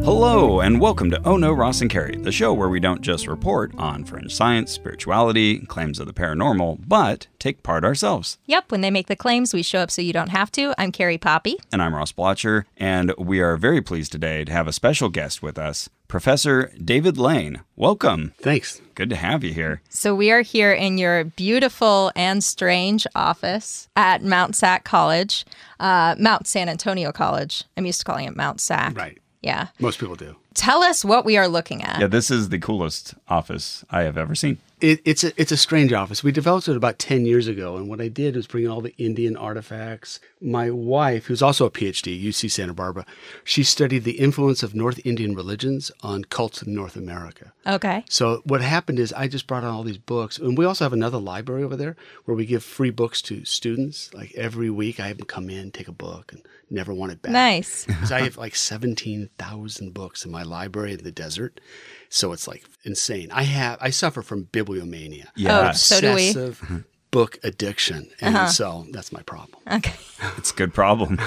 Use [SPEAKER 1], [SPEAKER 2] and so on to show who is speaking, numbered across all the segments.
[SPEAKER 1] Hello, and welcome to Oh No, Ross and Carrie, the show where we don't just report on fringe science, spirituality, and claims of the paranormal, but take part ourselves.
[SPEAKER 2] Yep, when they make the claims, we show up so you don't have to. I'm Carrie Poppy.
[SPEAKER 1] And I'm Ross Blotcher, and we are very pleased today to have a special guest with us, Professor David Lane. Welcome.
[SPEAKER 3] Thanks.
[SPEAKER 1] Good to have you here.
[SPEAKER 2] So we are here in your beautiful and strange office at Mount Sac College, uh, Mount San Antonio College. I'm used to calling it Mount Sac.
[SPEAKER 3] Right.
[SPEAKER 2] Yeah.
[SPEAKER 3] Most people do.
[SPEAKER 2] Tell us what we are looking at.
[SPEAKER 1] Yeah, this is the coolest office I have ever seen.
[SPEAKER 3] It, it's a it's a strange office. We developed it about ten years ago, and what I did was bring all the Indian artifacts. My wife, who's also a PhD, UC Santa Barbara, she studied the influence of North Indian religions on cults in North America.
[SPEAKER 2] Okay.
[SPEAKER 3] So what happened is I just brought on all these books, and we also have another library over there where we give free books to students. Like every week, I have them come in, take a book, and never want it back.
[SPEAKER 2] Nice.
[SPEAKER 3] 'Cause I have like seventeen thousand books in my library in the desert, so it's like insane. I have I suffer from bibliomania,
[SPEAKER 2] Yeah. Oh, so do we. Uh-huh.
[SPEAKER 3] obsessive book addiction, and so that's my problem.
[SPEAKER 2] Okay.
[SPEAKER 1] It's a good problem.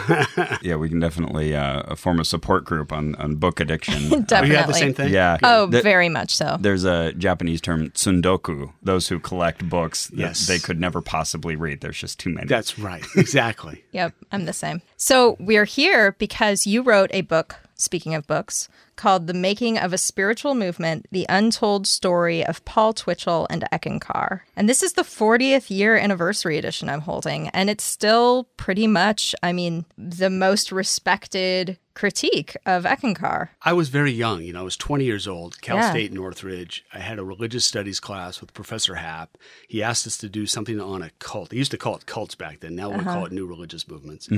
[SPEAKER 1] yeah, we can definitely uh, form a support group on, on book addiction.
[SPEAKER 3] Do
[SPEAKER 2] Definitely.
[SPEAKER 3] you have the same thing?
[SPEAKER 1] yeah.
[SPEAKER 2] Oh,
[SPEAKER 1] Th-
[SPEAKER 2] very much so.
[SPEAKER 1] There's a Japanese term, tsundoku, those who collect books that
[SPEAKER 3] Yes.
[SPEAKER 1] they could never possibly read. There's just too many.
[SPEAKER 3] That's right. Exactly.
[SPEAKER 2] Yep, I'm the same. So we're here because you wrote a book, speaking of books, called The Making of a Spiritual Movement The Untold Story of Paul Twitchell and Eckankar. And this is the 40th year anniversary edition I'm holding. And it's still pretty much, I mean, the most respected critique of Eckankar.
[SPEAKER 3] I was very young, you know, I was 20 years old, Cal
[SPEAKER 2] Yeah.
[SPEAKER 3] State Northridge. I had a religious studies class with Professor Happ. He asked us to do something on a cult. They used to call it cults back then. Now we call it new religious movements.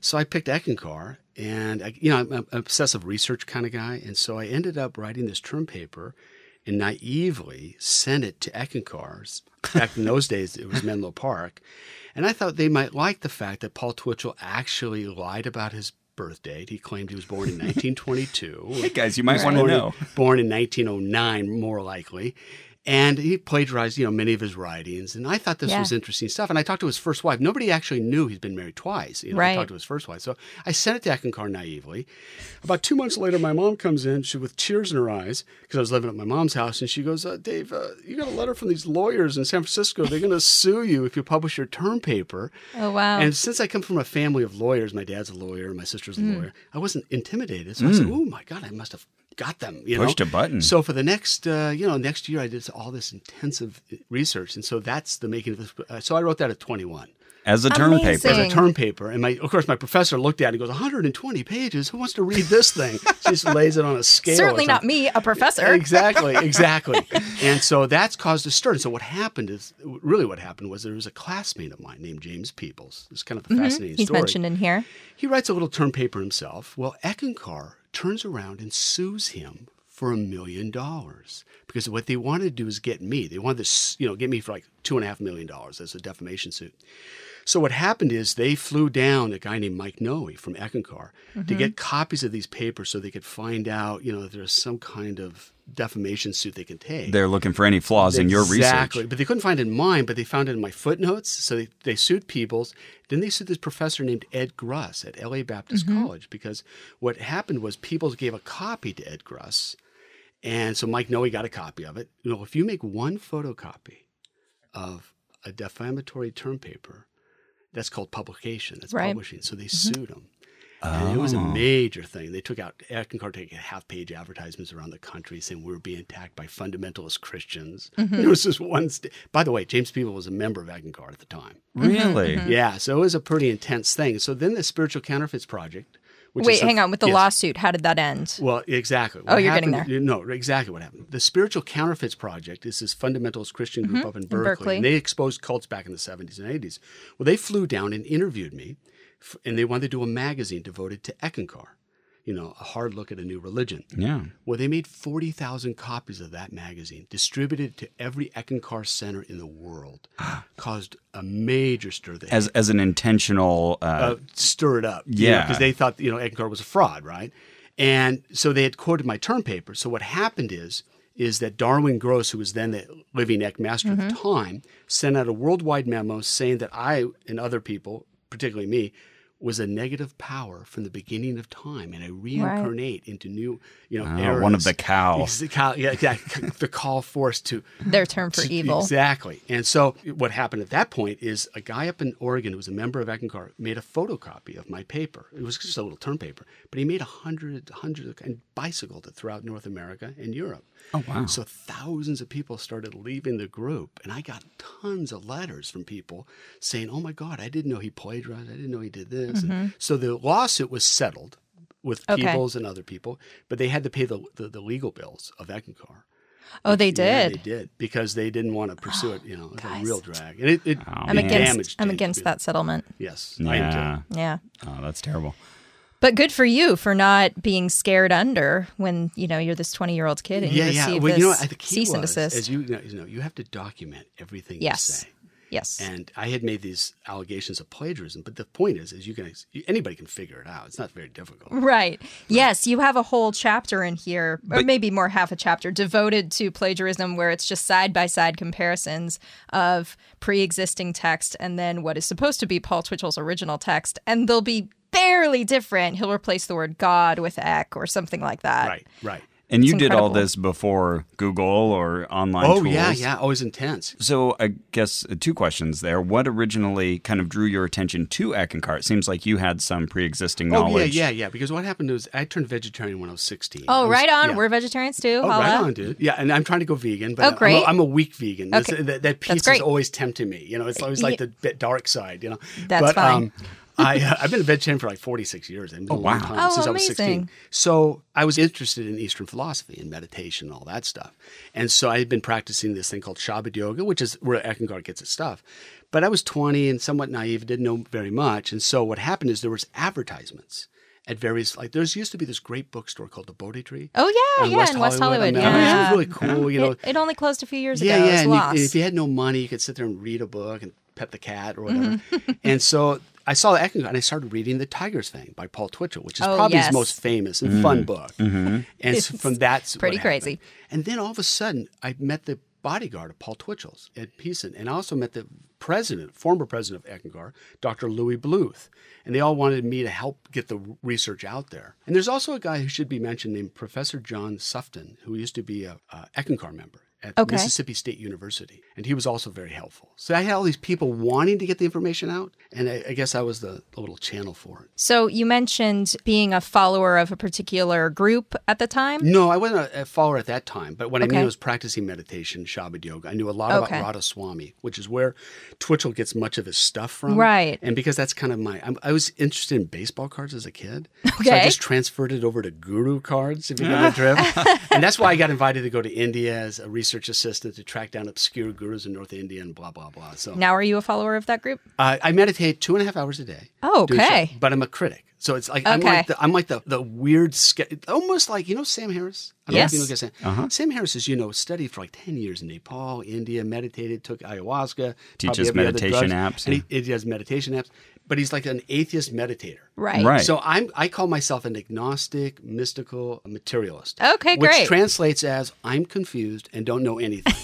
[SPEAKER 3] So I picked Eckankar, and, I, you know, I'm, I'm an obsessive research kind of guy. And so I ended up writing this term paper and naively sent it to Eckankar's. Back in those days, it was Menlo Park. And I thought they might like the fact that Paul Twitchell actually lied about his birth date. He claimed he was born in 1922.
[SPEAKER 1] Hey, guys, you might want to
[SPEAKER 3] born,
[SPEAKER 1] know.
[SPEAKER 3] born in 1909, more likely. And he plagiarized, you know, many of his writings. And I thought this
[SPEAKER 2] Yeah.
[SPEAKER 3] was interesting stuff. And I talked to his first wife. Nobody actually knew he's been married twice. You know, I
[SPEAKER 2] Right.
[SPEAKER 3] talked to his first wife. So I sent it to Eckankar naively. About two months later, my mom comes in, she with tears in her eyes, because I was living at my mom's house, and she goes, uh, "Dave, uh, you got a letter from these lawyers in San Francisco. They're going to sue you if you publish your term paper."
[SPEAKER 2] Oh, wow.
[SPEAKER 3] And since I come from a family of lawyers, my dad's a lawyer, my sister's a
[SPEAKER 2] Mm.
[SPEAKER 3] lawyer, I wasn't intimidated. So I said, "Oh my god, I must have got them." You
[SPEAKER 1] Mm. Pushed
[SPEAKER 3] know?
[SPEAKER 1] a button.
[SPEAKER 3] So for the next, uh, you know, next year I did all this intensive uh, research, and so that's the making of this. Uh, so I wrote that at 21
[SPEAKER 1] As a term
[SPEAKER 2] Amazing.
[SPEAKER 1] paper.
[SPEAKER 3] as a term paper, and my of course my professor looked at it and goes, "120 pages? Who wants to read this thing?" she just lays it on a scale. or
[SPEAKER 2] Certainly not
[SPEAKER 3] something.
[SPEAKER 2] me, a professor.
[SPEAKER 3] Exactly, exactly. and so that's caused a stir. And so what happened is really what happened was there was a classmate of mine named James Peoples. It's kind of a fascinating
[SPEAKER 2] Mm-hmm. He's
[SPEAKER 3] story.
[SPEAKER 2] mentioned in here.
[SPEAKER 3] He writes a little term paper himself. Well, Eckankar turns around and sues him for a million dollars because what they wanted to do is get me. They wanted to, s- you know, get me for like two and a half million dollars as a defamation suit. So what happened is they flew down a guy named Mike Noe from Eckankar to get copies of these papers so they could find out, you know, if there's some kind of defamation suit they can take.
[SPEAKER 1] They're looking for any flaws in your research.
[SPEAKER 3] Exactly. But they couldn't find it in mine, but they found it in my footnotes. So they, they sued Peebles. Then they sued this professor named Ed Gruss at LA Baptist College because what happened was Peebles gave a copy to Ed Gruss. And so Mike Noe got a copy of it. You know, if you make one photocopy of a defamatory term paper, that's called publication. That's
[SPEAKER 2] Right. Mm-hmm.
[SPEAKER 3] publishing. So they sued him. And it was a major thing. They took out Eckankar taking half page advertisements around the country saying we were being attacked by fundamentalist Christians.
[SPEAKER 2] Mm-hmm.
[SPEAKER 3] There was this one. St- By the way, James Peeble was a member of Eckankar at the time.
[SPEAKER 2] Mm-hmm.
[SPEAKER 1] Really?
[SPEAKER 2] Mm.
[SPEAKER 3] Yeah, so it was a pretty intense thing. So then the Spiritual Counterfeits Project. Which
[SPEAKER 2] Wait,
[SPEAKER 3] is-
[SPEAKER 2] hang on. With the
[SPEAKER 3] Yes.
[SPEAKER 2] lawsuit, how did that end?
[SPEAKER 3] Well, exactly.
[SPEAKER 2] Oh, you're getting
[SPEAKER 3] happened- No, exactly what happened. The Spiritual Counterfeits Project is this fundamentalist Christian group up in Berkeley.
[SPEAKER 2] Mm-hmm. Berkeley.
[SPEAKER 3] And they exposed cults back in the 70s and 80s. Well, they flew down and interviewed me, f- and they wanted to do a magazine devoted to Eckankar, you know, a hard look at a new religion.
[SPEAKER 1] Yeah.
[SPEAKER 3] Well, they made 40,000 copies of that magazine, distributed to every Eckankar center in the world, caused a major stir. That
[SPEAKER 1] As, as an intentional. Uh,
[SPEAKER 3] uh, stir it up.
[SPEAKER 1] Yeah.
[SPEAKER 3] Because they thought, you know, Eckankar was a fraud, right? And so they had quoted my term paper. So what happened is is that Darwin Gross, who was then the living ECMaster at the time, sent out a worldwide memo saying that I and other people, particularly me, was a negative power from the beginning of time, and I reincarnate into new, you know,
[SPEAKER 1] Oh, one of
[SPEAKER 3] eras.
[SPEAKER 1] the cow.
[SPEAKER 3] It's the call, yeah, yeah, the call force to
[SPEAKER 2] Their term for evil.
[SPEAKER 3] Exactly. And so what happened at that point is a guy up in Oregon who was a member of Eckencar made a photocopy of my paper. It was just a little term paper, but he made a hundred, hundreds, of, and bicycled it throughout North America and Europe.
[SPEAKER 1] Oh, wow.
[SPEAKER 3] So thousands of people started leaving the group, and I got tons of letters from people saying, "Oh my God, I didn't know he plagiarized. I didn't know he did this." And so the lawsuit was settled with
[SPEAKER 2] Mm-hmm. Okay.
[SPEAKER 3] Peebles and other people, but they had to pay the the, the legal bills of Eckencar.
[SPEAKER 2] Oh, they
[SPEAKER 3] Yeah,
[SPEAKER 2] did.
[SPEAKER 3] they did because they didn't want to pursue it. You know, it was a real drag, and it, it
[SPEAKER 2] I'm
[SPEAKER 3] it
[SPEAKER 2] against.
[SPEAKER 3] damaged.
[SPEAKER 2] I'm
[SPEAKER 3] it.
[SPEAKER 2] against that settlement.
[SPEAKER 3] Yes, I am too.
[SPEAKER 1] Yeah.
[SPEAKER 2] Yeah.
[SPEAKER 1] Oh, that's terrible.
[SPEAKER 2] But good for you for not being scared under when you know you're this 20 year old kid and
[SPEAKER 3] Yeah,
[SPEAKER 2] you
[SPEAKER 3] yeah.
[SPEAKER 2] receive
[SPEAKER 3] well,
[SPEAKER 2] this
[SPEAKER 3] you know, what? the key
[SPEAKER 2] cease and
[SPEAKER 3] was,
[SPEAKER 2] desist.
[SPEAKER 3] as you know, you know, you have to document everything
[SPEAKER 2] yes.
[SPEAKER 3] you say.
[SPEAKER 2] Yes.
[SPEAKER 3] And I had made these allegations of plagiarism, but the point is, is you can anybody can figure it out. It's not very difficult.
[SPEAKER 2] Right. Yes, you have a whole chapter in here, or maybe more half a chapter, devoted to plagiarism, where it's just side by side comparisons of pre existing text and then what is supposed to be Paul Twitchell's original text. And they'll be barely different. He'll replace the word God with ek or something like that.
[SPEAKER 3] Right, right.
[SPEAKER 1] And you
[SPEAKER 2] It's
[SPEAKER 1] did all
[SPEAKER 2] incredible.
[SPEAKER 1] this before Google or online
[SPEAKER 3] Oh
[SPEAKER 1] tools.
[SPEAKER 3] yeah, yeah. Always intense.
[SPEAKER 1] So I guess uh, two questions there. What originally kind of drew your attention to Eckankar? It seems like you had some pre-existing
[SPEAKER 3] Oh
[SPEAKER 1] knowledge.
[SPEAKER 3] yeah, yeah, yeah. Because what happened was I turned vegetarian when I was sixteen. I
[SPEAKER 2] Oh,
[SPEAKER 3] was-
[SPEAKER 2] right on.
[SPEAKER 3] yeah.
[SPEAKER 2] We're vegetarians too.
[SPEAKER 3] Oh,
[SPEAKER 2] Holla.
[SPEAKER 3] right on, dude. Yeah, and I'm trying to go vegan, but
[SPEAKER 2] Oh,
[SPEAKER 3] I'm a- I'm,
[SPEAKER 2] great.
[SPEAKER 3] a, weak vegan. This-
[SPEAKER 2] Okay.
[SPEAKER 3] That, that piece is
[SPEAKER 2] great.
[SPEAKER 3] always tempting me. You know, it's always like the bit dark side. You know,
[SPEAKER 2] That's
[SPEAKER 3] but,
[SPEAKER 2] fine.
[SPEAKER 3] Um, I, uh, I've been a vegetarian for like 46 years. It's been a
[SPEAKER 1] wow.
[SPEAKER 3] long time
[SPEAKER 2] Oh,
[SPEAKER 3] since I was 16.
[SPEAKER 2] amazing.
[SPEAKER 3] So I was interested in Eastern philosophy and meditation and all that stuff. And so I had been practicing this thing called Shabad Yoga, which is where Eckhart gets its stuff. But I was 20 and somewhat naive, didn't know very much. And so what happened is there was advertisements at various, like there's used to be this great bookstore called the Bodhi Tree.
[SPEAKER 2] Oh, yeah,
[SPEAKER 3] on
[SPEAKER 2] yeah, in West Hollywood.
[SPEAKER 3] I remember.
[SPEAKER 2] Yeah.
[SPEAKER 3] It was really cool, you know.
[SPEAKER 2] It, it only closed a few years
[SPEAKER 3] yeah,
[SPEAKER 2] ago.
[SPEAKER 3] yeah.
[SPEAKER 2] it was
[SPEAKER 3] And, you-
[SPEAKER 2] lost.
[SPEAKER 3] and if you had no money, you could sit there and read a book and pet the cat or whatever.
[SPEAKER 2] Mm-hmm.
[SPEAKER 3] and so I saw the Eckhart and I started reading The Tiger's Fang by Paul Twitchell, which is
[SPEAKER 2] Oh,
[SPEAKER 3] probably
[SPEAKER 2] yes.
[SPEAKER 3] his most famous and fun book. And so from that's what
[SPEAKER 2] pretty
[SPEAKER 3] happened.
[SPEAKER 2] crazy.
[SPEAKER 3] And then all of a sudden, I met the bodyguard of Paul Twitchell's at Peason, and I also met the president, former president of Eckengar, Dr. Louis Bluth, and they all wanted me to help get the research out there. And there's also a guy who should be mentioned named Professor John Sufton, who used to be a, a Eckengar member at
[SPEAKER 2] Okay.
[SPEAKER 3] Mississippi State University, and he was also very helpful. So I had all these people wanting to get the information out, and I, I guess I was the, the little channel for it.
[SPEAKER 2] so you mentioned being a follower of a particular group at the time.
[SPEAKER 3] No, I wasn't a, a follower at that time, but what I mean
[SPEAKER 2] Okay.
[SPEAKER 3] was practicing meditation, Shabad yoga. I knew a lot
[SPEAKER 2] Okay.
[SPEAKER 3] about Radha Swami, which is where Twitchell gets much of his stuff from.
[SPEAKER 2] Right.
[SPEAKER 3] And because that's kind of my, I'm, I was interested in baseball cards as a kid. So I
[SPEAKER 2] Okay.
[SPEAKER 3] just transferred it over to guru cards, if you know the drift. and that's why I got invited to go to India as a research assistant to track down obscure gurus in North India and blah, blah, blah. So
[SPEAKER 2] Now are you a follower of that group?
[SPEAKER 3] uh, I meditate two and a half hours a day.
[SPEAKER 2] Oh,
[SPEAKER 3] doing stuff,
[SPEAKER 2] okay.
[SPEAKER 3] but I'm a critic. So it's like I'm
[SPEAKER 2] Okay.
[SPEAKER 3] like the, I'm like the, the weird, ske- almost like you know Sam Harris. I don't know if you know
[SPEAKER 2] Yes.
[SPEAKER 3] Sam.
[SPEAKER 1] Uh-huh.
[SPEAKER 3] Sam Harris is you know studied for like ten years in Nepal, India, meditated, took ayahuasca,
[SPEAKER 1] Teaches
[SPEAKER 3] probably every other
[SPEAKER 1] meditation
[SPEAKER 3] drug,
[SPEAKER 1] apps,
[SPEAKER 3] and he, he does meditation apps. But he's like an atheist meditator.
[SPEAKER 2] Right.
[SPEAKER 1] Right.
[SPEAKER 3] So I'm I call myself an agnostic, mystical materialist.
[SPEAKER 2] Okay,
[SPEAKER 3] which
[SPEAKER 2] great.
[SPEAKER 3] translates as I'm confused and don't know anything.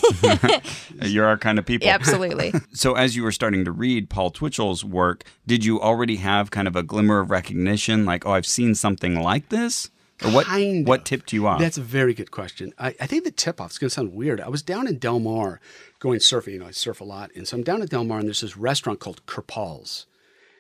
[SPEAKER 1] You're our kind of people.
[SPEAKER 2] Absolutely. Uh,
[SPEAKER 1] So as you were starting to read Paul Twitchell's work, did you already have kind of a glimmer of recognition like, oh, I've seen something like this? Or what
[SPEAKER 3] Kind
[SPEAKER 1] what
[SPEAKER 3] of.
[SPEAKER 1] tipped you off?
[SPEAKER 3] That's a very good question. I, I think the tip off is going to sound weird. I was down in Del Mar going surfing. You know, I surf a lot. And so I'm down at Del Mar, and there's this restaurant called Kripal's.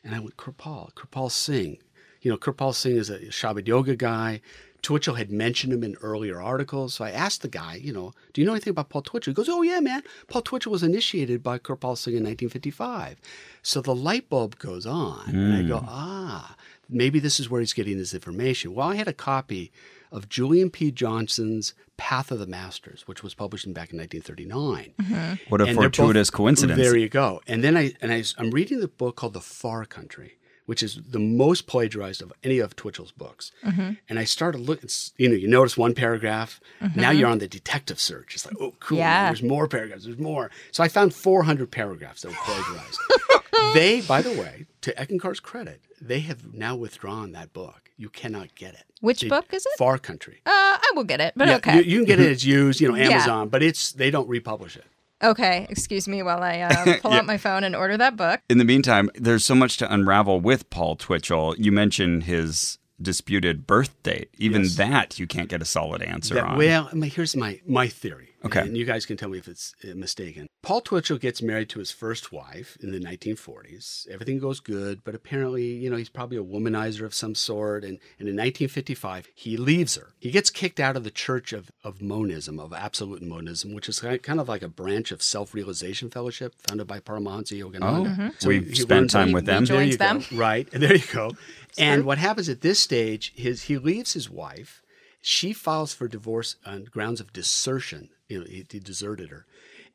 [SPEAKER 3] And I went, Kripal, Kripal Singh. You know, Kripal Singh is a Shabad Yoga guy. Twitchell had mentioned him in earlier articles. So I asked the guy, you know, do you know anything about Paul Twitchell? He goes, oh, yeah, man. Paul Twitchell was initiated by Kripal Singh in 1955. So the light bulb goes on. And I go, ah, maybe this is where he's getting his information. Well, I had a copy of Julian P. Johnson's Path of the Masters, which was published in, back in 1939.
[SPEAKER 1] what a
[SPEAKER 3] And they're both-
[SPEAKER 1] fortuitous coincidence.
[SPEAKER 3] There you go. And then I and I, am reading the book called The Far Country, which is the most plagiarized of any of Twitchell's books.
[SPEAKER 2] Mm-hmm.
[SPEAKER 3] And I started looking. You know, you notice one paragraph. Now you're on the detective search. It's like, oh,
[SPEAKER 2] Mm-hmm.
[SPEAKER 3] cool.
[SPEAKER 2] Yeah.
[SPEAKER 3] There's more paragraphs. There's more. So I found 400 paragraphs that were plagiarized. they, by the way, to Ekinkar's credit, they have now withdrawn that book. You cannot get it.
[SPEAKER 2] Which
[SPEAKER 3] They-
[SPEAKER 2] book is it?
[SPEAKER 3] Far Country.
[SPEAKER 2] Uh, I will get it, but
[SPEAKER 3] Yeah,
[SPEAKER 2] okay.
[SPEAKER 3] You, you can
[SPEAKER 1] Mm-hmm.
[SPEAKER 3] get it as used, you know,
[SPEAKER 2] Yeah.
[SPEAKER 3] Amazon, but it's they don't republish it.
[SPEAKER 2] okay, excuse me while I uh, pull out my phone and order that book.
[SPEAKER 1] In the meantime, there's so much to unravel with Paul Twitchell. You mentioned his disputed birth date. Even
[SPEAKER 3] Yes.
[SPEAKER 1] that you can't get a solid answer
[SPEAKER 3] That-
[SPEAKER 1] on.
[SPEAKER 3] well, I mean, here's my my theory.
[SPEAKER 1] Okay.
[SPEAKER 3] and you guys can tell me if it's uh, mistaken. Paul Twitchell gets married to his first wife in the 1940s. Everything goes good, but apparently, you know, he's probably a womanizer of some sort. And, and in 1955, he leaves her. He gets kicked out of the Church of, of Monism, of Absolute Monism, which is ki- kind of like a branch of Self Realization Fellowship founded by Paramahansa Yogananda.
[SPEAKER 1] Oh. We've spent
[SPEAKER 3] learns-
[SPEAKER 1] time with He them.
[SPEAKER 3] There
[SPEAKER 2] joins
[SPEAKER 3] you go.
[SPEAKER 2] them.
[SPEAKER 3] Right. There you go. and what happens at this stage is he leaves his wife. She files for divorce on grounds of desertion. You know, he, he deserted her.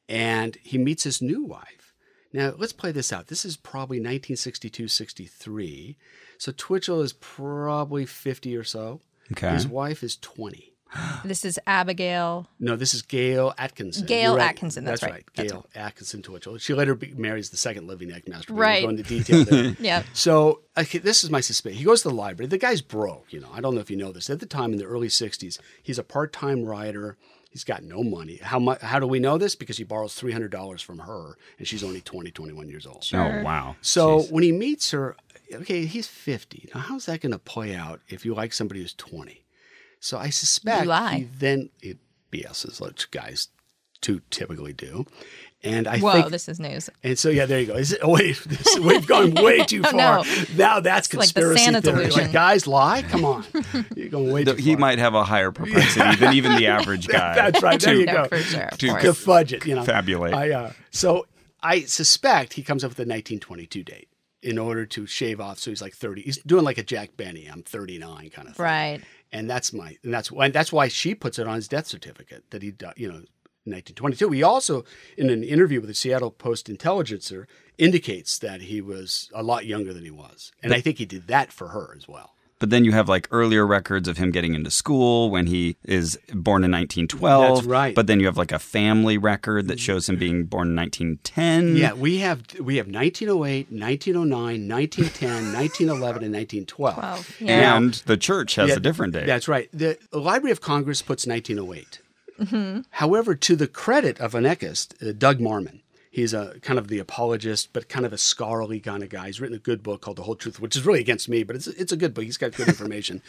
[SPEAKER 3] And he meets his new wife. Now, let's play this out. This is probably 1962, 63. So Twitchell is probably 50 or so.
[SPEAKER 1] Okay.
[SPEAKER 3] His wife is 20.
[SPEAKER 2] This is Abigail.
[SPEAKER 3] No, this is Gail Atkinson.
[SPEAKER 2] Gail
[SPEAKER 3] You're
[SPEAKER 2] Atkinson, that's right. That's
[SPEAKER 3] Gail Atkinson Twitchell. She later be- marries the second living Eckmaster. but
[SPEAKER 2] Right.
[SPEAKER 3] We'll go into detail there.
[SPEAKER 2] Yeah.
[SPEAKER 3] So okay, this is my suspicion. He goes to the library. The guy's broke. You know, I don't know if you know this. At the time in the early '60s, he's a part-time writer. He's got no money. How much? How do we know this? Because he borrows three hundred dollars from her, and she's only 20, 21 years old.
[SPEAKER 1] oh, wow.
[SPEAKER 3] So
[SPEAKER 1] Jeez.
[SPEAKER 3] when he meets her, okay, he's fifty. Now, how's that going to play out if you like somebody who's twenty? So I suspect
[SPEAKER 2] You lie.
[SPEAKER 3] he then it BSs, which guys too typically do. And I
[SPEAKER 2] Whoa,
[SPEAKER 3] think
[SPEAKER 2] this is news.
[SPEAKER 3] and so, yeah, there you go. Is it, oh, wait, this, we've gone way too far.
[SPEAKER 2] no.
[SPEAKER 3] Now that's
[SPEAKER 2] like the
[SPEAKER 3] conspiracy
[SPEAKER 2] Santa
[SPEAKER 3] theory.
[SPEAKER 2] delusion.
[SPEAKER 3] Like, guys lie? Come on. You're going way too
[SPEAKER 1] he
[SPEAKER 3] far.
[SPEAKER 1] might have a higher propensity than even the average guy.
[SPEAKER 3] That's right. There you
[SPEAKER 2] No,
[SPEAKER 3] go.
[SPEAKER 2] for sure, of
[SPEAKER 1] to
[SPEAKER 2] course.
[SPEAKER 3] To fudge it, you know.
[SPEAKER 1] Fabulate.
[SPEAKER 3] I, uh, so I suspect he comes up with a 1922 date in order to shave off. So he's like 30. He's doing like a Jack Benny. I'm 39 kind of thing.
[SPEAKER 2] Right.
[SPEAKER 3] And that's my, and that's why, and that's why she puts it on his death certificate that he, di- you know, 1922. He also, in an interview with the Seattle Post Intelligencer, indicates that he was a lot younger than he was, and I think he did that for her as well.
[SPEAKER 1] But then you have like earlier records of him getting into school when he is born in 1912.
[SPEAKER 3] That's right.
[SPEAKER 1] But then you have like a family record that shows him being born in 1910.
[SPEAKER 3] Yeah, we have we have 1908, 1909, 1910, 1911, and 1912.
[SPEAKER 2] Wow. Yeah.
[SPEAKER 1] And the church has
[SPEAKER 3] Yeah,
[SPEAKER 1] a different date.
[SPEAKER 3] That's right. The Library of Congress puts 1908. However, to the credit of an ecist, uh, Doug Marmon, he's a kind of the apologist, but kind of a scholarly kind of guy. He's written a good book called The Whole Truth, which is really against me, but it's it's a good book. He's got good information,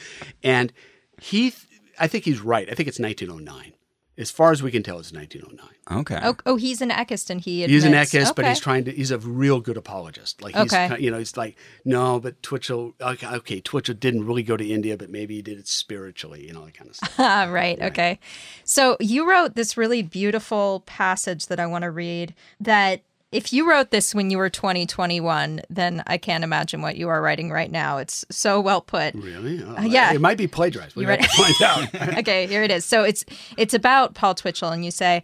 [SPEAKER 3] and he, I think he's right. I think it's 1909. As far as we can tell, it's 1909.
[SPEAKER 1] Okay.
[SPEAKER 2] Oh, oh, he's an Eckist and he
[SPEAKER 3] He's an
[SPEAKER 2] admits-
[SPEAKER 3] eckist, but
[SPEAKER 2] okay.
[SPEAKER 3] he's trying to. He's a real good apologist. Like he's,
[SPEAKER 2] Okay.
[SPEAKER 3] ki- you know, he's like, no, but Twitchell. Okay, okay, Twitchell didn't really go to India, but maybe he did it spiritually. You know, that kind of stuff.
[SPEAKER 2] Ah, right. Okay. So you wrote this really beautiful passage that I want to read. That if you wrote this when you were 20, 21, then I can't imagine what you are writing right now. It's so well put.
[SPEAKER 3] really? Oh,
[SPEAKER 2] Uh, yeah.
[SPEAKER 3] It might be plagiarized. We
[SPEAKER 2] You're
[SPEAKER 3] have to find out.
[SPEAKER 2] okay, here it is. So it's it's about Paul Twitchell, and you say,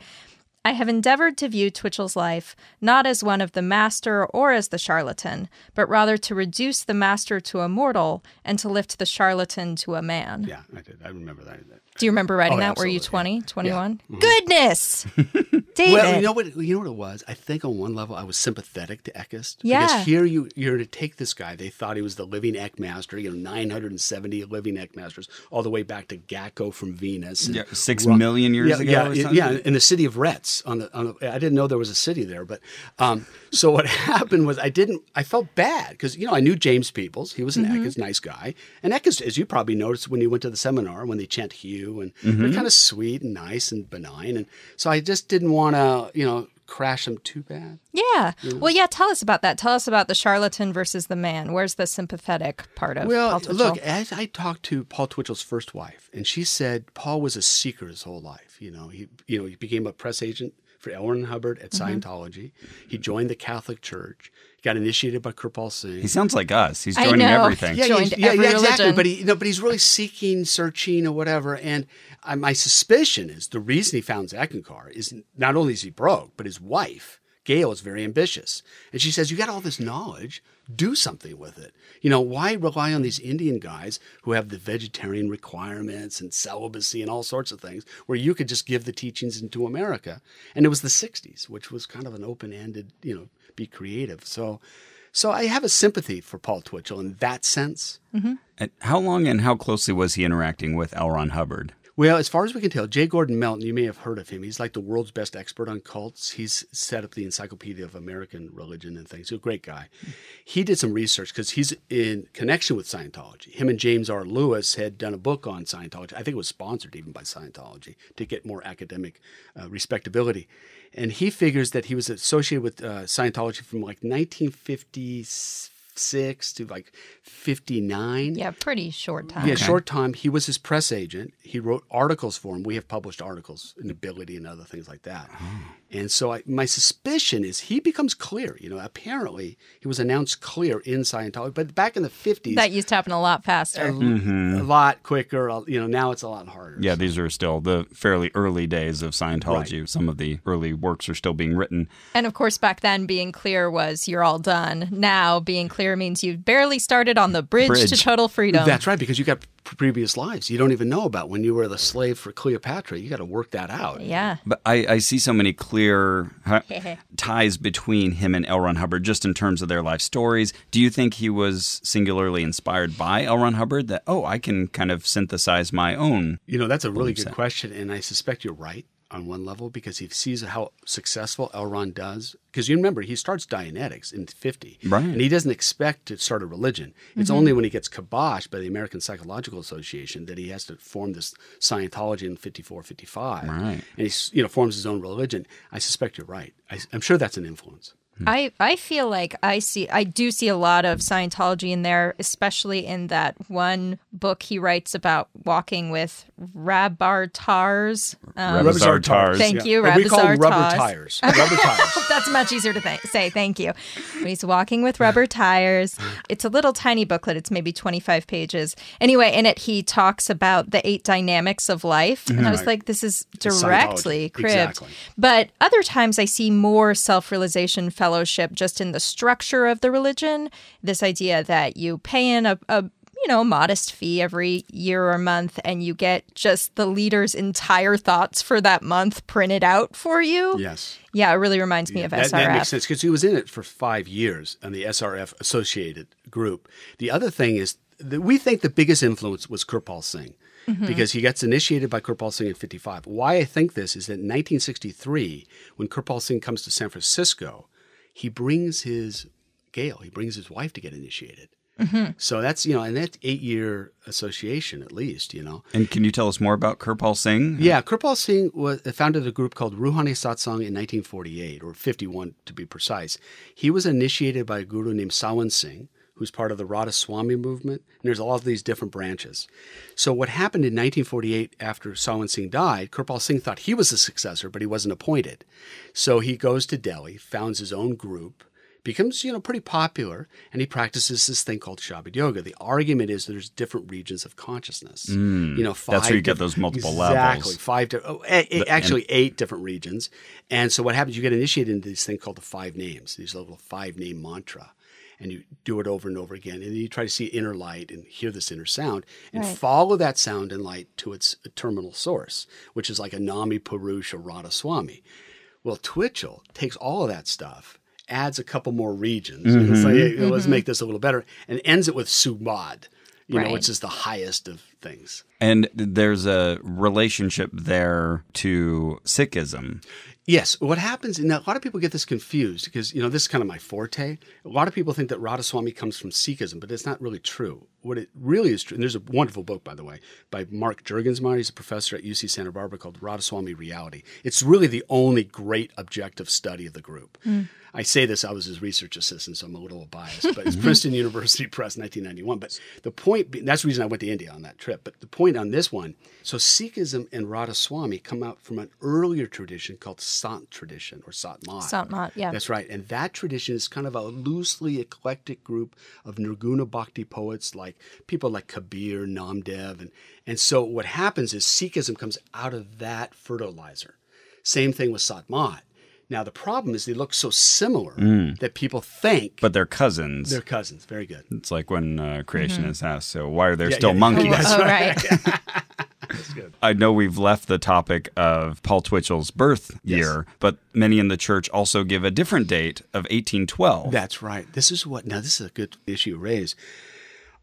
[SPEAKER 2] I have endeavored to view Twitchell's life not as one of the master or as the charlatan, but rather to reduce the master to a mortal and to lift the charlatan to a man.
[SPEAKER 3] yeah, I did. I remember that.
[SPEAKER 2] Do you remember writing
[SPEAKER 3] Oh,
[SPEAKER 2] that? Were you
[SPEAKER 3] absolutely. Mm-hmm.
[SPEAKER 2] 20, 21? Goodness! David.
[SPEAKER 3] Well, you know what? You know what it was. I think on one level, I was sympathetic to Eckist.
[SPEAKER 2] Yeah.
[SPEAKER 3] Because here you you're to take this guy. They thought he was the living Eckmaster. You know, 970 living Eckmasters, all the way back to Gacco from Venus. and
[SPEAKER 1] Yeah, six
[SPEAKER 3] Ro-
[SPEAKER 1] million years
[SPEAKER 3] yeah,
[SPEAKER 1] ago
[SPEAKER 3] Yeah,
[SPEAKER 1] or
[SPEAKER 3] yeah,
[SPEAKER 1] something?
[SPEAKER 3] yeah, in the city of Retz. On the, on the, I didn't know there was a city there, but um, so what happened was I didn't. I felt bad because you know I knew James Peoples. He was an Eckes, nice guy, and Eckes, as you probably noticed when you went to the seminar, when they chant Hugh, and
[SPEAKER 1] Mm-hmm.
[SPEAKER 3] they're kind of sweet and nice and benign, and so I just didn't want to, you know, crash him too bad.
[SPEAKER 2] yeah. Well, yeah, tell us about that. Tell us about the charlatan versus the man. Where's the sympathetic part of
[SPEAKER 3] Well,
[SPEAKER 2] Paul Twitchell?
[SPEAKER 3] look, as I talked to Paul Twitchell's first wife, and she said Paul was a seeker his whole life. You know, he you know he became a press agent for L. Ron Hubbard at
[SPEAKER 2] Mm-hmm.
[SPEAKER 3] Scientology. He joined the Catholic Church. He got initiated by Kripal Singh.
[SPEAKER 1] He sounds like us. He's
[SPEAKER 2] I
[SPEAKER 1] joining
[SPEAKER 2] know.
[SPEAKER 1] everything.
[SPEAKER 2] Yeah. joined every
[SPEAKER 3] exactly.
[SPEAKER 2] religion.
[SPEAKER 3] But he, no, but he's really seeking, searching, or whatever. And I, my suspicion is the reason he found Zacchankar is not only is he broke, but his wife Gail is very ambitious. And she says, You got all this knowledge, do something with it. You know, why rely on these Indian guys who have the vegetarian requirements and celibacy and all sorts of things, where you could just give the teachings into America? And it was the 60s, which was kind of an open ended, you know, be creative. So, so I have a sympathy for Paul Twitchell in that sense.
[SPEAKER 1] And how long and how closely was he interacting with L. Ron Hubbard?
[SPEAKER 3] Well, as far as we can tell, J. Gordon Melton, you may have heard of him. He's like the world's best expert on cults. He's set up the Encyclopedia of American Religion and things. He's a great guy. He did some research because he's in connection with Scientology. Him and James R. Lewis had done a book on Scientology. I think it was sponsored even by Scientology to get more academic uh, respectability. And he figures that he was associated with uh, Scientology from like 1956 to like 59.
[SPEAKER 2] Yeah, pretty short time.
[SPEAKER 3] Yeah, short time. He was his press agent. He wrote articles for him. We have published articles in Ability and other things like that. And so I, my suspicion is he becomes clear. You know, apparently he was announced clear in Scientology, but back in the 50s,
[SPEAKER 2] That used to happen a lot faster.
[SPEAKER 3] a lot quicker. uh, You know, now it's a lot harder.
[SPEAKER 1] Yeah, these are still the fairly early days of Scientology. Some of the early works are still being written.
[SPEAKER 2] And of course, back then, being clear was you're all done. Now, being clear means you barely started on the bridge, to
[SPEAKER 1] Bridge.
[SPEAKER 2] total freedom.
[SPEAKER 3] That's right, because you got p- previous lives you don't even know about. When you were the slave for Cleopatra, you got to work that out.
[SPEAKER 2] yeah.
[SPEAKER 1] But I, I see so many clear huh, ties between him and L. Ron Hubbard just in terms of their life stories. Do you think he was singularly inspired by L. Ron Hubbard that, oh, I can kind of synthesize my own?
[SPEAKER 3] You know, that's a really good question, and I suspect you're right on one level because he sees how successful Elron does. Because you remember, he starts Dianetics in 50,
[SPEAKER 1] Right. Mm-hmm.
[SPEAKER 3] and he doesn't expect to start a religion. It's only when he gets kiboshed by the American Psychological Association that he has to form this Scientology in 54, 55.
[SPEAKER 1] Right.
[SPEAKER 3] And he you know, forms his own religion. I suspect you're right. I, I'm sure that's an influence.
[SPEAKER 2] I, I feel like I see I do see a lot of Scientology in there, especially in that one book he writes about walking with Rabar Tars.
[SPEAKER 3] Uh,
[SPEAKER 2] Um,
[SPEAKER 1] Rubber Zartars.
[SPEAKER 3] Zartars,
[SPEAKER 2] Thank you,
[SPEAKER 3] And We call them
[SPEAKER 2] Rubber
[SPEAKER 3] rubber
[SPEAKER 2] Zartars.
[SPEAKER 3] tires. Rubber tires.
[SPEAKER 2] That's much easier to th- say. Thank you. When he's walking with rubber tires, it's a little tiny booklet. It's maybe 25 pages. Anyway, in it, he talks about the eight dynamics of life. And I was like, this is directly
[SPEAKER 3] Scientology.
[SPEAKER 2] cribbed.
[SPEAKER 3] Exactly.
[SPEAKER 2] But other times I see more self realization fellowship just in the structure of the religion. This idea that you pay in a, a you know, modest fee every year or month, and you get just the leader's entire thoughts for that month printed out for you.
[SPEAKER 3] Yes.
[SPEAKER 2] Yeah, it really reminds me of
[SPEAKER 3] That,
[SPEAKER 2] SRF.
[SPEAKER 3] that makes sense because he was in it for five years on the SRF associated group. The other thing is that we think the biggest influence was Kirpal Singh because he gets initiated by Kirpal Singh in 55. Why I think this is that in 1963, when Kirpal Singh comes to San Francisco, he brings his Gail, he brings his wife to get initiated. So that's, you know, and that's eight year association at least, you know.
[SPEAKER 1] And can you tell us more about Kirpal Singh?
[SPEAKER 3] Yeah, Kirpal Singh was, founded a group called Ruhani Satsang in 1948, or 51 to be precise. He was initiated by a guru named Sawan Singh, who's part of the Radha Swami movement, and there's all of these different branches. So, what happened in 1948 after Sawan Singh died, Kirpal Singh thought he was the successor, but he wasn't appointed. So, he goes to Delhi, founds his own group becomes you know pretty popular and he practices this thing called shabad yoga the argument is there's different regions of consciousness you know five
[SPEAKER 1] where you get
[SPEAKER 3] diff-
[SPEAKER 1] those multiple
[SPEAKER 3] exactly,
[SPEAKER 1] levels.
[SPEAKER 3] five di- oh, a- a- actually eight different regions and so what happens you get initiated into this thing called the five names these little five name mantra and you do it over and over again and you try to see inner light and hear this inner sound and
[SPEAKER 2] Right.
[SPEAKER 3] follow that sound and light to its terminal source which is like a nami purush or radha swami well, Twitchell takes all of that stuff, adds a couple more regions, and
[SPEAKER 1] Mm-hmm.
[SPEAKER 3] it's like, hey, let's make this a little better, and ends it with Subad, you
[SPEAKER 2] Mm-hmm. Right.
[SPEAKER 3] know, which is the highest of things.
[SPEAKER 1] And there's a relationship there to Sikhism.
[SPEAKER 3] Yes, what happens, and a lot of people get this confused because, you know, this is kind of my forte. A lot of people think that Radhaswamy comes from Sikhism, but it's not really true. What it really is true, and there's a wonderful book, by the way, by Mark Jurgensmeyer. He's a professor at UC Santa Barbara called Radhaswamy Reality. It's really the only great objective study of the group. I say this, I was his research assistant, so I'm a little biased, but it's Princeton University Press, 1991. But the point, be- that's the reason I went to India on that trip. But the point on this one, so Sikhism and Radhaswamy come out from an earlier tradition called Sant tradition or Satmat.
[SPEAKER 2] Satmat, yeah.
[SPEAKER 3] That's right. And that tradition is kind of a loosely eclectic group of Nirguna Bhakti poets, like people like Kabir, Namdev. And, and so what happens is Sikhism comes out of that fertilizer. Same thing with Satmat. Now, the problem is they look so similar that people think
[SPEAKER 1] But they're cousins.
[SPEAKER 3] they're cousins. Very good.
[SPEAKER 1] it's like when uh, creation is asked, so why are there still
[SPEAKER 3] yeah.
[SPEAKER 1] monkeys?
[SPEAKER 3] That's
[SPEAKER 2] oh, right.
[SPEAKER 1] I know we've left the topic of Paul Twitchell's birth year, but many in the church also give a different date of 1812.
[SPEAKER 3] That's right. This is what, now, this is a good issue you raise.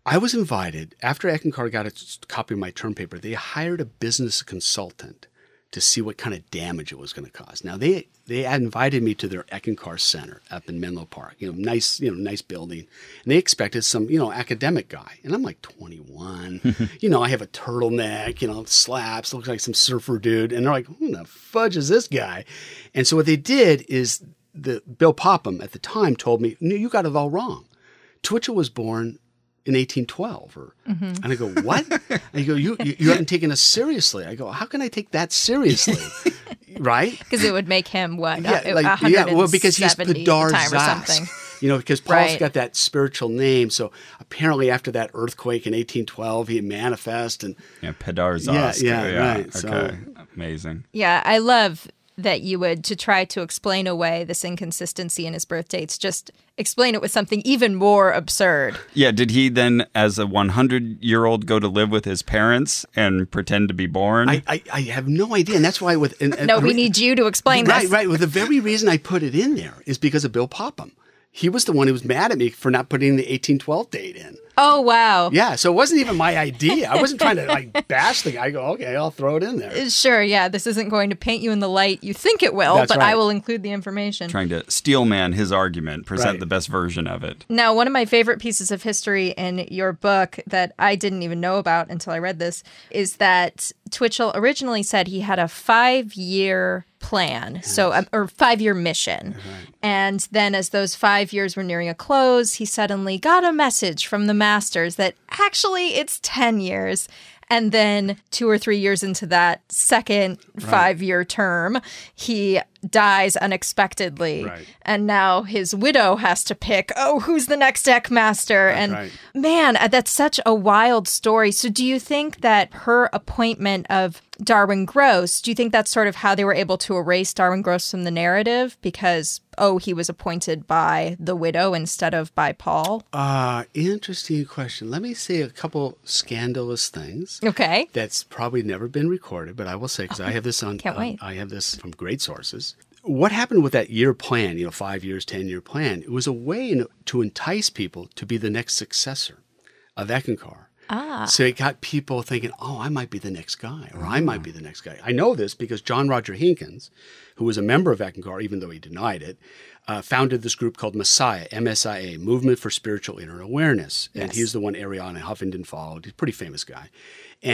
[SPEAKER 3] I was invited, after Eckencar got a s- copy of my term paper, they hired a business consultant to see what kind of damage it was going to cause. Now, they, they had invited me to their Eckencar Center up in Menlo Park, you know, nice, you know, nice building. And they expected some, you know, academic guy. And I'm like 21, you know, I have a turtleneck, you know, slaps, looks like some surfer dude. And they're like, who the fudge is this guy? And so what they did is the Bill Popham at the time told me, no, you got it all wrong. Twitchell was born in 1812 or
[SPEAKER 2] Mm-hmm.
[SPEAKER 3] and i go what i go you, you you haven't taken us seriously i go how can i take that seriously right
[SPEAKER 2] Because it would make him what? Yeah,
[SPEAKER 3] well because he's Pedar
[SPEAKER 2] time or
[SPEAKER 3] Zas.
[SPEAKER 2] something.
[SPEAKER 3] you know because Paul's
[SPEAKER 2] Right.
[SPEAKER 3] got that spiritual name so apparently after that earthquake in 1812 he manifest and
[SPEAKER 1] Yeah, Pedar
[SPEAKER 3] Yeah,
[SPEAKER 1] Zas.
[SPEAKER 3] yeah, right,
[SPEAKER 1] Okay,
[SPEAKER 3] so-
[SPEAKER 1] amazing.
[SPEAKER 2] Yeah, I love that you would to try to explain away this inconsistency in his birth dates. Just explain it with something even more absurd.
[SPEAKER 1] Yeah, did he then, as a 100 year old, go to live with his parents and pretend to be born?
[SPEAKER 3] I, I I have no idea and that's why with and, and-
[SPEAKER 2] No, we need you to explain
[SPEAKER 3] right
[SPEAKER 2] this.
[SPEAKER 3] right well the very reason i put it in there is because of bill popham he was the one who was mad at me for not putting the 1812 date in
[SPEAKER 2] Oh wow.
[SPEAKER 3] Yeah, so it wasn't even my idea. I wasn't trying to like bash the guy. I go, okay, I'll throw it in there.
[SPEAKER 2] Sure, yeah, this isn't going to paint you in the light you think it will,
[SPEAKER 3] That's
[SPEAKER 2] but I
[SPEAKER 3] right.
[SPEAKER 2] will include the information.
[SPEAKER 1] Trying to steel man his argument, present
[SPEAKER 3] Right.
[SPEAKER 1] the best version of it.
[SPEAKER 2] Now, one of my favorite pieces of history in your book that I didn't even know about until I read this is that Twitchell originally said he had a five year plan, so a, or five year mission. And then, as those five years were nearing a close, he suddenly got a message from the masters that actually it's 10 years. And then, two or three years into that second five year term, he dies unexpectedly
[SPEAKER 3] Right.
[SPEAKER 2] and now his widow has to pick oh who's the next deck master and
[SPEAKER 3] right.
[SPEAKER 2] man uh, that's such a wild story so do you think that her appointment of darwin gross do you think that's sort of how they were able to erase darwin gross from the narrative because oh he was appointed by the widow instead of by paul
[SPEAKER 3] Uh, interesting question. Let me say a couple scandalous things
[SPEAKER 2] okay
[SPEAKER 3] that's probably never been recorded, but I will say because I have this on,
[SPEAKER 2] can't
[SPEAKER 3] on-
[SPEAKER 2] wait.
[SPEAKER 3] I have this from great sources. What happened with that year plan? You know, five years, ten year plan. It was a way in- to entice people to be the next successor of Eckencar. Ah. So it got people thinking, oh, I might be the next guy, or I might be the next guy. I know this because John Roger Hinkins, who was a member of Eckencar, even though he denied it, uh, founded this group called Messiah, MSIA, Movement for Spiritual Inner Awareness. And he's the one Ariana Huffington followed. He's a pretty famous guy.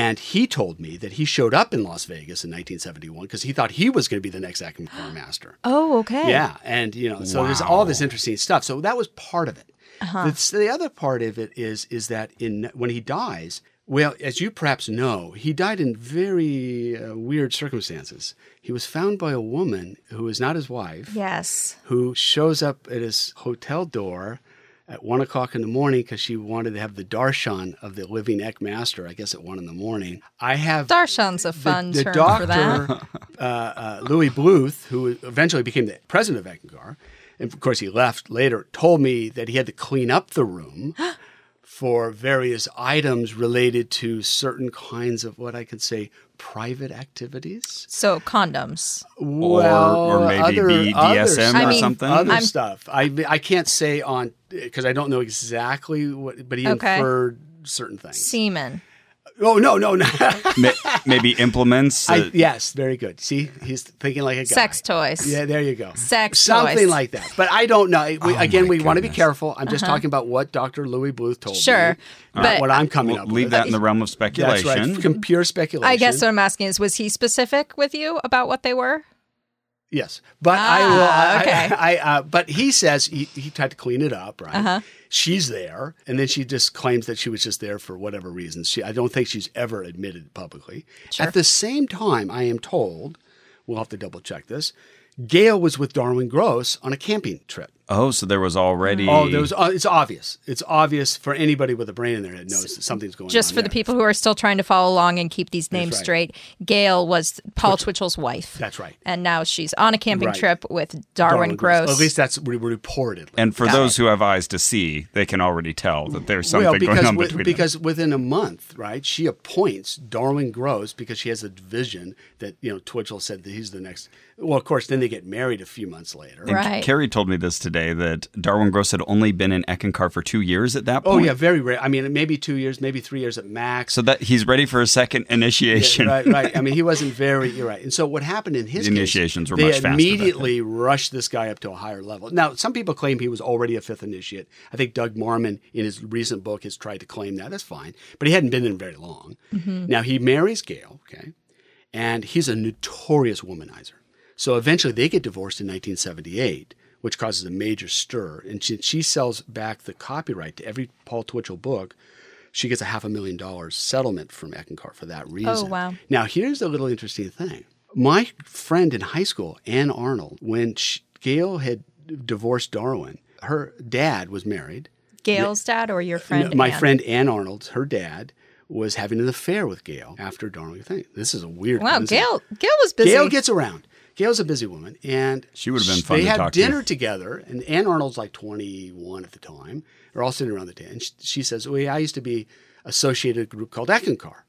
[SPEAKER 3] And he told me that he showed up in Las Vegas in 1971 because he thought he was going to be the next Eckencar master.
[SPEAKER 2] oh okay
[SPEAKER 3] Yeah, and you know, so there's all this interesting stuff. So that was part of it. The, the other part of it is is that in when he dies, well, as you perhaps know, he died in very uh, weird circumstances. He was found by a woman who is not his wife,
[SPEAKER 2] yes
[SPEAKER 3] who shows up at his hotel door at one o'clock in the morning because she wanted to have the darshan of the living Ek master. I guess at one in the morning. I have
[SPEAKER 2] darshan's a fun term for that
[SPEAKER 3] uh, uh, Louis Bluth, who eventually became the president of Eckengar, and of course he left later, told me that he had to clean up the room for various items related to certain kinds of what I could say private activities.
[SPEAKER 2] so condoms
[SPEAKER 1] or maybe BDSM
[SPEAKER 3] other
[SPEAKER 1] or
[SPEAKER 2] I mean,
[SPEAKER 1] something.
[SPEAKER 3] other
[SPEAKER 2] I'm-
[SPEAKER 3] stuff. I I can't say on because I don't know exactly what, but he
[SPEAKER 2] Okay.
[SPEAKER 3] inferred certain things.
[SPEAKER 2] semen
[SPEAKER 3] oh no no no!
[SPEAKER 1] Ma- maybe implements.
[SPEAKER 3] I,
[SPEAKER 1] that-
[SPEAKER 3] yes, very good. See, he's thinking like a guy.
[SPEAKER 2] sex toys
[SPEAKER 3] Yeah, there you go.
[SPEAKER 2] Sex
[SPEAKER 3] something
[SPEAKER 2] toys.
[SPEAKER 3] like that. But I don't know. We, again,
[SPEAKER 1] Oh my
[SPEAKER 3] we want to be
[SPEAKER 1] goodness.
[SPEAKER 3] careful. I'm just talking about what Dr. Louis Bluth told
[SPEAKER 2] Uh-huh. Sure,
[SPEAKER 3] me, not
[SPEAKER 2] but-
[SPEAKER 3] what I'm coming
[SPEAKER 1] We'll
[SPEAKER 3] up
[SPEAKER 1] leave
[SPEAKER 3] with.
[SPEAKER 1] that in the realm of
[SPEAKER 3] That's
[SPEAKER 1] speculation.
[SPEAKER 3] right. Com- pure speculation.
[SPEAKER 2] I guess what I'm asking is, was he specific with you about what they were?
[SPEAKER 3] Yes, but I
[SPEAKER 2] Ah,
[SPEAKER 3] will. I,
[SPEAKER 2] okay.
[SPEAKER 3] I, I, uh, but he says he, he tried to clean it up, right?
[SPEAKER 2] Uh-huh.
[SPEAKER 3] She's there, and then she just claims that she was just there for whatever reason. She, I don't think she's ever admitted publicly. At the same time, I am told, we'll have to double check this. Gail was with Darwin Gross on a camping trip.
[SPEAKER 1] Oh, so there was already.
[SPEAKER 3] Oh, there was. Uh, it's obvious. It's obvious for anybody with a brain in their head knows that something's going on.
[SPEAKER 2] Just for the
[SPEAKER 3] there.
[SPEAKER 2] people who are still trying to follow along and keep these names
[SPEAKER 3] right.
[SPEAKER 2] straight, Gail was Paul Twitchell's wife.
[SPEAKER 3] That's right.
[SPEAKER 2] And now she's on a camping
[SPEAKER 3] Right.
[SPEAKER 2] trip with Darwin, Gross.
[SPEAKER 3] At least that's re- reportedly.
[SPEAKER 1] And for those who have eyes to see, they can already tell that there's something
[SPEAKER 3] well, because
[SPEAKER 1] going on
[SPEAKER 3] wi-
[SPEAKER 1] between them.
[SPEAKER 3] because within a month, right, she appoints Darwin Gross because she has a vision that you know Twitchell said that he's the next. Well, of course, then they get married a few months later.
[SPEAKER 1] And
[SPEAKER 2] Right.
[SPEAKER 1] Carrie told me this today that Darwin Gross had only been in Eckankar for two years at that
[SPEAKER 3] Oh
[SPEAKER 1] point.
[SPEAKER 3] yeah, very rare. I mean, maybe two years, maybe three years at max.
[SPEAKER 1] So that he's ready for a second initiation.
[SPEAKER 3] right, right. I mean, he wasn't very. You're right. And so what happened in his
[SPEAKER 1] The
[SPEAKER 3] case,
[SPEAKER 1] initiations were
[SPEAKER 3] they
[SPEAKER 1] much faster back then.
[SPEAKER 3] immediately rushed this guy up to a higher level. Now, some people claim he was already a fifth initiate. I think Doug Marmon, in his recent book, has tried to claim that. That's fine, but he hadn't been in very long. Now he marries Gail. Okay, and he's a notorious womanizer. So eventually, they get divorced in 1978. Which causes a major stir, and she, she sells back the copyright to every Paul Twitchell book. She gets a half a million dollars settlement from Eckankar for that reason.
[SPEAKER 2] Oh, wow.
[SPEAKER 3] Now, here's a little interesting thing. My friend in high school, Ann Arnold, when she, Gail had divorced Darwin, her dad was married.
[SPEAKER 2] Gail's dad or your friend?
[SPEAKER 3] My
[SPEAKER 2] Ann?
[SPEAKER 3] friend Ann Arnold, her dad, was having an affair with Gail after Darwin. Thing. This is a weird
[SPEAKER 2] Wow,
[SPEAKER 3] coincidence.
[SPEAKER 2] Gail. Gail was busy.
[SPEAKER 3] Gail gets around. Gail's a busy woman, and
[SPEAKER 1] She would've been fun
[SPEAKER 3] They
[SPEAKER 1] to
[SPEAKER 3] had
[SPEAKER 1] talk to.
[SPEAKER 3] dinner together, and Ann Arnold's like 21 at the time. They're all sitting around the table, and she, she says, "Well, yeah, I used to be associated with a group called Eckankar."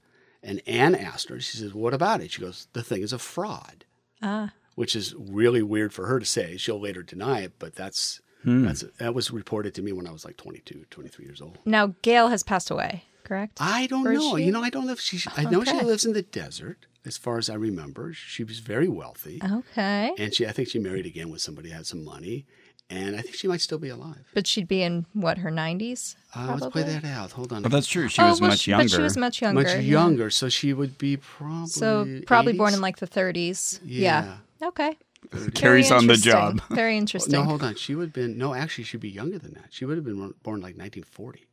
[SPEAKER 3] And Ann asked her. She says, "What about it?" She goes, "The thing is a fraud,"
[SPEAKER 2] Ah.
[SPEAKER 3] which is really weird for her to say. She'll later deny it, but that's
[SPEAKER 1] Hmm.
[SPEAKER 3] that's that was reported to me when I was like 22, 23 years old.
[SPEAKER 2] now Gail has passed away. Correct.
[SPEAKER 3] I don't
[SPEAKER 2] Or is
[SPEAKER 3] know.
[SPEAKER 2] she? Oh,
[SPEAKER 3] You know, I don't know if she. I know she
[SPEAKER 2] Okay.
[SPEAKER 3] lives in the desert. As far as I remember, she was very
[SPEAKER 2] Uh-huh.
[SPEAKER 3] wealthy
[SPEAKER 2] okay.
[SPEAKER 3] and she I think she married again with somebody who had some money, and I think she might still be alive.
[SPEAKER 2] But she'd be in what her nineties.
[SPEAKER 3] Uh, let's play that out. Hold on,
[SPEAKER 1] But that's true. She was
[SPEAKER 2] Oh, well,
[SPEAKER 1] much
[SPEAKER 2] she-
[SPEAKER 1] younger.
[SPEAKER 2] But she was much younger.
[SPEAKER 3] much
[SPEAKER 2] yeah.
[SPEAKER 3] younger, so she would be probably
[SPEAKER 2] So probably born
[SPEAKER 3] 80s?
[SPEAKER 2] in like the 30s. Yeah. Okay. Very
[SPEAKER 1] Carrie's on the
[SPEAKER 2] interesting.
[SPEAKER 1] job.
[SPEAKER 2] Very
[SPEAKER 3] Oh,
[SPEAKER 2] interesting.
[SPEAKER 3] No, hold on. She would have been no. Actually, she'd be younger than that. She would have been born like 1940,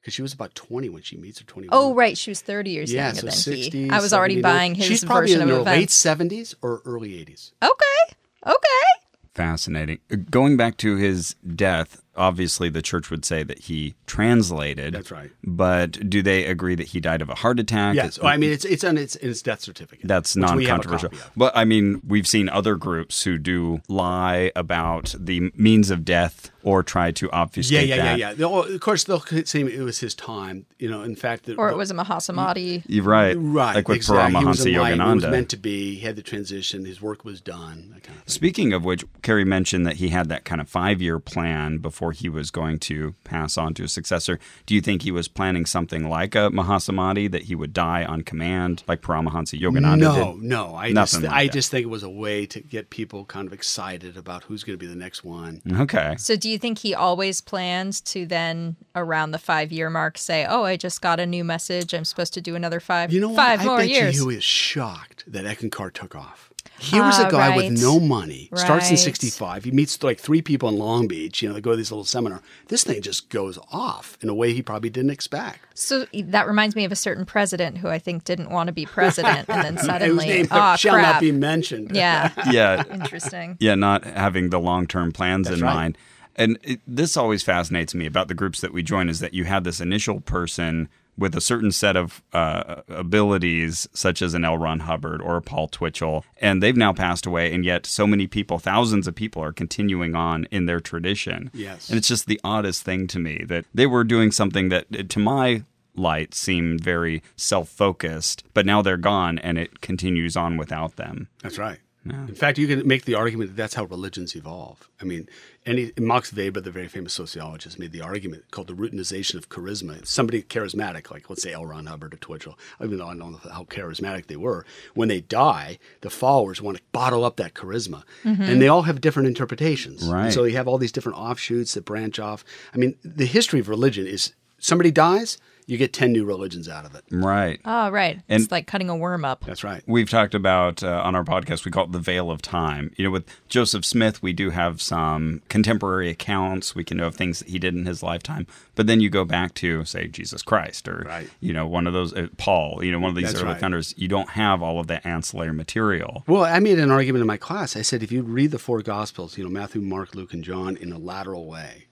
[SPEAKER 3] because she was about 20 when she meets her 21.
[SPEAKER 2] oh, right. She was 30 years
[SPEAKER 3] Yeah,
[SPEAKER 2] younger
[SPEAKER 3] so
[SPEAKER 2] than
[SPEAKER 3] 60,
[SPEAKER 2] he. I was already
[SPEAKER 3] 70,
[SPEAKER 2] buying his
[SPEAKER 3] She's probably
[SPEAKER 2] version
[SPEAKER 3] in
[SPEAKER 2] of
[SPEAKER 3] her late
[SPEAKER 2] events.
[SPEAKER 3] 70s or early 80s.
[SPEAKER 2] Okay. Okay.
[SPEAKER 1] Fascinating. Uh, Going back to his death, obviously the church would say that he translated.
[SPEAKER 3] That's right.
[SPEAKER 1] But do they agree that he died of a heart attack?
[SPEAKER 3] Yes, well, I mean it's it's on its, its death certificate.
[SPEAKER 1] That's
[SPEAKER 3] which
[SPEAKER 1] non
[SPEAKER 3] we have a
[SPEAKER 1] controversial.
[SPEAKER 3] copy of.
[SPEAKER 1] But I mean, we've seen other groups who do lie about the means of death or try to
[SPEAKER 3] Yeah,
[SPEAKER 1] obfuscate
[SPEAKER 3] yeah, yeah,
[SPEAKER 1] that.
[SPEAKER 3] yeah. They'll- Of course, they'll say it was his time. You know, in fact, the,
[SPEAKER 2] Or
[SPEAKER 3] the-
[SPEAKER 2] it was a Mahasamadhi.
[SPEAKER 1] You're right.
[SPEAKER 3] Right.
[SPEAKER 1] Like with
[SPEAKER 3] exactly. He was
[SPEAKER 1] Paramahansa
[SPEAKER 3] in line. It was
[SPEAKER 1] Yogananda.
[SPEAKER 3] meant to be. He had the transition. His work was done. That kind of thing.
[SPEAKER 1] Speaking of which, Kerry mentioned that he had that kind of five year plan before he was going to pass on to a successor. Do you think he was planning something like a Mahasamadhi that he would die on command, like Paramahansa Yogananda
[SPEAKER 3] No,
[SPEAKER 1] did?
[SPEAKER 3] no. I just,
[SPEAKER 1] Nothing like
[SPEAKER 3] I
[SPEAKER 1] that.
[SPEAKER 3] just think it was a way to get people kind of excited about who's going to be the next one.
[SPEAKER 1] Okay.
[SPEAKER 2] So do you think he always plans to then around the five year mark say, Oh, I just got a new message. I'm supposed to do another five
[SPEAKER 3] You know, what?
[SPEAKER 2] five
[SPEAKER 3] I
[SPEAKER 2] more
[SPEAKER 3] bet
[SPEAKER 2] years.
[SPEAKER 3] you he was shocked that Eckankar took off. Here was a
[SPEAKER 2] Ah,
[SPEAKER 3] guy
[SPEAKER 2] right.
[SPEAKER 3] with no money. Starts in
[SPEAKER 2] Right.
[SPEAKER 3] '65. He meets like three people in Long Beach. You know, they go to this little seminar. This thing just goes off in a way he probably didn't expect.
[SPEAKER 2] So that reminds me of a certain president who I think didn't want to be president and then
[SPEAKER 3] And Whose
[SPEAKER 2] suddenly
[SPEAKER 3] name
[SPEAKER 2] oh,
[SPEAKER 3] shall
[SPEAKER 2] crap.
[SPEAKER 3] not be mentioned.
[SPEAKER 2] Yeah.
[SPEAKER 1] Yeah.
[SPEAKER 2] Interesting.
[SPEAKER 1] Yeah, not having the long term plans in
[SPEAKER 3] right.
[SPEAKER 1] mind. And it, this always fascinates me about the groups that we join is that you have this initial person with a certain set of uh, abilities, such as an L. Ron Hubbard or a Paul Twitchell, and they've now passed away, and yet so many people, thousands of people, are continuing on in their tradition.
[SPEAKER 3] Yes.
[SPEAKER 1] And it's just the oddest thing to me that they were doing something that, uh, to my light, seemed very self focused, but now they're gone and it continues on without them.
[SPEAKER 3] That's right. In fact, you can make the argument that that's how religions evolve. I mean, any Max Weber, the very famous sociologist, made the argument called the routinization of charisma. Somebody charismatic, like let's say L. Ron Hubbard or Twitchell, even though I don't know how charismatic they were, when they die, the followers want to bottle up that charisma, and they all have different interpretations. And
[SPEAKER 1] Right.
[SPEAKER 3] so you have all these different offshoots that branch off. I mean, the history of religion is somebody dies, you get 10 new religions out of it.
[SPEAKER 1] Right.
[SPEAKER 2] Oh, right.
[SPEAKER 1] And-
[SPEAKER 2] it's like cutting a worm up.
[SPEAKER 3] That's right.
[SPEAKER 1] We've talked about uh, on our podcast, we call it the veil of time. You know, with Joseph Smith, we do have some contemporary accounts. We can know of things that he did in his lifetime. But then you go back to, say, Jesus Christ or,
[SPEAKER 3] Right.
[SPEAKER 1] you know, one of those, uh, Paul, you know, one of these
[SPEAKER 3] That's
[SPEAKER 1] early
[SPEAKER 3] right.
[SPEAKER 1] founders. You don't have all of that ancillary material.
[SPEAKER 3] Well, I made an argument in my class. I said, if you read the four Gospels, you know, Matthew, Mark, Luke, and John in a lateral way,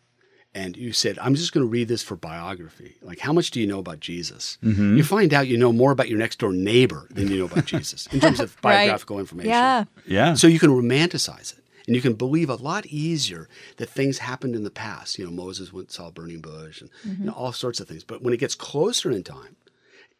[SPEAKER 3] and you said, I'm just going to read this for biography. Like, how much do you know about Jesus?
[SPEAKER 2] Mm-hmm.
[SPEAKER 3] You find out you know more about your next door neighbor than you know about Jesus in terms of
[SPEAKER 2] Right.
[SPEAKER 3] biographical information.
[SPEAKER 2] Yeah.
[SPEAKER 1] Yeah.
[SPEAKER 3] So you can romanticize it. And you can believe a lot easier that things happened in the past. You know, Moses went saw a burning bush and you
[SPEAKER 1] Mm-hmm.
[SPEAKER 3] know, all sorts of things. But when it gets closer in time,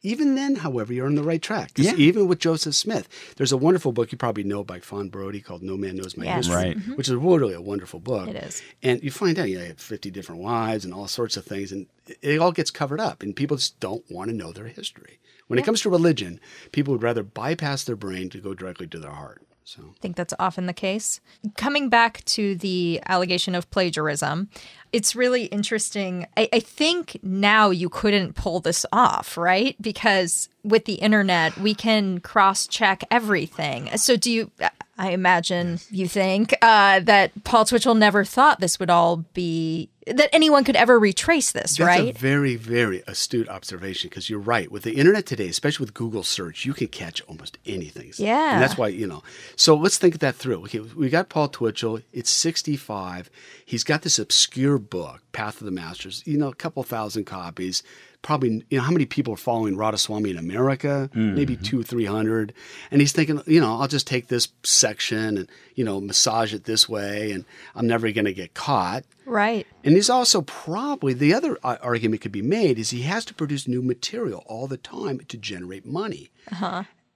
[SPEAKER 3] even then, however, you're on the right track. 'Cause
[SPEAKER 1] Yeah.
[SPEAKER 3] Even with Joseph Smith, there's a wonderful book you probably know by Fawn Brody called No Man Knows My
[SPEAKER 2] Yes.
[SPEAKER 3] History,
[SPEAKER 1] Right.
[SPEAKER 3] which is really a wonderful book.
[SPEAKER 2] Mm-hmm. It is.
[SPEAKER 3] And you find out, you know, he had 50 different wives and all sorts of things, and it- it all gets covered up, and people just don't want to know their history. When it comes to religion, people would rather bypass their brain to go directly to their heart. So.
[SPEAKER 2] I think that's often the case. Coming back to the allegation of plagiarism, it's really interesting. I, I think now you couldn't pull this off, right? Because with the internet, we can cross check everything. So, do you, I imagine you think uh, that Paul Twitchell never thought this would all be, that anyone could ever retrace this,
[SPEAKER 3] That's
[SPEAKER 2] right?
[SPEAKER 3] a very, very astute observation because you're right. With the internet today, especially with Google search, you can catch almost anything.
[SPEAKER 2] Yeah.
[SPEAKER 3] And that's why, you know. So let's think that through. Okay, we got Paul Twitchell. It's 65. He's got this obscure book, Path of the Masters, you know, a couple thousand copies. Probably, you know, how many people are following Radoswami in America? Maybe two, 300. And he's thinking, you know, I'll just take this section and, you know, massage it this way and I'm never going to get caught.
[SPEAKER 2] right.
[SPEAKER 3] And he's also probably the other uh, argument could be made is he has to produce new material all the time to generate money.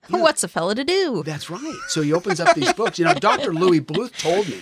[SPEAKER 2] What's a fella to do?
[SPEAKER 3] That's right. So he opens up these books. You know, Dr. Louis Bluth told me,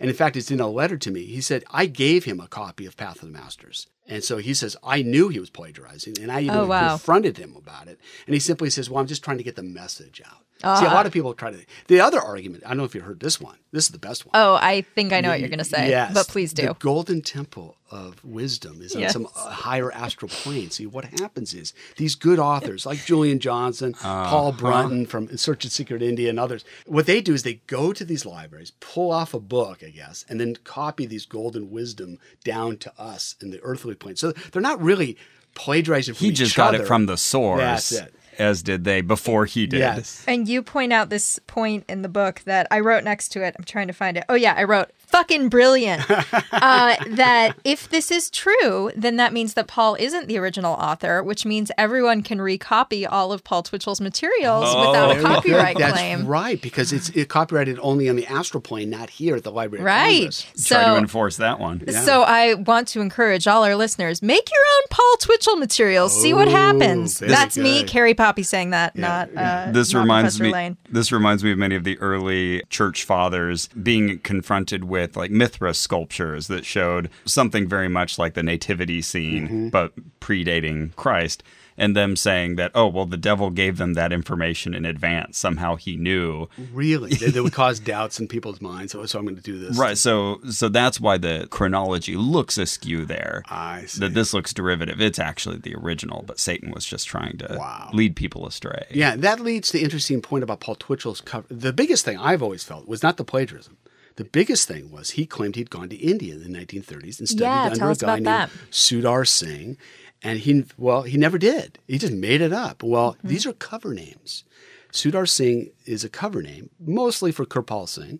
[SPEAKER 3] and in fact, it's in a letter to me. He said I gave him a copy of Path of the Masters, and so he says I knew he was plagiarizing, and I even
[SPEAKER 2] Oh, wow.
[SPEAKER 3] confronted him about it. And he simply says, "Well, I'm just trying to get the message out." See,
[SPEAKER 2] Ah.
[SPEAKER 3] a lot of people try to. The other argument, I don't know if you heard this one. This is the best one.
[SPEAKER 2] Oh, I think I know what you're going to say,
[SPEAKER 3] Yes,
[SPEAKER 2] but please do.
[SPEAKER 3] The golden temple of wisdom is
[SPEAKER 2] Yes.
[SPEAKER 3] on some uh, higher astral plane. See, what happens is these good authors like Julian Johnson,
[SPEAKER 1] Uh, uh-huh.
[SPEAKER 3] Paul Brunton from In Search and Secret India, and others, what they do is they go to these libraries, pull off a book, I guess, and then copy these golden wisdom down to us in the earthly plane. So they're not really plagiarizing from
[SPEAKER 1] he
[SPEAKER 3] each
[SPEAKER 1] just got
[SPEAKER 3] other.
[SPEAKER 1] it from the source.
[SPEAKER 3] That's it.
[SPEAKER 1] As did they before he did.
[SPEAKER 3] Yes.
[SPEAKER 2] And you point out this point in the book that I wrote next to it. I'm trying to find it. Oh, yeah, I wrote fucking brilliant. uh, that if this is true, then that means that Paul isn't the original author, which means everyone can recopy all of Paul Twitchell's materials without a
[SPEAKER 3] Very good.
[SPEAKER 2] copyright
[SPEAKER 3] Oh, That's
[SPEAKER 2] claim.
[SPEAKER 3] right, because it's it copyrighted only on the astral plane, not here at the Library of
[SPEAKER 2] Right.
[SPEAKER 3] Congress.
[SPEAKER 1] Try to
[SPEAKER 2] So.
[SPEAKER 1] enforce that one.
[SPEAKER 2] So I want to encourage all our listeners: make your own Paul Twitchell materials. see what
[SPEAKER 3] Oh,
[SPEAKER 2] happens.
[SPEAKER 3] very
[SPEAKER 2] That's me,
[SPEAKER 3] good.
[SPEAKER 2] Carrie Poppy, saying that, not uh,
[SPEAKER 1] this
[SPEAKER 2] not
[SPEAKER 1] reminds
[SPEAKER 2] Professor
[SPEAKER 1] me
[SPEAKER 2] Lane.
[SPEAKER 1] this reminds me of many of the early church fathers being confronted with like Mithra sculptures that showed something very much like the nativity scene
[SPEAKER 3] Mm-hmm.
[SPEAKER 1] but predating Christ and them saying that oh well the devil gave them that information in advance somehow he knew
[SPEAKER 3] Really, they, they would cause doubts in people's minds. Oh, So, so I'm going to do this.
[SPEAKER 1] right so so that's why the chronology looks askew there
[SPEAKER 3] I see.
[SPEAKER 1] that this looks derivative it's actually the original but Satan was just trying to
[SPEAKER 3] Wow.
[SPEAKER 1] lead people astray
[SPEAKER 3] yeah, that leads to the interesting point about Paul Twitchell's cover. The biggest thing I've always felt was not the plagiarism. The biggest thing was he claimed he'd gone to India in the 1930s and studied
[SPEAKER 2] Yeah,
[SPEAKER 3] under
[SPEAKER 2] tell
[SPEAKER 3] a
[SPEAKER 2] us
[SPEAKER 3] guy
[SPEAKER 2] about
[SPEAKER 3] named
[SPEAKER 2] that.
[SPEAKER 3] Sudar Singh, and he well he never did. He just made it up. Well,
[SPEAKER 2] Mm-hmm.
[SPEAKER 3] these are cover names. Sudar Singh is a cover name, mostly for Kirpal Singh.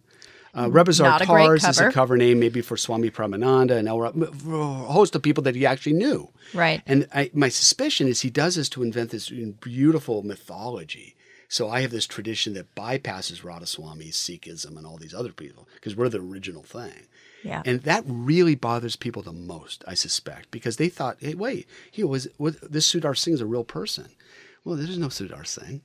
[SPEAKER 3] Uh, Rebazar
[SPEAKER 2] Mm, Not a great
[SPEAKER 3] Tars is a
[SPEAKER 2] cover.
[SPEAKER 3] cover name, maybe for Swami Pramananda and El, a host of people that he actually knew.
[SPEAKER 2] Right.
[SPEAKER 3] And I, my suspicion is he does this to invent this beautiful mythology. So I have this tradition that bypasses Radhaswamy, Sikhism, and all these other people because we're the original thing.
[SPEAKER 2] Yeah.
[SPEAKER 3] And that really bothers people the most, I suspect, because they thought, hey, wait, he was, was this Sudar Singh is a real person. Well, there's no Sudar Singh.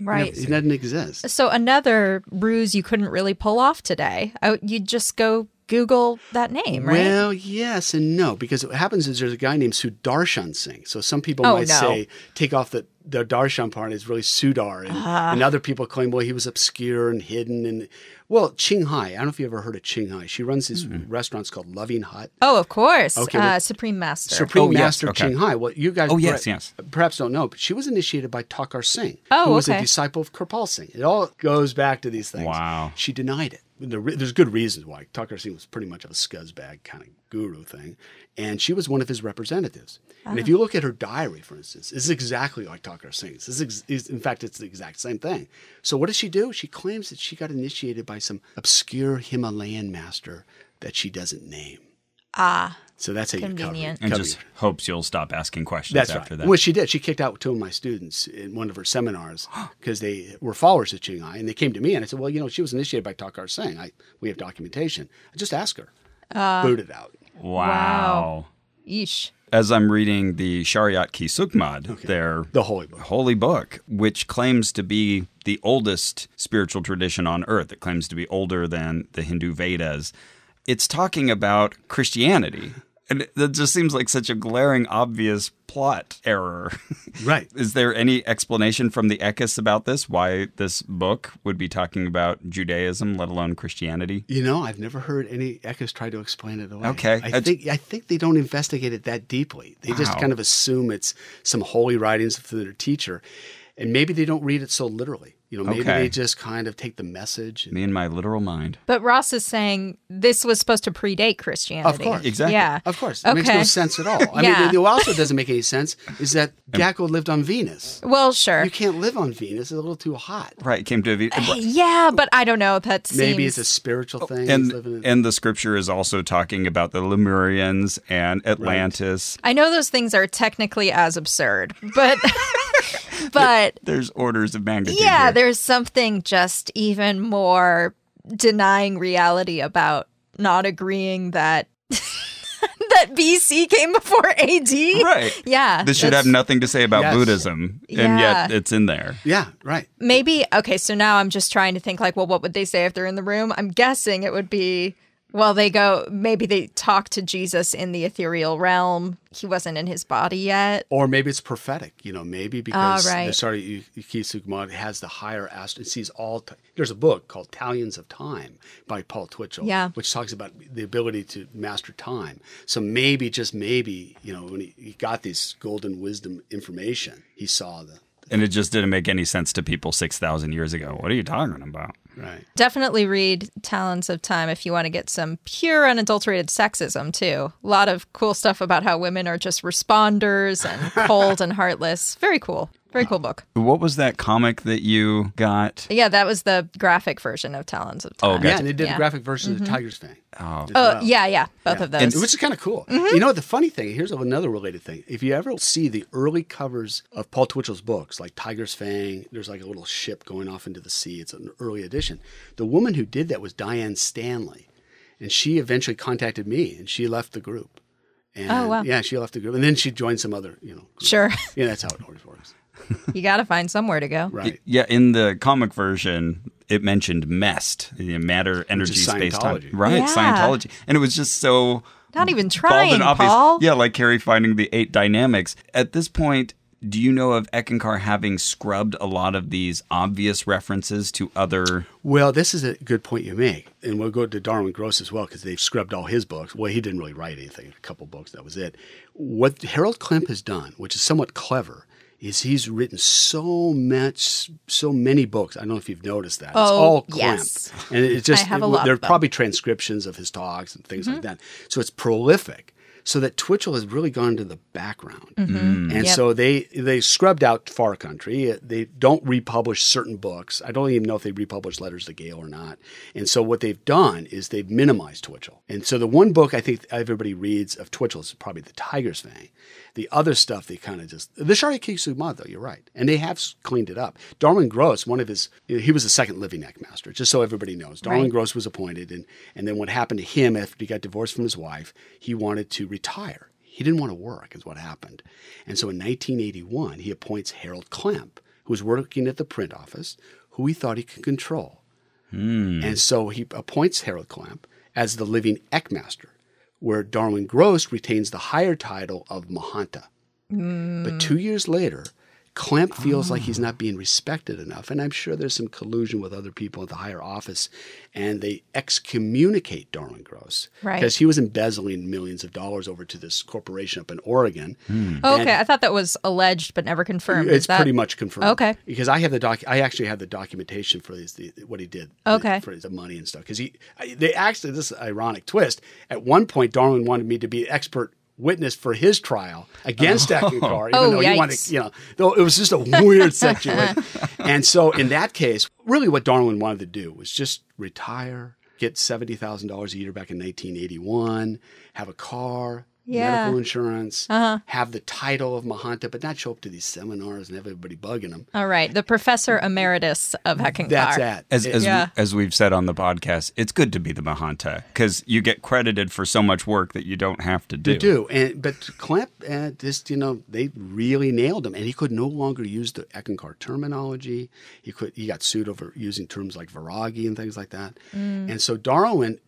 [SPEAKER 2] Right.
[SPEAKER 3] He doesn't exist.
[SPEAKER 2] So another ruse you couldn't really pull off today. I, you'd just go Google that name, right?
[SPEAKER 3] Well, yes and no, because what happens is there's a guy named Sudarshan Singh. So some people
[SPEAKER 2] Oh,
[SPEAKER 3] might
[SPEAKER 2] no.
[SPEAKER 3] say take off the
[SPEAKER 2] Ah.
[SPEAKER 3] the Darshan part. It's really Sudar, and, and other people claim well he was obscure and hidden, and Well, Ching Hai. I don't know if you ever heard of Ching Hai. She runs these
[SPEAKER 2] Hmm.
[SPEAKER 3] restaurants called Loving Hut.
[SPEAKER 2] Oh, of course.
[SPEAKER 3] Okay,
[SPEAKER 2] uh,
[SPEAKER 3] well-
[SPEAKER 2] Supreme Master.
[SPEAKER 3] Supreme
[SPEAKER 1] Oh, yes,
[SPEAKER 3] Master
[SPEAKER 1] okay.
[SPEAKER 3] Ching Hai. Well, you guys
[SPEAKER 1] Oh, yes, yes.
[SPEAKER 3] perhaps don't know, but she was initiated by Takar Singh,
[SPEAKER 2] Oh,
[SPEAKER 3] who was
[SPEAKER 2] okay.
[SPEAKER 3] a disciple of Kripal Singh. It all goes back to these things.
[SPEAKER 1] Wow.
[SPEAKER 3] She denied it. The re- There's good reasons why. Takar Singh was pretty much of a scuzzbag kind of guru thing, and she was one of his representatives. And
[SPEAKER 2] Ah.
[SPEAKER 3] if you look at her diary, for instance, this is exactly like Takar Singh's. This is, ex- is, in fact, it's the exact same thing. So what does she do? She claims that she got initiated by some obscure Himalayan master that she doesn't name.
[SPEAKER 2] Ah,
[SPEAKER 3] So that's how you cover
[SPEAKER 2] Convenient.
[SPEAKER 3] it.
[SPEAKER 1] and
[SPEAKER 3] cover
[SPEAKER 1] just
[SPEAKER 3] your-
[SPEAKER 1] hopes you'll stop asking questions
[SPEAKER 3] that's
[SPEAKER 1] after
[SPEAKER 3] right.
[SPEAKER 1] that.
[SPEAKER 3] Well, she did. She kicked out two of my students in one of her seminars because they were followers of Ching Hai, and they came to me and I said, "Well, you know, she was initiated by Takar Singh. I, we have documentation. I just ask her." Booted out.
[SPEAKER 1] wow.
[SPEAKER 2] yeesh.
[SPEAKER 1] As I'm reading the Shariat Ki Sukmad, their
[SPEAKER 3] The holy book.
[SPEAKER 1] holy book, which claims to be the oldest spiritual tradition on earth. It claims to be older than the Hindu Vedas. It's talking about Christianity. And it- that just seems like such a glaring, obvious plot error.
[SPEAKER 3] Right.
[SPEAKER 1] Is there any explanation from the Ekis about this? Why this book would be talking about Judaism, let alone Christianity?
[SPEAKER 3] You know, I've never heard any Eckers try to explain it away.
[SPEAKER 1] Okay.
[SPEAKER 3] I
[SPEAKER 1] That's-
[SPEAKER 3] think I think they don't investigate it that deeply. They just
[SPEAKER 1] Wow.
[SPEAKER 3] kind of assume it's some holy writings through their teacher, and maybe they don't read it so literally. You know, maybe
[SPEAKER 1] Okay.
[SPEAKER 3] they just kind of take the message. and-
[SPEAKER 1] Me and my literal mind.
[SPEAKER 2] But Ross is saying this was supposed to predate Christianity.
[SPEAKER 3] course.
[SPEAKER 1] Exactly.
[SPEAKER 2] Yeah.
[SPEAKER 3] Of course. It makes no
[SPEAKER 2] Okay.
[SPEAKER 3] sense at all. I
[SPEAKER 2] Yeah.
[SPEAKER 3] mean, what also doesn't make any sense is that Gacko lived on Venus.
[SPEAKER 2] Well, sure.
[SPEAKER 3] You can't live on Venus. It's a little too hot.
[SPEAKER 1] Right. Came to a
[SPEAKER 2] Yeah, but I don't know. That seems
[SPEAKER 3] Maybe it's a spiritual thing. He's living in-
[SPEAKER 1] Oh, and and the scripture is also talking about the Lemurians and Atlantis.
[SPEAKER 2] I know those things are technically as absurd, but but
[SPEAKER 1] There's orders of magnitude.
[SPEAKER 2] yeah,
[SPEAKER 1] here.
[SPEAKER 2] there's something just even more denying reality about not agreeing that that BC came before AD.
[SPEAKER 1] right.
[SPEAKER 2] Yeah.
[SPEAKER 1] This should
[SPEAKER 2] that's-
[SPEAKER 1] have nothing to say about
[SPEAKER 3] Yes.
[SPEAKER 1] Buddhism, and yet
[SPEAKER 2] Yeah.
[SPEAKER 1] it's in there.
[SPEAKER 3] yeah, right.
[SPEAKER 2] maybe okay, so now I'm just trying to think like, well, what would they say if they're in the room? I'm guessing it would be well, they go maybe they talk to Jesus in the ethereal realm. He wasn't in his body yet.
[SPEAKER 3] Or maybe it's prophetic, you know, maybe because
[SPEAKER 2] Ah, right.
[SPEAKER 3] the Sari Ikisugmod has the higher astro, it sees all. T- There's a book called Talions of Time by Paul Twitchell,
[SPEAKER 2] Yeah.
[SPEAKER 3] which talks about the ability to master time. So maybe, just maybe, you know, when he, he got this golden wisdom information, he saw the.
[SPEAKER 1] And it just didn't make any sense to people 6,000 years ago. What are you talking about?
[SPEAKER 3] Right.
[SPEAKER 2] Definitely read Talents of Time if you want to get some pure unadulterated sexism too. A lot of cool stuff about how women are just responders and cold and heartless. Very cool. Very cool book.
[SPEAKER 1] What was that comic that you got?
[SPEAKER 2] Yeah, that was the graphic version of Talents of Time.
[SPEAKER 1] Oh,
[SPEAKER 3] Yeah,
[SPEAKER 1] gotcha.
[SPEAKER 3] and they did
[SPEAKER 2] Yeah. Mm-hmm.
[SPEAKER 3] a graphic version of Tiger's Fang.
[SPEAKER 1] Oh.
[SPEAKER 3] as
[SPEAKER 2] Oh,
[SPEAKER 3] well.
[SPEAKER 2] yeah, yeah. Both of those.
[SPEAKER 3] Which is kind of cool.
[SPEAKER 2] Mm-hmm.
[SPEAKER 3] You know, the funny thing here's another related thing. If you ever see the early covers of Paul Twitchell's books, like Tiger's Fang, there's like a little ship going off into the sea. It's an early edition. The woman who did that was Diane Stanley, and she eventually contacted me, and she left the group. And,
[SPEAKER 2] Oh, wow.
[SPEAKER 3] Yeah, she left the group, and then she joined some other, you know. Group.
[SPEAKER 2] Sure.
[SPEAKER 3] Yeah, that's how it always works.
[SPEAKER 2] you got to find somewhere to go.
[SPEAKER 3] Right.
[SPEAKER 1] Yeah, in the comic version, it mentioned MEST, you know, matter, energy, space, time.
[SPEAKER 3] Scientology.
[SPEAKER 1] Right,
[SPEAKER 2] Yeah.
[SPEAKER 1] Scientology. And it was just so
[SPEAKER 2] Not even
[SPEAKER 1] bald
[SPEAKER 2] trying,
[SPEAKER 1] and obvious.
[SPEAKER 2] Paul.
[SPEAKER 1] Yeah, like Carrie finding the eight dynamics. At this point, do you know of Eckankar having scrubbed a lot of these obvious references to other?
[SPEAKER 3] Well, this is a good point you make. And we'll go to Darwin Gross as well because they've scrubbed all his books. Well, he didn't really write anything, a couple books, that was it. What Harold Klemp has done, which is somewhat clever, is he's written so much, so many books. I don't know if you've noticed that. it's
[SPEAKER 2] Oh,
[SPEAKER 3] all Klemp.
[SPEAKER 2] yes.
[SPEAKER 3] And it's just,
[SPEAKER 2] I have a lot
[SPEAKER 3] there are
[SPEAKER 2] of them. Mm-hmm.
[SPEAKER 3] probably transcriptions of his talks and things like that. So it's prolific. So that Twitchell has really gone to the background. And
[SPEAKER 2] Mm-hmm. Yep.
[SPEAKER 3] so they they scrubbed out Far Country. Uh, They don't republish certain books. I don't even know if they republish Letters to Gale or not. And so what they've done is they've minimized Twitchell. And so the one book I think everybody reads of Twitchell is probably The Tiger's Fang. The other stuff they kind of just the Shari Kisumad though. You're right, and they have s- cleaned it up. Darwin Gross, one of his, he was the second Living Neck master. Just so everybody knows, Darwin
[SPEAKER 2] Right.
[SPEAKER 3] Gross was appointed, and and then what happened to him after he got divorced from his wife, he wanted to retire. He didn't want to work, is what happened. And so in 1981, he appoints Harold Klemp, who was working at the print office, who he thought he could control. And so he appoints Harold Klemp as the living Eckmaster, where Darwin Gross retains the higher title of Mahanta. But two years later, Clamp feels like he's not being respected enough. And I'm sure there's some collusion with other people at the higher office, and they excommunicate Darlin Gross.
[SPEAKER 2] Right.
[SPEAKER 3] Because he was embezzling millions of dollars over to this corporation up in Oregon.
[SPEAKER 2] Oh, okay, I thought that was alleged but never confirmed. Is
[SPEAKER 3] It's
[SPEAKER 2] that-
[SPEAKER 3] pretty much confirmed.
[SPEAKER 2] Okay.
[SPEAKER 3] Because I have the doc. I actually have the documentation for these, the, what he did.
[SPEAKER 2] Okay.
[SPEAKER 3] For the money and stuff. Because he, I- they actually this is an ironic twist. At one point, Darwin wanted me to be an expert witness for his trial against Eckencar, even
[SPEAKER 2] Oh,
[SPEAKER 3] though he wanted,
[SPEAKER 2] yikes.
[SPEAKER 3] you know, though it was just a weird situation. and so in that case, really, what Darwin wanted to do was just retire. Get seventy thousand dollars a year back in nineteen eighty one. Have a car,
[SPEAKER 2] Yeah.
[SPEAKER 3] medical insurance, have the title of Mahanta, but not show up to these seminars and have everybody bugging him.
[SPEAKER 2] All right, the professor emeritus of Heckencar.
[SPEAKER 3] That's that.
[SPEAKER 1] As
[SPEAKER 3] It-
[SPEAKER 1] as,
[SPEAKER 2] Yeah.
[SPEAKER 1] we, as we've said on the podcast, it's good to be the Mahanta because you get credited for so much work that you don't have to do.
[SPEAKER 3] you do. And but Clamp, uh, just you know, they really nailed him, and he could no longer use the Eckankar terminology. He could he got sued over using terms like Viragi and things like that. And so Darwin,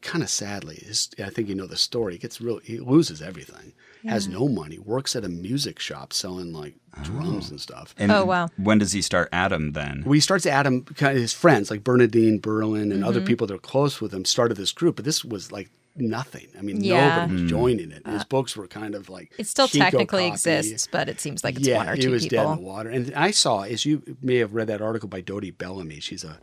[SPEAKER 3] kind of sadly, his, I think you know the story. He gets really he loses everything, has no money, works at a music shop selling like drums and stuff.
[SPEAKER 1] And
[SPEAKER 2] Oh, wow.
[SPEAKER 1] When does he start Adam then?
[SPEAKER 3] Well, he starts to Adam, kind of his friends like Bernadine Berlin and
[SPEAKER 2] Mm-hmm.
[SPEAKER 3] other people that are close with him started this group, but this was like nothing. I mean,
[SPEAKER 2] Yeah. Mm. Uh,
[SPEAKER 3] nobody was joining it. His books were kind of like
[SPEAKER 2] It still
[SPEAKER 3] Chico
[SPEAKER 2] technically
[SPEAKER 3] copy.
[SPEAKER 2] exists, but it seems like it's
[SPEAKER 3] yeah,
[SPEAKER 2] one or
[SPEAKER 3] it
[SPEAKER 2] two
[SPEAKER 3] was dead in the
[SPEAKER 2] people.
[SPEAKER 3] water. And I saw, as you may have read that article by Dodie Bellamy. She's a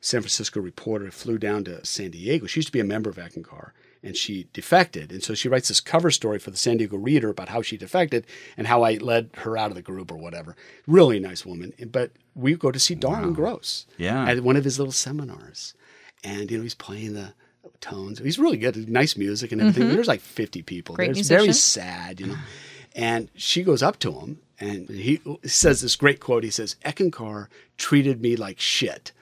[SPEAKER 3] San Francisco reporter. Flew down to San Diego. She used to be a member of Eckankar, and she defected. And so she writes this cover story for the San Diego Reader about how she defected and how I led her out of the group or whatever. Really nice woman. But we go to see Darwin Gross.
[SPEAKER 1] Yeah.
[SPEAKER 3] At one of his little seminars, and you know he's playing the tones. He's really good. Nice music and
[SPEAKER 2] Mm-hmm.
[SPEAKER 3] everything. There's like 50 people.
[SPEAKER 2] Great
[SPEAKER 3] There's
[SPEAKER 2] musician.
[SPEAKER 3] very sad, you know. And she goes up to him and he says this great quote. He says, Eckankar treated me like shit.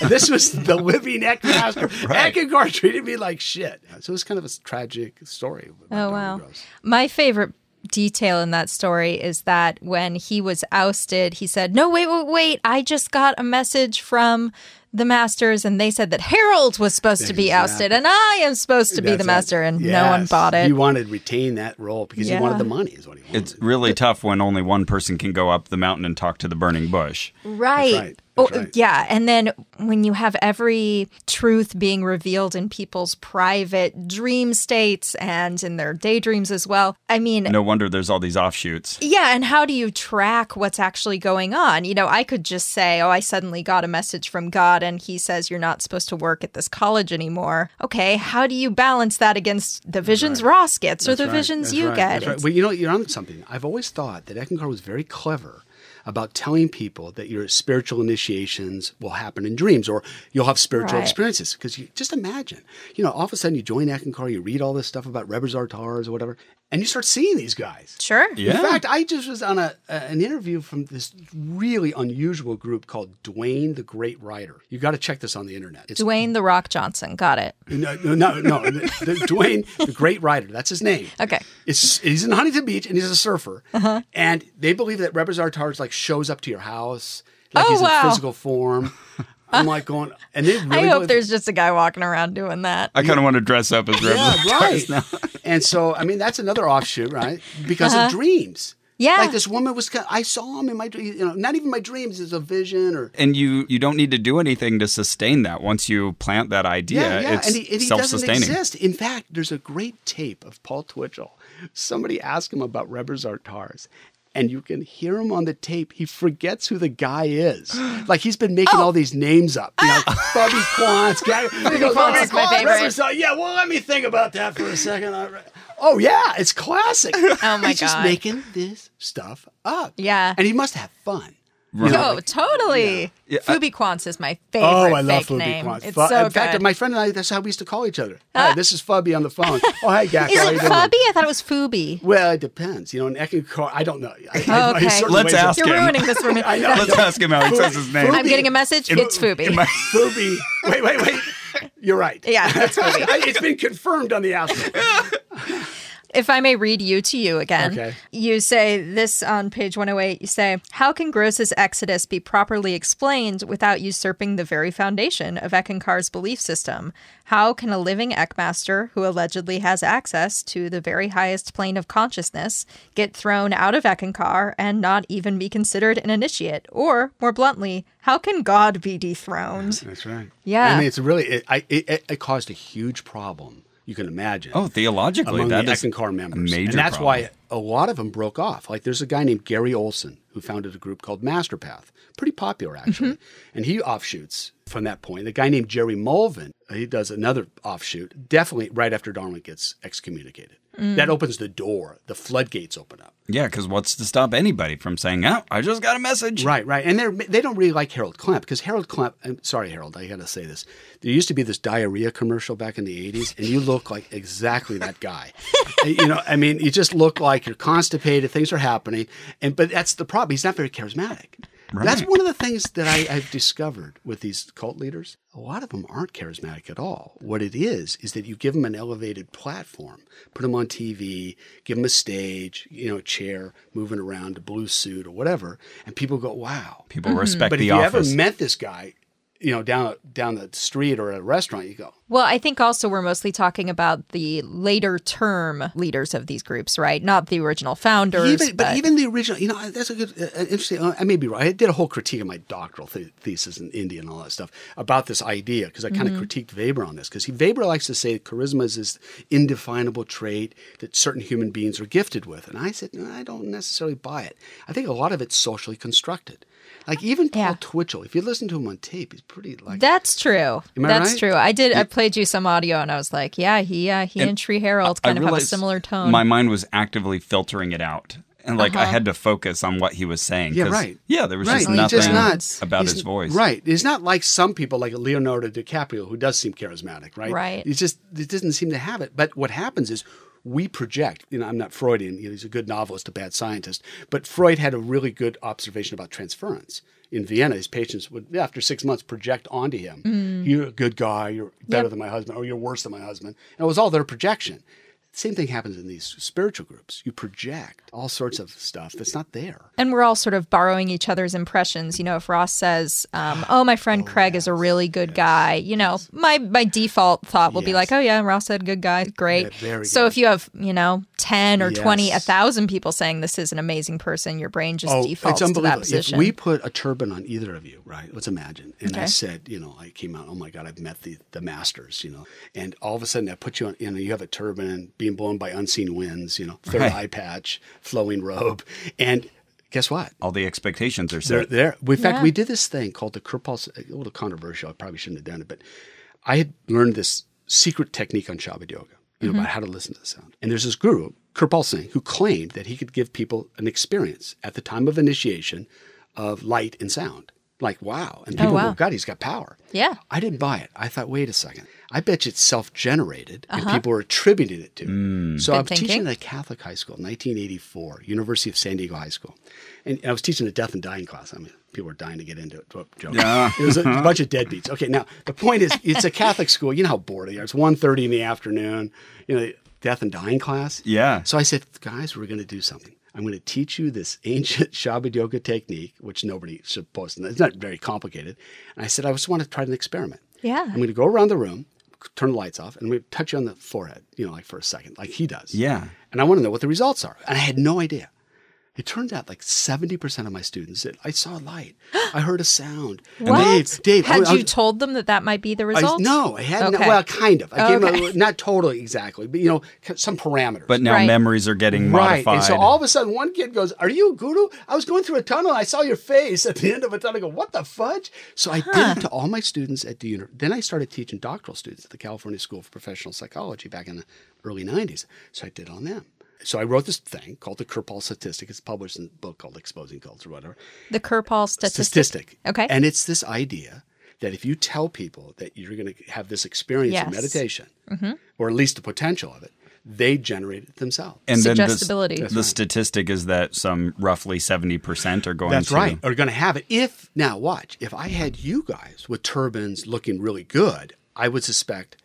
[SPEAKER 3] And this was the living Eckmaster.
[SPEAKER 1] Right.
[SPEAKER 3] Eckankar treated me like shit. So it was kind of a tragic story.
[SPEAKER 2] Oh, wow. My favorite detail in that story is that when he was ousted, he said, No, wait, wait, wait. I just got a message from the masters, and they said that Harold was supposed to be ousted, and I am supposed to be the master, and no one bought it.
[SPEAKER 3] He wanted to retain that role because
[SPEAKER 2] Yeah.
[SPEAKER 3] he wanted the money, is what he wanted.
[SPEAKER 1] It's really tough when only one person can go up the mountain and talk to the burning bush.
[SPEAKER 2] Right.
[SPEAKER 3] right. That's
[SPEAKER 2] oh,
[SPEAKER 3] right.
[SPEAKER 2] Yeah. And then when you have every truth being revealed in people's private dream states and in their daydreams as well, I mean,
[SPEAKER 1] No wonder there's all these offshoots.
[SPEAKER 2] yeah. And how do you track what's actually going on? You know, I could just say, oh, I suddenly got a message from God and he says you're not supposed to work at this college anymore. Okay. How do you balance that against the visions Ross gets or the
[SPEAKER 3] That's right.
[SPEAKER 2] visions
[SPEAKER 3] That's
[SPEAKER 2] you
[SPEAKER 3] right.
[SPEAKER 2] get?
[SPEAKER 3] That's right.
[SPEAKER 2] It's-
[SPEAKER 3] Well, you know, you're on something. I've always thought that Eckankar was very clever about telling people that your spiritual initiations will happen in dreams or you'll have spiritual
[SPEAKER 2] Right.
[SPEAKER 3] experiences. Because you just imagine, you know, all of a sudden you join Eckankar, you read all this stuff about Rebers Artars or whatever, and you start seeing these guys.
[SPEAKER 2] Sure.
[SPEAKER 1] Yeah.
[SPEAKER 3] In fact, I just was on a, a- an interview from this really unusual group called Dwayne the Great Writer. You got to check this on the internet. It's
[SPEAKER 2] Dwayne The Rock Johnson. Got it.
[SPEAKER 3] no, no, no, no. The, the Dwayne, the great writer, that's his name.
[SPEAKER 2] Okay.
[SPEAKER 3] It's, he's in Huntington Beach and he's a surfer.
[SPEAKER 2] Uh-huh.
[SPEAKER 3] And they believe that Rebers Artards like shows up to your house, like
[SPEAKER 2] Oh,
[SPEAKER 3] he's
[SPEAKER 2] wow.
[SPEAKER 3] in physical form. I'm like going, and they really
[SPEAKER 2] I hope
[SPEAKER 3] believe-
[SPEAKER 2] there's just a guy walking around doing that.
[SPEAKER 1] I kind of want to dress up as Rebel.
[SPEAKER 3] yeah, right. and so, I mean, that's another offshoot, right? Because of dreams.
[SPEAKER 2] Uh-huh. Yeah.
[SPEAKER 3] Like this woman was, kind I saw him in my, dr- you know, not even my dreams, it's a vision or
[SPEAKER 1] And you, you don't need to do anything to sustain that. Once you plant that idea, it's
[SPEAKER 3] and he, and he doesn't
[SPEAKER 1] self-sustaining.
[SPEAKER 3] exist. In fact, there's a great tape of Paul Twitchell. Somebody asked him about Rebers Artars. And you can hear him on the tape. He forgets who the guy is. Like he's been making all these names up. You know, Bobby Quantz. Gary- he goes,
[SPEAKER 2] Quantz is my
[SPEAKER 3] Quantz,
[SPEAKER 2] favorite.
[SPEAKER 3] Rebers Artars. yeah, well, let me think about that for a second. All right. Oh yeah, it's classic. Oh
[SPEAKER 2] my
[SPEAKER 3] he's just
[SPEAKER 2] God.
[SPEAKER 3] making this stuff up.
[SPEAKER 2] Yeah.
[SPEAKER 3] And he must have fun.
[SPEAKER 1] Right.
[SPEAKER 2] Oh, totally.
[SPEAKER 1] Yeah, I-
[SPEAKER 2] Fubi Quants is my favorite. Oh, I love
[SPEAKER 3] Fubby
[SPEAKER 2] name. It's
[SPEAKER 3] Fu-
[SPEAKER 2] so
[SPEAKER 3] in fact,
[SPEAKER 2] good.
[SPEAKER 3] my friend and I, that's how we used to call each other. Hi, this is Fubby on the phone. Oh, hey, Gak.
[SPEAKER 2] is
[SPEAKER 3] how
[SPEAKER 2] it
[SPEAKER 3] you doing?
[SPEAKER 2] Fubby? I thought it was Fubi.
[SPEAKER 3] Well, it depends. You know, an Eckankar, I don't know. I,
[SPEAKER 2] Oh, okay.
[SPEAKER 3] certain
[SPEAKER 1] Let's
[SPEAKER 3] ways
[SPEAKER 1] ask
[SPEAKER 2] You're
[SPEAKER 1] him.
[SPEAKER 2] ruining this for me.
[SPEAKER 3] I know.
[SPEAKER 1] Let's ask him how he says his name.
[SPEAKER 2] I'm getting a message. it's Fubi.
[SPEAKER 3] Fubby. Wait, wait, wait. You're right.
[SPEAKER 2] yeah, it's Fubi.
[SPEAKER 3] it's been confirmed on the app.
[SPEAKER 2] If I may read you to you again,
[SPEAKER 3] Okay.
[SPEAKER 2] you say this on page 108. You say, How can Gross's exodus be properly explained without usurping the very foundation of Ekenkar's belief system? How can a living Ekmaster who allegedly has access to the very highest plane of consciousness get thrown out of Ekenkar and not even be considered an initiate? Or, more bluntly, how can God be dethroned?
[SPEAKER 3] That's right.
[SPEAKER 2] Yeah.
[SPEAKER 3] I mean, it's really it, I, it, it caused a huge problem. You can imagine.
[SPEAKER 1] Oh, theologically,
[SPEAKER 3] among
[SPEAKER 1] that
[SPEAKER 3] the
[SPEAKER 1] is
[SPEAKER 3] Eckencar members,
[SPEAKER 1] a major
[SPEAKER 3] and that's
[SPEAKER 1] problem.
[SPEAKER 3] why a lot of them broke off. Like there's a guy named Gary Olson who founded a group called Masterpath, pretty popular actually,
[SPEAKER 1] Mm-hmm.
[SPEAKER 3] and he offshoots from that point. The guy named Jerry Mulvin, he does another offshoot, definitely right after Darwin gets excommunicated.
[SPEAKER 1] Mm.
[SPEAKER 3] That opens the door. The floodgates open up.
[SPEAKER 1] Yeah, because what's to stop anybody from saying, "Oh, I just got a message"?
[SPEAKER 3] Right, right. And they're, they don't really like Harold Klemp because Harold Klemp, I'm sorry, Harold, I got to say this. There used to be this diarrhea commercial back in the 80s, and you look like exactly that guy. you know, I mean, you just look like you're constipated, things are happening. And But that's the problem. He's not very charismatic. That's one of the things that I, I've discovered with these cult leaders. A lot of them aren't charismatic at all. What it is, is that you give them an elevated platform, put them on TV, give them a stage, you know, a chair, moving around, a blue suit or whatever, and people go, wow.
[SPEAKER 1] People respect
[SPEAKER 3] Mm-hmm. But if
[SPEAKER 1] the
[SPEAKER 3] you
[SPEAKER 1] office.
[SPEAKER 3] ever met this guy, you know, down down the street or at a restaurant, you go,
[SPEAKER 2] Well, I think also we're mostly talking about the later term leaders of these groups, right? Not the original founders.
[SPEAKER 3] even, but, even the original, you know, that's a good, uh, interesting. I may be right. I did a whole critique of my doctoral th- thesis in India and all that stuff about this idea because I kind of critiqued Weber on this because Weber likes to say charisma is this indefinable trait that certain human beings are gifted with, and I said no, I don't necessarily buy it. I think a lot of it's socially constructed. Like even Paul
[SPEAKER 2] Yeah.
[SPEAKER 3] Twitchell, if you listen to him on tape, he's pretty like
[SPEAKER 2] that's true.
[SPEAKER 3] Am I
[SPEAKER 2] that's
[SPEAKER 3] right?
[SPEAKER 2] true. I did. I played you some audio, and I was like, "Yeah, he, uh, he, and, Tree Herald kind of have a
[SPEAKER 1] realized
[SPEAKER 2] similar tone." Uh-huh.
[SPEAKER 1] My mind was actively filtering it out. And like I had to focus on what he was saying.
[SPEAKER 3] Yeah,
[SPEAKER 1] 'cause-
[SPEAKER 3] right.
[SPEAKER 1] Yeah, there was
[SPEAKER 3] right.
[SPEAKER 1] just
[SPEAKER 3] he's
[SPEAKER 1] nothing
[SPEAKER 3] just not,
[SPEAKER 1] about
[SPEAKER 3] he's-
[SPEAKER 1] his voice.
[SPEAKER 3] Right. It's not like some people like Leonardo DiCaprio, who does seem charismatic, right?
[SPEAKER 2] Right.
[SPEAKER 3] It's just it doesn't seem to have it. But what happens is we project. You know, I'm not Freudian. You know, he's a good novelist, a bad scientist. But Freud had a really good observation about transference. In Vienna, his patients would, after six months, project onto him, "You're a good guy. You're better
[SPEAKER 2] Mm. Yep.
[SPEAKER 3] than my husband, or you're worse than my husband." And it was all their projection. Same thing happens in these spiritual groups. You project all sorts of stuff that's not there.
[SPEAKER 2] and we're all sort of borrowing each other's impressions. You know, if Ross says, um, "Oh, my friend Craig is a really good guy," you know, my my default thought will be
[SPEAKER 3] Yes.
[SPEAKER 2] like, "Oh yeah, Ross said good guy, great."
[SPEAKER 3] Yeah, very
[SPEAKER 2] so
[SPEAKER 3] good.
[SPEAKER 2] if you have you know ten or twenty, a
[SPEAKER 3] Yes. Oh,
[SPEAKER 2] thousand people saying this is an amazing person, your brain just defaults to that position.
[SPEAKER 3] If we put a turban on either of you, right? Let's imagine. And I
[SPEAKER 2] Okay.
[SPEAKER 3] said, you know, I came out, oh my God, I've met the, the masters, you know. And all of a sudden I put you on, you know, you have a turban being blown by unseen winds, you know, third
[SPEAKER 1] Right.
[SPEAKER 3] eye patch, flowing robe. And guess what?
[SPEAKER 1] All the expectations are
[SPEAKER 3] They're
[SPEAKER 1] set.
[SPEAKER 3] there. In fact,
[SPEAKER 2] Yeah.
[SPEAKER 3] we did this thing called the Kurpals, a little controversial. I probably shouldn't have done it, but I had learned this secret technique on Shabad Yoga, you know,
[SPEAKER 2] Mm-hmm.
[SPEAKER 3] about how to listen to the sound. And there's this guru, Kurpal Singh, who claimed that he could give people an experience at the time of initiation of light and sound. Like, wow. And people
[SPEAKER 2] Oh, wow.
[SPEAKER 3] go, God, he's got power.
[SPEAKER 2] Yeah.
[SPEAKER 3] I didn't buy it. I thought, wait a second. I bet you it's self generated and people are attributing it to. So
[SPEAKER 2] Uh-huh. Good
[SPEAKER 3] I'm
[SPEAKER 2] thinking.
[SPEAKER 3] teaching at a Catholic high school, 1984, University of San Diego High School. And I was teaching a death and dying class. I mean, people were dying to get into it. Whoop, joke. It was a bunch of deadbeats. Okay, now the point is, it's a Catholic school. You know how bored they are. It's 1.30 in the afternoon. You know, death and dying class.
[SPEAKER 1] Yeah.
[SPEAKER 3] So I said, guys, we're going to do something. I'm going to teach you this ancient Shabad yoga technique, which nobody supposed to know. It's not very complicated. And I said, I just want to try an experiment.
[SPEAKER 2] Yeah.
[SPEAKER 3] I'm going to go around the room, turn the lights off, and we touch you on the forehead, you know, like for a second, like he does.
[SPEAKER 1] Yeah.
[SPEAKER 3] And I want to know what the results are. And I had no idea. It turned out like 70% of my students said, I saw a light. I heard a sound. And
[SPEAKER 2] What?
[SPEAKER 3] Dave, Dave, I-
[SPEAKER 2] had
[SPEAKER 3] I-
[SPEAKER 2] you told them that that might be the
[SPEAKER 3] I-
[SPEAKER 2] result?
[SPEAKER 3] no, I hadn't.
[SPEAKER 2] Okay.
[SPEAKER 3] Well, kind of. I
[SPEAKER 2] Oh,
[SPEAKER 3] gave them a-
[SPEAKER 2] okay.
[SPEAKER 3] not totally exactly, but you know, some parameters.
[SPEAKER 1] But now
[SPEAKER 2] Right.
[SPEAKER 1] memories are getting
[SPEAKER 3] Right.
[SPEAKER 1] modified.
[SPEAKER 3] And so all of a sudden, one kid goes, Are you a guru? I was going through a tunnel. I saw your face at the end of a tunnel. I go, What the fudge? So I did it to all my students at the university. Then I started teaching doctoral students at the California School for Professional Psychology back in the early 90s. So I did it on them. So I wrote this thing called the Kerpal Statistic. It's published in a book called Exposing Cults or whatever
[SPEAKER 2] The Kerpal statistic.
[SPEAKER 3] statistic.
[SPEAKER 2] Okay.
[SPEAKER 3] And it's this idea that if you tell people that you're going to have this experience
[SPEAKER 2] Yes. Mm-hmm.
[SPEAKER 3] of meditation, or at least the potential of it, they generate it themselves.
[SPEAKER 1] and then this-
[SPEAKER 2] Suggestibility.
[SPEAKER 1] the
[SPEAKER 2] That's
[SPEAKER 1] statistic is that some roughly 70% are going
[SPEAKER 3] That's
[SPEAKER 1] to.
[SPEAKER 3] right. Are going to have it. If now watch, if I had you guys with turbans looking really good, I would suspect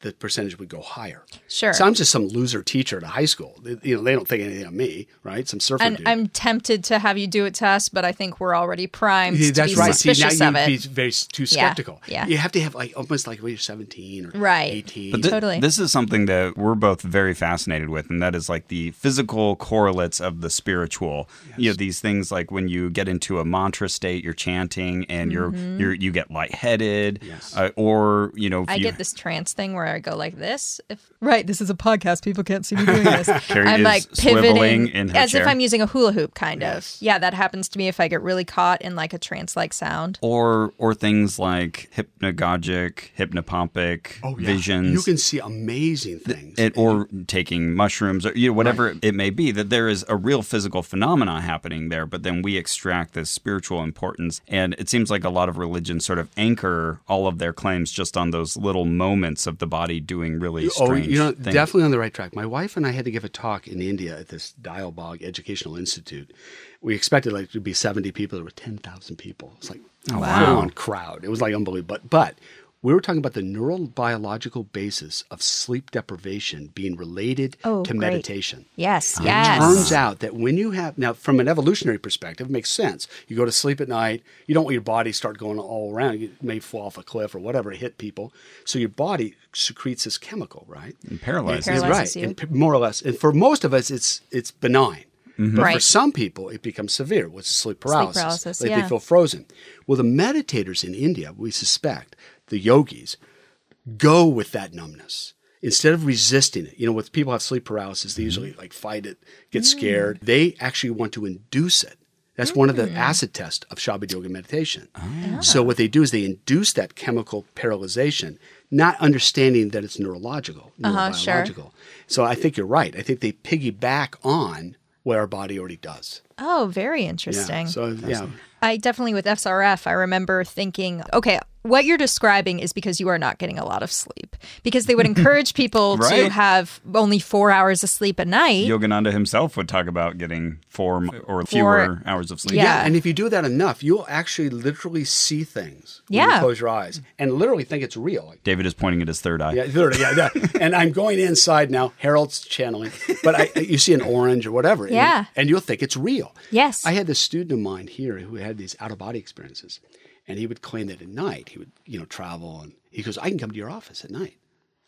[SPEAKER 3] the percentage would go higher.
[SPEAKER 2] Sure.
[SPEAKER 3] So I'm just some loser teacher at a high school. They- You know, they don't think anything of me, right? Some surfer
[SPEAKER 2] and
[SPEAKER 3] dude.
[SPEAKER 2] I'm tempted to have you do it to us, but I think we're already primed
[SPEAKER 3] Yeah,
[SPEAKER 2] to be suspicious
[SPEAKER 3] See, now
[SPEAKER 2] of it.
[SPEAKER 3] you'd be very s- too
[SPEAKER 2] Yeah,
[SPEAKER 3] skeptical.
[SPEAKER 2] yeah.
[SPEAKER 3] You have to have like almost like when you're 17 or
[SPEAKER 2] Right.
[SPEAKER 3] 18.
[SPEAKER 1] But thi-
[SPEAKER 2] Totally.
[SPEAKER 1] This is something that we're both very fascinated with, and that is like the physical correlates of the spiritual. You know, these things like when you get into a mantra state, you're chanting, and you're you're you get lightheaded,
[SPEAKER 3] Yes.
[SPEAKER 1] uh, or you know, if
[SPEAKER 2] Mm-hmm. I
[SPEAKER 1] you,
[SPEAKER 2] get this trance thing where I go like this. If right, this is a podcast. People can't see me doing this. I'm
[SPEAKER 1] is
[SPEAKER 2] like
[SPEAKER 1] swiveling
[SPEAKER 2] pivoting
[SPEAKER 1] in her
[SPEAKER 2] as
[SPEAKER 1] chair.
[SPEAKER 2] if I'm using a hula hoop, kind
[SPEAKER 3] Yes.
[SPEAKER 2] of. Yeah, that happens to me if I get really caught in like a trance-like sound.
[SPEAKER 1] or or things like hypnagogic, hypnopompic
[SPEAKER 3] oh, yeah.
[SPEAKER 1] visions.
[SPEAKER 3] You can see amazing things.
[SPEAKER 1] it, or taking mushrooms or you know, whatever it may be that there is a real physical phenomena happening there but then we extract this spiritual importance and it seems like a lot of religions sort of anchor all of their claims just on those little moments of the body doing really
[SPEAKER 3] Oh,
[SPEAKER 1] strange
[SPEAKER 3] you know,
[SPEAKER 1] things
[SPEAKER 3] definitely on the right track. My wife and I had to give a talk in India at this Dialbog Educational Institute. We expected like to be 70 people. There were 10,000 people. It's like
[SPEAKER 1] Oh,
[SPEAKER 3] full
[SPEAKER 1] wow.
[SPEAKER 3] on crowd. It was like unbelievable. But, but we were talking about the neurobiological basis of sleep deprivation being related
[SPEAKER 2] Oh,
[SPEAKER 3] to
[SPEAKER 2] great.
[SPEAKER 3] meditation.
[SPEAKER 2] Yes,
[SPEAKER 3] Turns
[SPEAKER 2] yes.
[SPEAKER 3] out that when you have now, from an evolutionary perspective, it makes sense. You go to sleep at night. You don't want your body to start going all around. You may fall off a cliff or whatever, hit people. So your body secretes this chemical, right?
[SPEAKER 1] and paralyzed
[SPEAKER 2] Paralyzed.
[SPEAKER 3] right,
[SPEAKER 2] Paralyzes you.
[SPEAKER 3] and p- more or less. And for most of us, it's it's benign. But for
[SPEAKER 2] Right.
[SPEAKER 3] some people, it becomes severe. What's sleep paralysis?
[SPEAKER 2] paralysis,
[SPEAKER 3] like
[SPEAKER 2] yeah.
[SPEAKER 3] they feel frozen. Well, the meditators in India, we suspect the yogis, go with that numbness instead of resisting it. You know, with people have sleep paralysis, they
[SPEAKER 2] Mm-hmm.
[SPEAKER 3] usually like fight it,
[SPEAKER 2] Mm.
[SPEAKER 3] get scared. They actually want to induce it. That's one of the
[SPEAKER 2] Mm.
[SPEAKER 3] acid tests of Shabad Yoga meditation.
[SPEAKER 2] Ah.
[SPEAKER 3] So what they do is they induce that chemical paralyzation, not understanding that it's neurological,
[SPEAKER 2] Uh-huh, sure.
[SPEAKER 3] neurobiological. So I think you're right. I think they piggyback on what our body already does.
[SPEAKER 2] Oh, very interesting.
[SPEAKER 3] Yeah. So yeah.
[SPEAKER 2] I definitely with SRF, I remember thinking, okay, what you're describing is because you are not getting a lot of sleep because they would encourage people to
[SPEAKER 1] Right.
[SPEAKER 2] have only four hours of sleep a night.
[SPEAKER 1] yogananda himself would talk about getting four m- or fewer hours of sleep
[SPEAKER 2] Yeah.
[SPEAKER 3] Yeah, and if you do that enough, you'll actually literally see things. when
[SPEAKER 2] Yeah.
[SPEAKER 3] you close your eyes and literally think it's real. Like,
[SPEAKER 1] david is pointing at his third eye
[SPEAKER 3] yeah, literally, yeah, yeah. And I'm going inside now. Harold's channeling, but I, you see an orange or whatever. and-
[SPEAKER 2] Yeah.
[SPEAKER 3] and you'll think it's real.
[SPEAKER 2] Yes.
[SPEAKER 3] I had this student of mine here who had these out of body experiences, and he would claim that at night he would, you know, travel and he goes, "I can come to your office at night."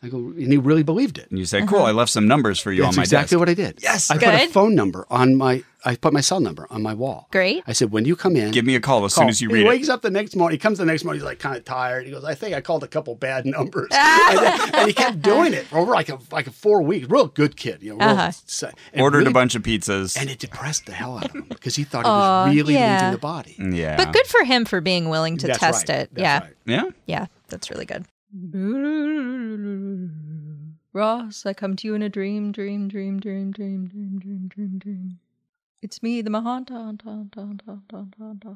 [SPEAKER 3] I go, and he really believed it.
[SPEAKER 1] and you say cool i left some numbers for you
[SPEAKER 3] That's
[SPEAKER 1] on my
[SPEAKER 3] exactly
[SPEAKER 1] desk
[SPEAKER 3] what I did.
[SPEAKER 1] Yes.
[SPEAKER 3] I put a
[SPEAKER 2] Good.
[SPEAKER 3] phone number on my. I put my cell number on my wall.
[SPEAKER 2] Great.
[SPEAKER 3] I said, when you come in,
[SPEAKER 1] give me a call as soon
[SPEAKER 3] call.
[SPEAKER 1] as you
[SPEAKER 3] And
[SPEAKER 1] read
[SPEAKER 3] he
[SPEAKER 1] it
[SPEAKER 3] wakes up the next morning. He comes the next morning. He's like kind of tired. He goes, I think I called a couple bad numbers, and, then- and he kept doing it for over like a like a four weeks. Real good kid, you know. Real,
[SPEAKER 2] Uh-huh.
[SPEAKER 3] s- and
[SPEAKER 1] ordered
[SPEAKER 3] really-
[SPEAKER 1] a bunch of pizzas
[SPEAKER 3] and it depressed the hell out of him because he thought he was really
[SPEAKER 2] yeah.
[SPEAKER 3] leaving the body.
[SPEAKER 1] yeah
[SPEAKER 2] But good for him for being willing to
[SPEAKER 3] That's
[SPEAKER 2] test
[SPEAKER 3] right.
[SPEAKER 2] it.
[SPEAKER 3] That's
[SPEAKER 2] yeah.
[SPEAKER 3] right.
[SPEAKER 1] yeah
[SPEAKER 2] Yeah. That's really good. Ross, I come to you in a dream, dream, dream, dream, dream, dream, dream, dream, dream. It's me, the Mahanta.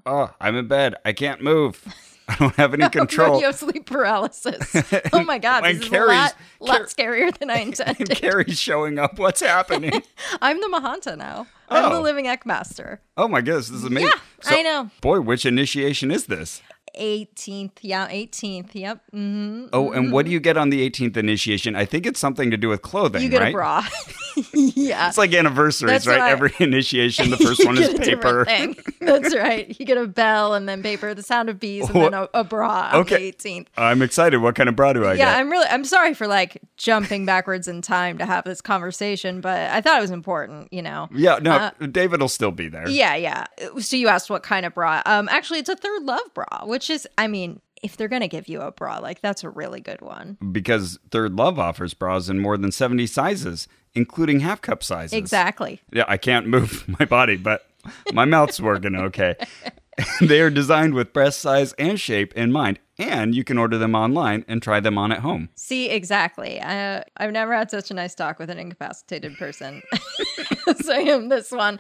[SPEAKER 1] oh, I'm in bed. I can't move. I don't have any control.
[SPEAKER 2] You have sleep paralysis. Oh my God.
[SPEAKER 1] And
[SPEAKER 2] this is
[SPEAKER 1] Carrie's-
[SPEAKER 2] a lot, lot scarier than I intended.
[SPEAKER 1] Carrie's showing up. What's happening?
[SPEAKER 2] I'm the Mahanta now. I'm the
[SPEAKER 1] Oh.
[SPEAKER 2] living Eckmaster.
[SPEAKER 1] oh my goodness, this is amazing.
[SPEAKER 2] Yeah, I know.
[SPEAKER 1] Boy, which initiation is this?
[SPEAKER 2] 18th. Yeah, 18th. Yep. hmm
[SPEAKER 1] Oh, and what do you get on the 18th initiation? I think it's something to do with clothing,
[SPEAKER 2] You get
[SPEAKER 1] right?
[SPEAKER 2] a bra. yeah.
[SPEAKER 1] It's like anniversaries,
[SPEAKER 2] That's
[SPEAKER 1] right?
[SPEAKER 2] what I-
[SPEAKER 1] Every initiation, the first
[SPEAKER 2] You
[SPEAKER 1] one is
[SPEAKER 2] get a different
[SPEAKER 1] paper.
[SPEAKER 2] thing. That's right. You get a bell and then paper, the sound of bees, and
[SPEAKER 1] What?
[SPEAKER 2] then a, a bra on
[SPEAKER 1] Okay.
[SPEAKER 2] the 18th.
[SPEAKER 1] I'm excited. What kind of bra do I
[SPEAKER 2] Yeah,
[SPEAKER 1] get?
[SPEAKER 2] I'm really I'm sorry for like jumping backwards in time to have this conversation, but I thought it was important, you know. Uh,
[SPEAKER 1] yeah, no, David will still be there.
[SPEAKER 2] Yeah, yeah. So you asked what kind of bra. Um actually it's a third love bra, which is I mean, if they're going to give you a bra, like that's a really good one.
[SPEAKER 1] Mm. Because Third Love offers bras in more than 70 sizes, including half cup sizes.
[SPEAKER 2] Exactly.
[SPEAKER 1] Yeah, I can't move my body, but my mouth's working okay. they are designed with breast size and shape in mind, and you can order them online and try them on at home.
[SPEAKER 2] See, exactly. I, I've never had such a nice talk with an incapacitated person as I am this one.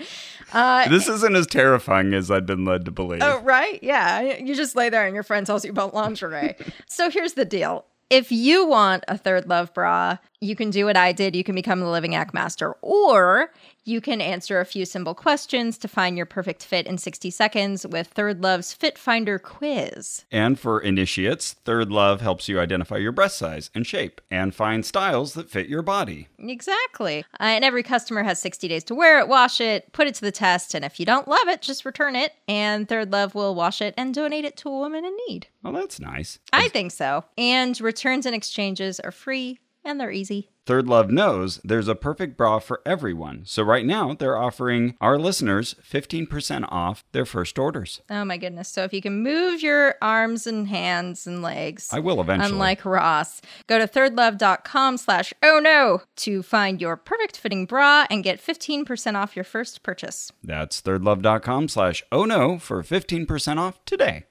[SPEAKER 2] Uh,
[SPEAKER 1] This isn't as terrifying as I'd been led to believe.
[SPEAKER 2] Oh, right? Yeah. You just lay there and your friend tells you about lingerie. so here's the deal. If you want a third love bra, you can do what I did. You can become the living act master, or you can answer a few simple questions to find your perfect fit in 60 seconds with Third Love's Fit Finder quiz.
[SPEAKER 1] And for initiates, Third Love helps you identify your breast size and shape and find styles that fit your body.
[SPEAKER 2] Exactly. Uh, and every customer has 60 days to wear it, wash it, put it to the test, and if you don't love it, just return it. And Third Love will wash it and donate it to a woman in need.
[SPEAKER 1] Well, that's nice.
[SPEAKER 2] I think so. And returns and exchanges are free and they're easy.
[SPEAKER 1] Third Love knows there's a perfect bra for everyone. So right now they're offering our listeners 15% off their first orders.
[SPEAKER 2] Oh my goodness. So if you can move your arms and hands and legs.
[SPEAKER 1] I will eventually.
[SPEAKER 2] Unlike Ross. Go to thirdlove.com slash oh no to find your perfect fitting bra and get 15% off your first purchase.
[SPEAKER 1] That's thirdlove.com slash oh no for 15% off today.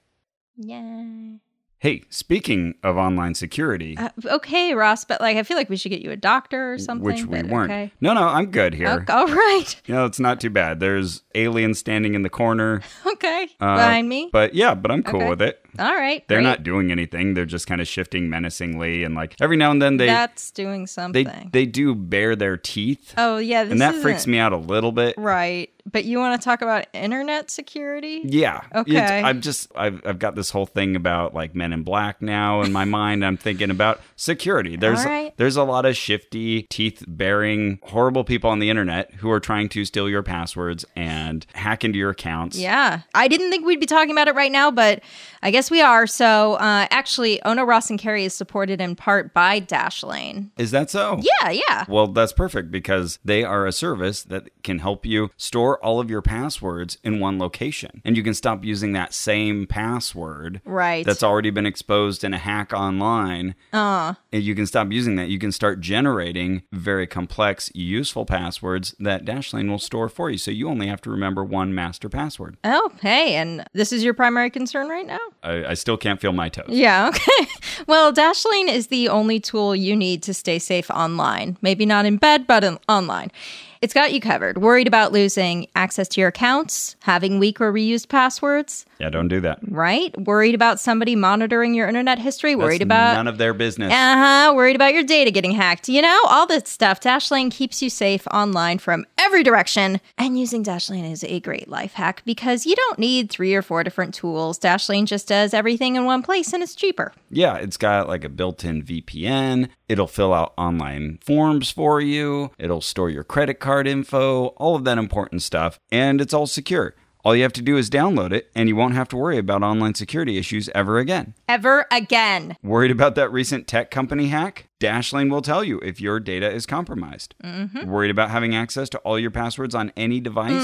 [SPEAKER 2] Yay.
[SPEAKER 1] Hey, speaking of online security,
[SPEAKER 2] Uh, okay, Ross, but like I feel like we should get you a doctor or something.
[SPEAKER 1] which we
[SPEAKER 2] but
[SPEAKER 1] weren't.
[SPEAKER 2] Okay.
[SPEAKER 1] No, no, I'm good here.
[SPEAKER 2] Okay, all right.
[SPEAKER 1] You know, it's not too bad. There's aliens standing in the corner.
[SPEAKER 2] Okay.
[SPEAKER 1] uh,
[SPEAKER 2] Behind me.
[SPEAKER 1] But yeah, but I'm cool
[SPEAKER 2] Okay.
[SPEAKER 1] with it.
[SPEAKER 2] all right.
[SPEAKER 1] They're
[SPEAKER 2] great.
[SPEAKER 1] not doing anything. They're just kind of shifting menacingly and like every now and then they
[SPEAKER 2] That's doing
[SPEAKER 1] they
[SPEAKER 2] something.
[SPEAKER 1] they do bare their teeth.
[SPEAKER 2] oh yeah, this
[SPEAKER 1] and that
[SPEAKER 2] isn't-
[SPEAKER 1] freaks me out a little bit.
[SPEAKER 2] Right. But you want to talk about internet security?
[SPEAKER 1] Yeah. It's-
[SPEAKER 2] Okay.
[SPEAKER 1] I'm just I've I've got this whole thing about like men in black now in my mind. I'm thinking about security. There's
[SPEAKER 2] right.
[SPEAKER 1] there's a lot of shifty, teeth bearing, horrible people on the internet who are trying to steal your passwords and hack into your accounts.
[SPEAKER 2] Yeah. I didn't think we'd be talking about it right now, but I guess we are. So uh, actually, Ono Ross and Carrie is supported in part by Dashlane.
[SPEAKER 1] Is that so?
[SPEAKER 2] Yeah, yeah.
[SPEAKER 1] Well, that's perfect because they are a service that can help you store all of your passwords in one location. And you can stop using that same password
[SPEAKER 2] Right.
[SPEAKER 1] that's already been exposed in a hack online.
[SPEAKER 2] Uh-huh.
[SPEAKER 1] And you can stop using that. You can start generating very complex, useful passwords that Dashlane will store for you. So you only have to remember one master password.
[SPEAKER 2] Oh, hey, and this is your primary concern right now?
[SPEAKER 1] I, I still can't feel my toes.
[SPEAKER 2] Yeah, okay. Well, Dashlane is the only tool you need to stay safe online. Maybe not in bed, but in- online. It's got you covered. Worried about losing access to your accounts, having weak or reused passwords,
[SPEAKER 1] Yeah, don't do that.
[SPEAKER 2] right? Worried about somebody monitoring your internet history, worried
[SPEAKER 1] That's
[SPEAKER 2] about
[SPEAKER 1] none of their business.
[SPEAKER 2] Uh huh. Worried about your data getting hacked. You know, all that stuff. Dashlane keeps you safe online from every direction. And using Dashlane is a great life hack because you don't need three or four different tools. Dashlane just does everything in one place and it's cheaper.
[SPEAKER 1] Yeah, it's got like a built in VPN. It'll fill out online forms for you. It'll store your credit card info, all of that important stuff. And it's all secure. All you have to do is download it, and you won't have to worry about online security issues ever again.
[SPEAKER 2] Ever again.
[SPEAKER 1] Worried about that recent tech company hack? Dashlane will tell you if your data is compromised. Worried about having access to all your passwords on any device?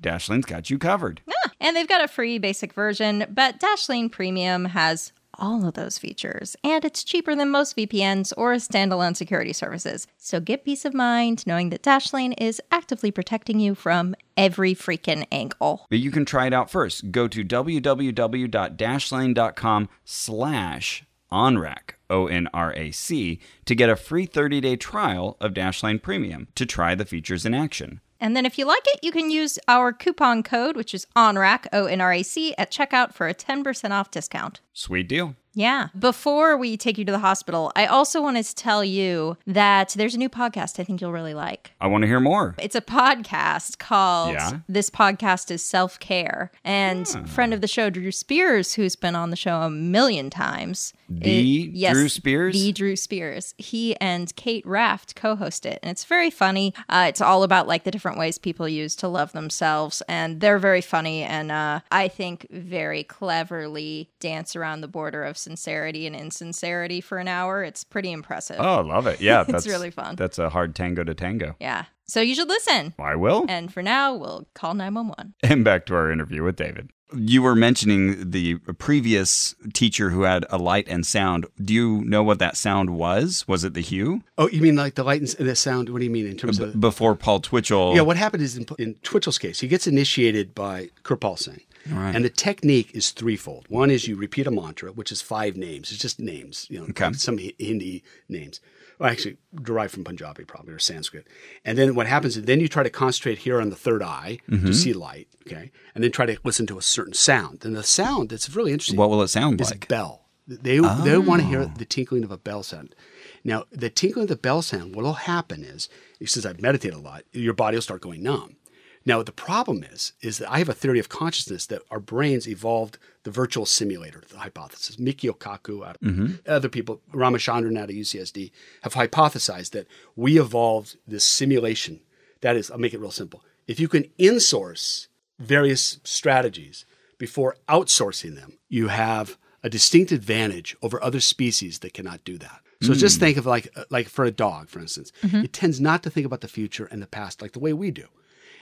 [SPEAKER 1] Dashlane's got you covered.
[SPEAKER 2] Ah, and they've got a free basic version, but Dashlane Premium has all of those features, and it's cheaper than most VPNs or standalone security services. So get peace of mind knowing that Dashlane is actively protecting you from every freaking angle.
[SPEAKER 1] But you can try it out first. Go to www.dashlane.com slash onrac, O-N-R-A-C, to get a free 30-day trial of Dashlane Premium to try the features in action.
[SPEAKER 2] And then if you like it, you can use our coupon code, which is ONRAC, O N R A C, at checkout for a 10% off discount.
[SPEAKER 1] Sweet deal.
[SPEAKER 2] Yeah. Before we take you to the hospital, I also wanted to tell you that there's a new podcast I think you'll really like.
[SPEAKER 1] I want to hear more.
[SPEAKER 2] It's a podcast called
[SPEAKER 1] Yeah. Hmm.
[SPEAKER 2] This Podcast is Self Care. And friend of the show, Drew Spears, who's been on the show a million times.
[SPEAKER 1] The Drew Spears?
[SPEAKER 2] The Drew Spears. He and Kate Raft co host it. And it's very funny. Uh, it's all about like the different ways people use to love themselves. And they're very funny and uh, I think very cleverly dance around the border of sincerity and insincerity for an hour. It's pretty impressive.
[SPEAKER 1] Oh, love it. Yeah, that's
[SPEAKER 2] really fun.
[SPEAKER 1] That's a hard tango to tango.
[SPEAKER 2] Yeah. So you should listen.
[SPEAKER 1] I will.
[SPEAKER 2] And for now, we'll call 911.
[SPEAKER 1] And back to our interview with David. You were mentioning the previous teacher who had a light and sound. Do you know what that sound was? Was it the hue?
[SPEAKER 3] Oh, you mean like the light and s- and the sound? What do you mean in terms of?
[SPEAKER 1] B- before Paul Twitchell.
[SPEAKER 3] Yeah, what happened is in, in Twitchell's case, he gets initiated by Kirpal Singh.
[SPEAKER 1] Right.
[SPEAKER 3] And the technique is threefold. One is you repeat a mantra, which is five names. It's just names, you know,
[SPEAKER 1] Okay.
[SPEAKER 3] some Hi- Hindi names, or actually derived from Punjabi probably or Sanskrit. And then what happens is then you try to concentrate here on the third eye
[SPEAKER 1] Mm-hmm.
[SPEAKER 3] to see light, okay, and then try to listen to a certain sound. And the sound that's really interesting
[SPEAKER 1] What will it sound
[SPEAKER 3] is
[SPEAKER 1] like? Oh.
[SPEAKER 3] bell. They they want to hear the tinkling of a bell sound. Now, the tinkling of the bell sound, what will happen is, since I meditate a lot, your body will start going numb. Now, the problem is, is that I have a theory of consciousness that our brains evolved the virtual simulator the hypothesis. Miki Okaku, out of-
[SPEAKER 1] Mm-hmm.
[SPEAKER 3] other people, Ramachandran out of UCSD, have hypothesized that we evolved this simulation. That is, I'll make it real simple. If you can insource various strategies before outsourcing them, you have a distinct advantage over other species that cannot do that. So just think of like uh, like for a dog, for instance, it tends not to think about the future and the past like the way we do.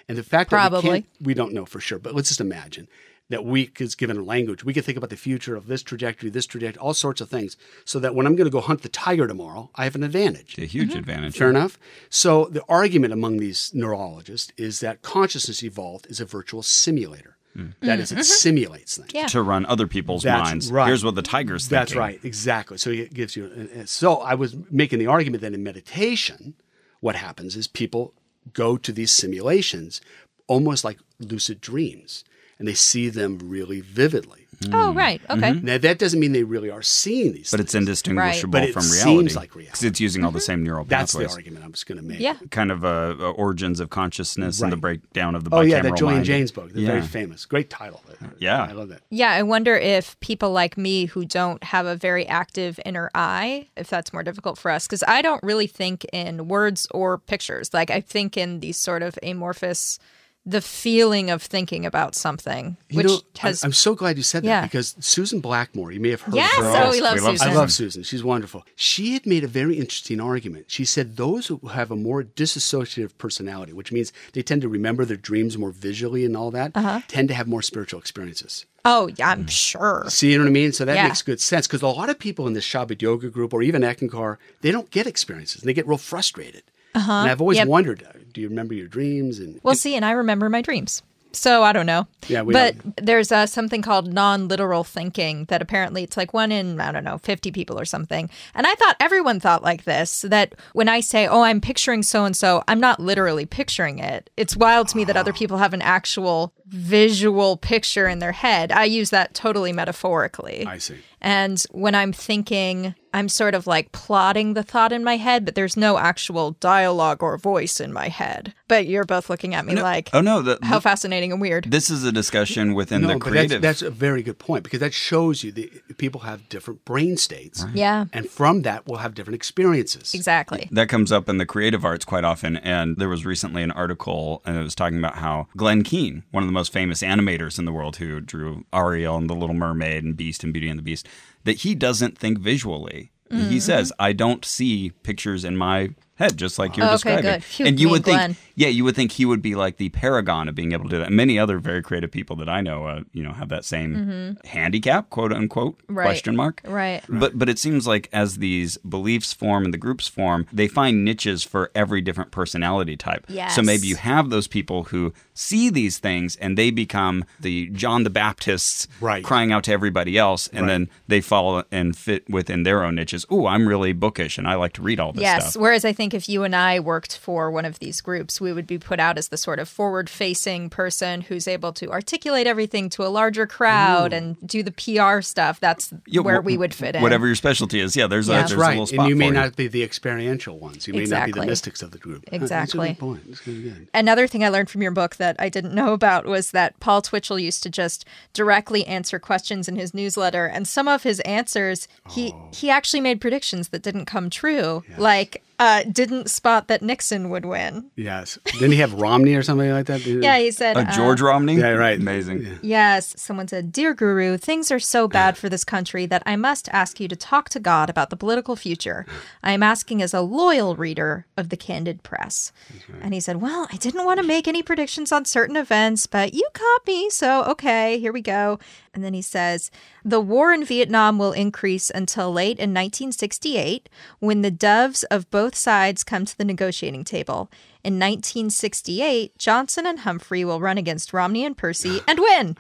[SPEAKER 3] And the fact that we,
[SPEAKER 2] Probably.
[SPEAKER 3] can't- we don't know for sure, but let's just imagine that we, because given a language, we could think about the future of this trajectory, this trajectory, all sorts of things, so that when I'm going to go hunt the tiger tomorrow, I have an advantage.
[SPEAKER 1] A huge advantage.
[SPEAKER 3] Fair enough. So the argument among these neurologists is that consciousness evolved is a virtual simulator.
[SPEAKER 1] Hmm. Mm-hmm.
[SPEAKER 3] That is, it simulates things.
[SPEAKER 2] Yeah.
[SPEAKER 1] To run other people's
[SPEAKER 3] That's
[SPEAKER 1] minds.
[SPEAKER 3] right.
[SPEAKER 1] Here's what the tiger's thinking.
[SPEAKER 3] That's right, exactly. So it gives you. and- and So I was making the argument that in meditation, what happens is people go to these simulations almost like lucid dreams, and they see them really vividly.
[SPEAKER 2] Oh, right. Okay.
[SPEAKER 3] Now that doesn't mean they really are seeing these,
[SPEAKER 1] Mm-hmm. But
[SPEAKER 3] things.
[SPEAKER 1] it's indistinguishable
[SPEAKER 3] But it
[SPEAKER 1] from
[SPEAKER 3] seems
[SPEAKER 1] reality.
[SPEAKER 3] like reality. Mm-hmm.
[SPEAKER 1] 'Cause It's using all the same neural
[SPEAKER 3] that's
[SPEAKER 1] pathways.
[SPEAKER 3] the argument I was going to make.
[SPEAKER 2] Yeah.
[SPEAKER 1] Kind of uh, uh, origins of consciousness and the
[SPEAKER 3] Right.
[SPEAKER 1] breakdown of the
[SPEAKER 3] Oh yeah,
[SPEAKER 1] bicameral
[SPEAKER 3] that Julian
[SPEAKER 1] mind.
[SPEAKER 3] Jaynes book, the very
[SPEAKER 1] Yeah.
[SPEAKER 3] famous, great title.
[SPEAKER 1] Yeah.
[SPEAKER 3] I love that.
[SPEAKER 2] Yeah, I wonder if people like me who don't have a very active inner eye, if that's more difficult for us, because I don't really think in words or pictures. Like I think in these sort of amorphous, the feeling of thinking about something,
[SPEAKER 3] You
[SPEAKER 2] which
[SPEAKER 3] know,
[SPEAKER 2] has
[SPEAKER 3] I'm, I'm so glad you said that
[SPEAKER 2] Yeah.
[SPEAKER 3] because Susan Blackmore, you may have heard
[SPEAKER 2] yes,
[SPEAKER 3] of her.
[SPEAKER 2] oh, we
[SPEAKER 1] Yes,
[SPEAKER 2] love
[SPEAKER 1] we love
[SPEAKER 2] Susan.
[SPEAKER 3] I love Susan. She's wonderful. She had made a very interesting argument. She said those who have a more disassociative personality, which means they tend to remember their dreams more visually and all that,
[SPEAKER 2] Uh-huh.
[SPEAKER 3] tend to have more spiritual experiences.
[SPEAKER 2] oh, yeah,
[SPEAKER 3] Mm.
[SPEAKER 2] I'm sure.
[SPEAKER 3] See, you know what I mean? So that
[SPEAKER 2] Yeah.
[SPEAKER 3] makes good sense because a lot of people in the Shabad Yoga group or even Ekankar, they don't get experiences and they get real frustrated. Uh-huh. And I've always
[SPEAKER 2] Yep.
[SPEAKER 3] wondered, uh, do you remember your dreams? And
[SPEAKER 2] Well, see, and I remember my dreams. So I don't know.
[SPEAKER 3] Yeah, we
[SPEAKER 2] but there's uh, something called non-literal thinking that apparently it's like one in I don't know 50 people or something. And I thought everyone thought like this that when I say oh I'm picturing so and so I'm not literally picturing it. It's wild to me that other people have an actual visual picture in their head. I use that totally metaphorically.
[SPEAKER 3] I see.
[SPEAKER 2] And when I'm thinking, I'm sort of like plotting the thought in my head, but there's no actual dialogue or voice in my head. But you're both looking at me like,
[SPEAKER 1] Oh no, the,
[SPEAKER 2] how fascinating and weird.
[SPEAKER 1] this is a discussion within
[SPEAKER 3] No,
[SPEAKER 1] the
[SPEAKER 3] but that's,
[SPEAKER 1] creative.
[SPEAKER 3] that's a very good point because that shows you that people have different brain states.
[SPEAKER 2] yeah,
[SPEAKER 3] And from that, we'll have different experiences.
[SPEAKER 2] exactly.
[SPEAKER 1] that comes up in the creative arts quite often. And there was recently an article, and it was talking about how Glenn Keane, one of the most famous animators in the world, who drew Ariel and The Little Mermaid and Beast and Beauty and the Beast, that he doesn't think visually.
[SPEAKER 2] Mm-hmm.
[SPEAKER 1] He says, "I don't see pictures in my head, just like you're
[SPEAKER 2] Oh, Okay,
[SPEAKER 1] describing."
[SPEAKER 2] good. Phew,
[SPEAKER 1] and you
[SPEAKER 2] mean
[SPEAKER 1] would think,
[SPEAKER 2] Glenn.
[SPEAKER 1] yeah, you would think he would be like the paragon of being able to do that. Many other very creative people that I know, uh, you know, have that same handicap, quote unquote,
[SPEAKER 2] Mm-hmm. Right.
[SPEAKER 1] question mark.
[SPEAKER 2] Right.
[SPEAKER 1] But but it seems like as these beliefs form and the groups form, they find niches for every different personality type.
[SPEAKER 2] Yes.
[SPEAKER 1] So maybe you have those people who see these things and they become the John the Baptists
[SPEAKER 3] Right.
[SPEAKER 1] crying out to everybody else and then they fall and fit within their own niches. Oh, I'm really bookish and I like to read all this
[SPEAKER 2] Yes.
[SPEAKER 1] stuff.
[SPEAKER 2] Whereas I think if you and I worked for one of these groups, we would be put out as the sort of forward facing person who's able to articulate everything to a larger crowd and do the PR stuff. That's
[SPEAKER 1] Yeah,
[SPEAKER 2] where
[SPEAKER 1] wh-
[SPEAKER 2] we would fit in.
[SPEAKER 1] Whatever your specialty is. Yeah, there's a
[SPEAKER 2] Yeah.
[SPEAKER 1] there's
[SPEAKER 3] That's
[SPEAKER 1] a
[SPEAKER 3] right.
[SPEAKER 1] little spot
[SPEAKER 3] and you may
[SPEAKER 1] for
[SPEAKER 3] not be the experiential ones. You may not be
[SPEAKER 2] Exactly.
[SPEAKER 3] the mystics of the group. Huh,
[SPEAKER 2] Exactly.
[SPEAKER 3] That's a good point. That's really good.
[SPEAKER 2] Another thing I learned from your book that I didn't know about was that Paul Twitchell used to just directly answer questions in his newsletter, and some of his answers he
[SPEAKER 1] Oh.
[SPEAKER 2] he actually made predictions that didn't come true, like uh, didn't spot that Nixon would win.
[SPEAKER 3] Yes. Didn't he have Romney or something like that?
[SPEAKER 2] Yeah, he said.
[SPEAKER 1] A
[SPEAKER 2] uh,
[SPEAKER 1] George Romney?
[SPEAKER 3] Yeah, right.
[SPEAKER 1] Amazing.
[SPEAKER 2] Yes, someone said, Dear Guru, things are so bad for this country that I must ask you to talk to God about the political future. I am asking as a loyal reader of the candid press. And he said, Well, I didn't want to make any predictions on certain events, but you caught me, so okay, here we go. And then he says, The war in Vietnam will increase until late in 1968 when the doves of both sides come to the negotiating table. In 1968, Johnson and Humphrey will run against Romney and Percy and win.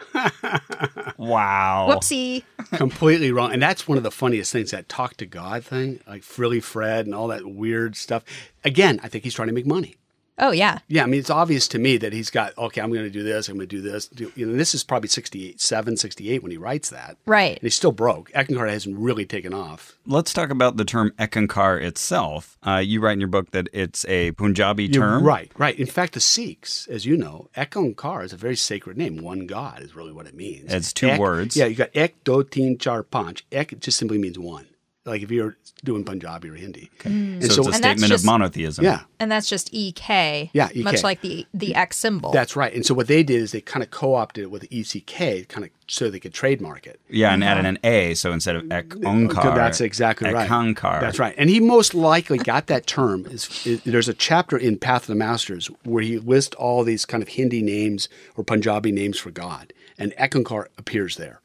[SPEAKER 1] Wow.
[SPEAKER 2] Whoopsie.
[SPEAKER 3] Completely wrong. And that's one of the funniest things that talk to God thing, like Frilly Fred and all that weird stuff. Again, I think he's trying to make money.
[SPEAKER 2] Oh, yeah.
[SPEAKER 3] Yeah, I mean, it's obvious to me that he's got, okay, I'm going to do this, I'm going to do this. Do, you know, this is probably 68, 7, 68 when he writes that.
[SPEAKER 2] Right.
[SPEAKER 3] And he's still broke. Eckenhard hasn't really taken off.
[SPEAKER 1] Let's talk about the term Ekankar itself. Uh, you write in your book that it's a Punjabi term.
[SPEAKER 3] Right, right. In fact, the Sikhs, as you know, Ekankar is a very sacred name. One God is really what it means.
[SPEAKER 1] It's two
[SPEAKER 3] Ek-
[SPEAKER 1] words.
[SPEAKER 3] Yeah, you got Ek, Do, Teen, Char, Panch. Ek just simply means one. Like if you're doing Punjabi or Hindi. And
[SPEAKER 1] So,
[SPEAKER 3] so,
[SPEAKER 1] it's a
[SPEAKER 2] And that's
[SPEAKER 1] statement
[SPEAKER 2] just-
[SPEAKER 1] of monotheism.
[SPEAKER 3] yeah.
[SPEAKER 2] And that's just EK.
[SPEAKER 3] Yeah, EK.
[SPEAKER 2] Much like the, the X symbol.
[SPEAKER 3] That's right. And so what they did is they kind of co-opted it with E ECK, kind of so they could trademark it.
[SPEAKER 1] Yeah,
[SPEAKER 2] Uh-huh.
[SPEAKER 1] and added an A, so instead of Ekankar,
[SPEAKER 3] That's exactly right.
[SPEAKER 1] Ekankar.
[SPEAKER 3] That's right. And he most likely got that term. Is, is- there's a chapter in Path of the Masters where he lists all these kind of Hindi names or Punjabi names for God, and Ekankar appears there.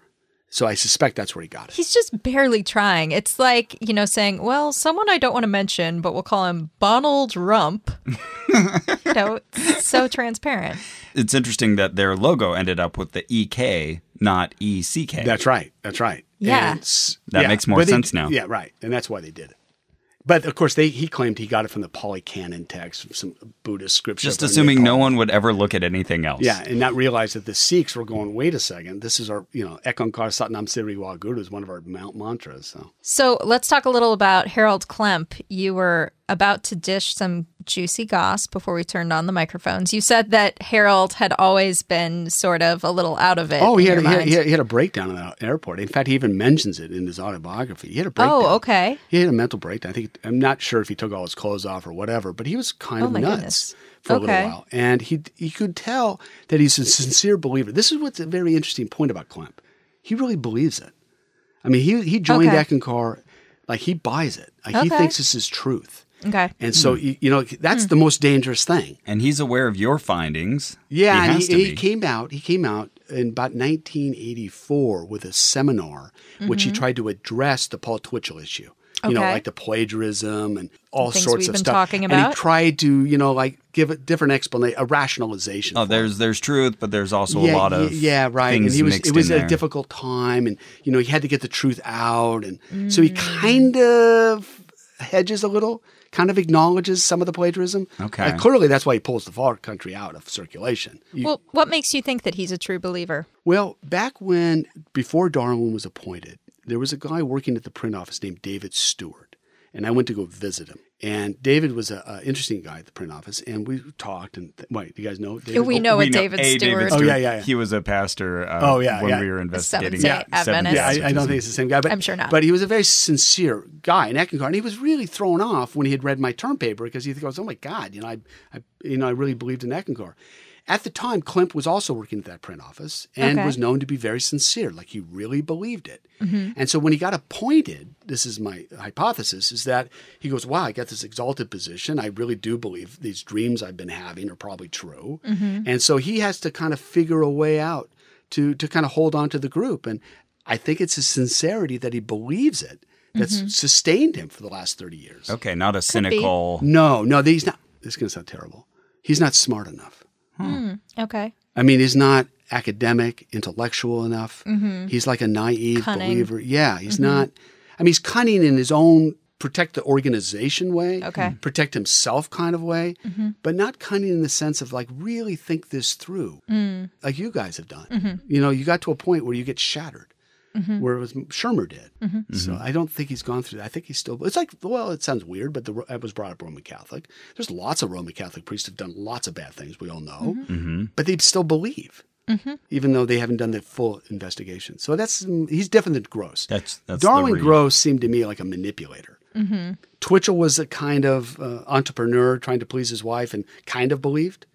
[SPEAKER 3] So I suspect that's where he got it.
[SPEAKER 2] He's just barely trying. It's like, you know, saying, well, someone I don't want to mention, but we'll call him Bonald Rump. you know, it's so transparent.
[SPEAKER 1] It's interesting that their logo ended up with the EK, not E ECK.
[SPEAKER 3] That's right. That's right.
[SPEAKER 2] Yeah.
[SPEAKER 3] And s-
[SPEAKER 1] That makes more
[SPEAKER 3] But they-
[SPEAKER 1] sense now.
[SPEAKER 3] Yeah, right. And that's why they did it. But of course, they, he claimed he got it from the Pali Canon text, some Buddhist scripture.
[SPEAKER 1] Just
[SPEAKER 3] from
[SPEAKER 1] assuming
[SPEAKER 3] Nepal.
[SPEAKER 1] no one would ever look at anything else.
[SPEAKER 3] Yeah, and not realize that the Sikhs were going, wait a second, this is our, you know, Ekankar Satnam Siri Waguru is one of our mount mantras. So
[SPEAKER 2] So let's talk a little about Harold Klemp. You were about to dish some juicy goss before we turned on the microphones. You said that Harold had always been sort of a little out of it.
[SPEAKER 3] Oh, he
[SPEAKER 2] in
[SPEAKER 3] had,
[SPEAKER 2] your
[SPEAKER 3] he, had,
[SPEAKER 2] mind.
[SPEAKER 3] he had- he had a breakdown in the airport. In fact, he even mentions it in his autobiography. He had a breakdown.
[SPEAKER 2] Oh, okay.
[SPEAKER 3] He had a mental breakdown. I think I'm not sure if he took all his clothes off or whatever, but he was kind
[SPEAKER 2] Oh,
[SPEAKER 3] of
[SPEAKER 2] my
[SPEAKER 3] nuts
[SPEAKER 2] goodness.
[SPEAKER 3] for a
[SPEAKER 2] Okay.
[SPEAKER 3] little while, and he he could tell that he's a sincere believer. This is what's a very interesting point about Klemp. He really believes it. I mean, he he joined
[SPEAKER 2] Okay.
[SPEAKER 3] Eckencar, like he buys it. Like he
[SPEAKER 2] Okay.
[SPEAKER 3] thinks this is truth.
[SPEAKER 2] Okay.
[SPEAKER 3] And so you, you know that's the most dangerous thing.
[SPEAKER 1] And he's aware of your findings.
[SPEAKER 3] Yeah,
[SPEAKER 1] he
[SPEAKER 3] and
[SPEAKER 1] has
[SPEAKER 3] he,
[SPEAKER 1] to
[SPEAKER 3] he
[SPEAKER 1] be.
[SPEAKER 3] came out. He came out in about 1984 with a seminar, which he tried to address the Paul Twitchell issue. You know,
[SPEAKER 2] Mm-hmm. Okay.
[SPEAKER 3] like the plagiarism and all
[SPEAKER 2] Things
[SPEAKER 3] sorts
[SPEAKER 2] we've
[SPEAKER 3] of
[SPEAKER 2] been
[SPEAKER 3] stuff.
[SPEAKER 2] talking
[SPEAKER 3] And
[SPEAKER 2] about.
[SPEAKER 3] he tried to, you know, like give a different explanation, a rationalization.
[SPEAKER 1] Oh,
[SPEAKER 3] for it.
[SPEAKER 1] there's there's truth, but there's also a
[SPEAKER 3] yeah,
[SPEAKER 1] lot of
[SPEAKER 3] y- yeah, right.
[SPEAKER 1] things
[SPEAKER 3] and he was
[SPEAKER 1] mixed
[SPEAKER 3] it was
[SPEAKER 1] in
[SPEAKER 3] a
[SPEAKER 1] there.
[SPEAKER 3] difficult time, and you know he had to get the truth out, and so he kind of hedges a little, kind of acknowledges some of the plagiarism.
[SPEAKER 1] Okay.
[SPEAKER 3] And clearly that's why he pulls the far country out of circulation. You-
[SPEAKER 2] Well, what makes you think that he's a true believer?
[SPEAKER 3] well, back when, before Darwin was appointed, there was a guy working at the print office named David Stewart. And I went to go visit him. And David was an interesting guy at the print office. And we talked. And th- wait, you guys know David?
[SPEAKER 2] we
[SPEAKER 3] Oh,
[SPEAKER 2] know
[SPEAKER 1] We
[SPEAKER 2] what David
[SPEAKER 1] a,
[SPEAKER 2] Stewart.
[SPEAKER 1] David Stewart.
[SPEAKER 3] Oh, yeah, yeah, yeah.
[SPEAKER 1] He was a pastor. Uh,
[SPEAKER 3] Oh, yeah,
[SPEAKER 1] when
[SPEAKER 3] yeah.
[SPEAKER 1] we were investigating.
[SPEAKER 2] Seventh-day Adventist.
[SPEAKER 1] Seventh-day
[SPEAKER 3] Yeah, I, I
[SPEAKER 1] Adventism.
[SPEAKER 3] don't think it's the same guy. But,
[SPEAKER 2] I'm sure not.
[SPEAKER 3] But he was a very sincere guy in Eckencar, and he was really thrown off when he had read my term paper because he goes, "Oh my God, you know, I, I you know, I really believed in Eckencar." At the time, Klimp was also working at that print office and
[SPEAKER 2] Okay.
[SPEAKER 3] was known to be very sincere, like he really believed it. And so when he got appointed, this is my hypothesis, is that he goes, Wow, I got this exalted position. I really do believe these dreams I've been having are probably true. And so he has to kind of figure a way out to to kind of hold on to the group. And I think it's his sincerity that he believes it that's sustained him for the last thirty years.
[SPEAKER 1] Okay, not a cynical.
[SPEAKER 3] No, no, he's not. This is going to sound terrible. He's not smart enough.
[SPEAKER 2] Okay.
[SPEAKER 3] I mean, he's not academic, intellectual enough. He's like a naive
[SPEAKER 2] Mm-hmm. Cunning. Mm-hmm.
[SPEAKER 3] believer. Yeah, he's not. I mean, he's cunning in his own protect the organization way,
[SPEAKER 2] Okay. Mm-hmm.
[SPEAKER 3] protect himself kind of way, but not cunning in the sense of like really think this through,
[SPEAKER 2] Mm.
[SPEAKER 3] like you guys have done.
[SPEAKER 2] Mm-hmm.
[SPEAKER 3] You know, you got to a point where you get shattered. Where it was Shermer did,
[SPEAKER 2] Mm-hmm.
[SPEAKER 3] so
[SPEAKER 1] Mm-hmm.
[SPEAKER 3] I don't think he's gone through that. I think he's still. It's like, well, it sounds weird, but the, I was brought up Roman Catholic. There's lots of Roman Catholic priests who've done lots of bad things. We all know
[SPEAKER 2] Mm-hmm.
[SPEAKER 1] Mm-hmm.
[SPEAKER 3] but they still believe, even though they haven't done the full investigation. So that's he's different than Gross.
[SPEAKER 1] That's that's the
[SPEAKER 3] Darwin
[SPEAKER 1] read.
[SPEAKER 3] Gross seemed to me like a manipulator.
[SPEAKER 2] Mm-hmm.
[SPEAKER 3] Twitchell was a kind of uh, entrepreneur trying to please his wife and kind of believed.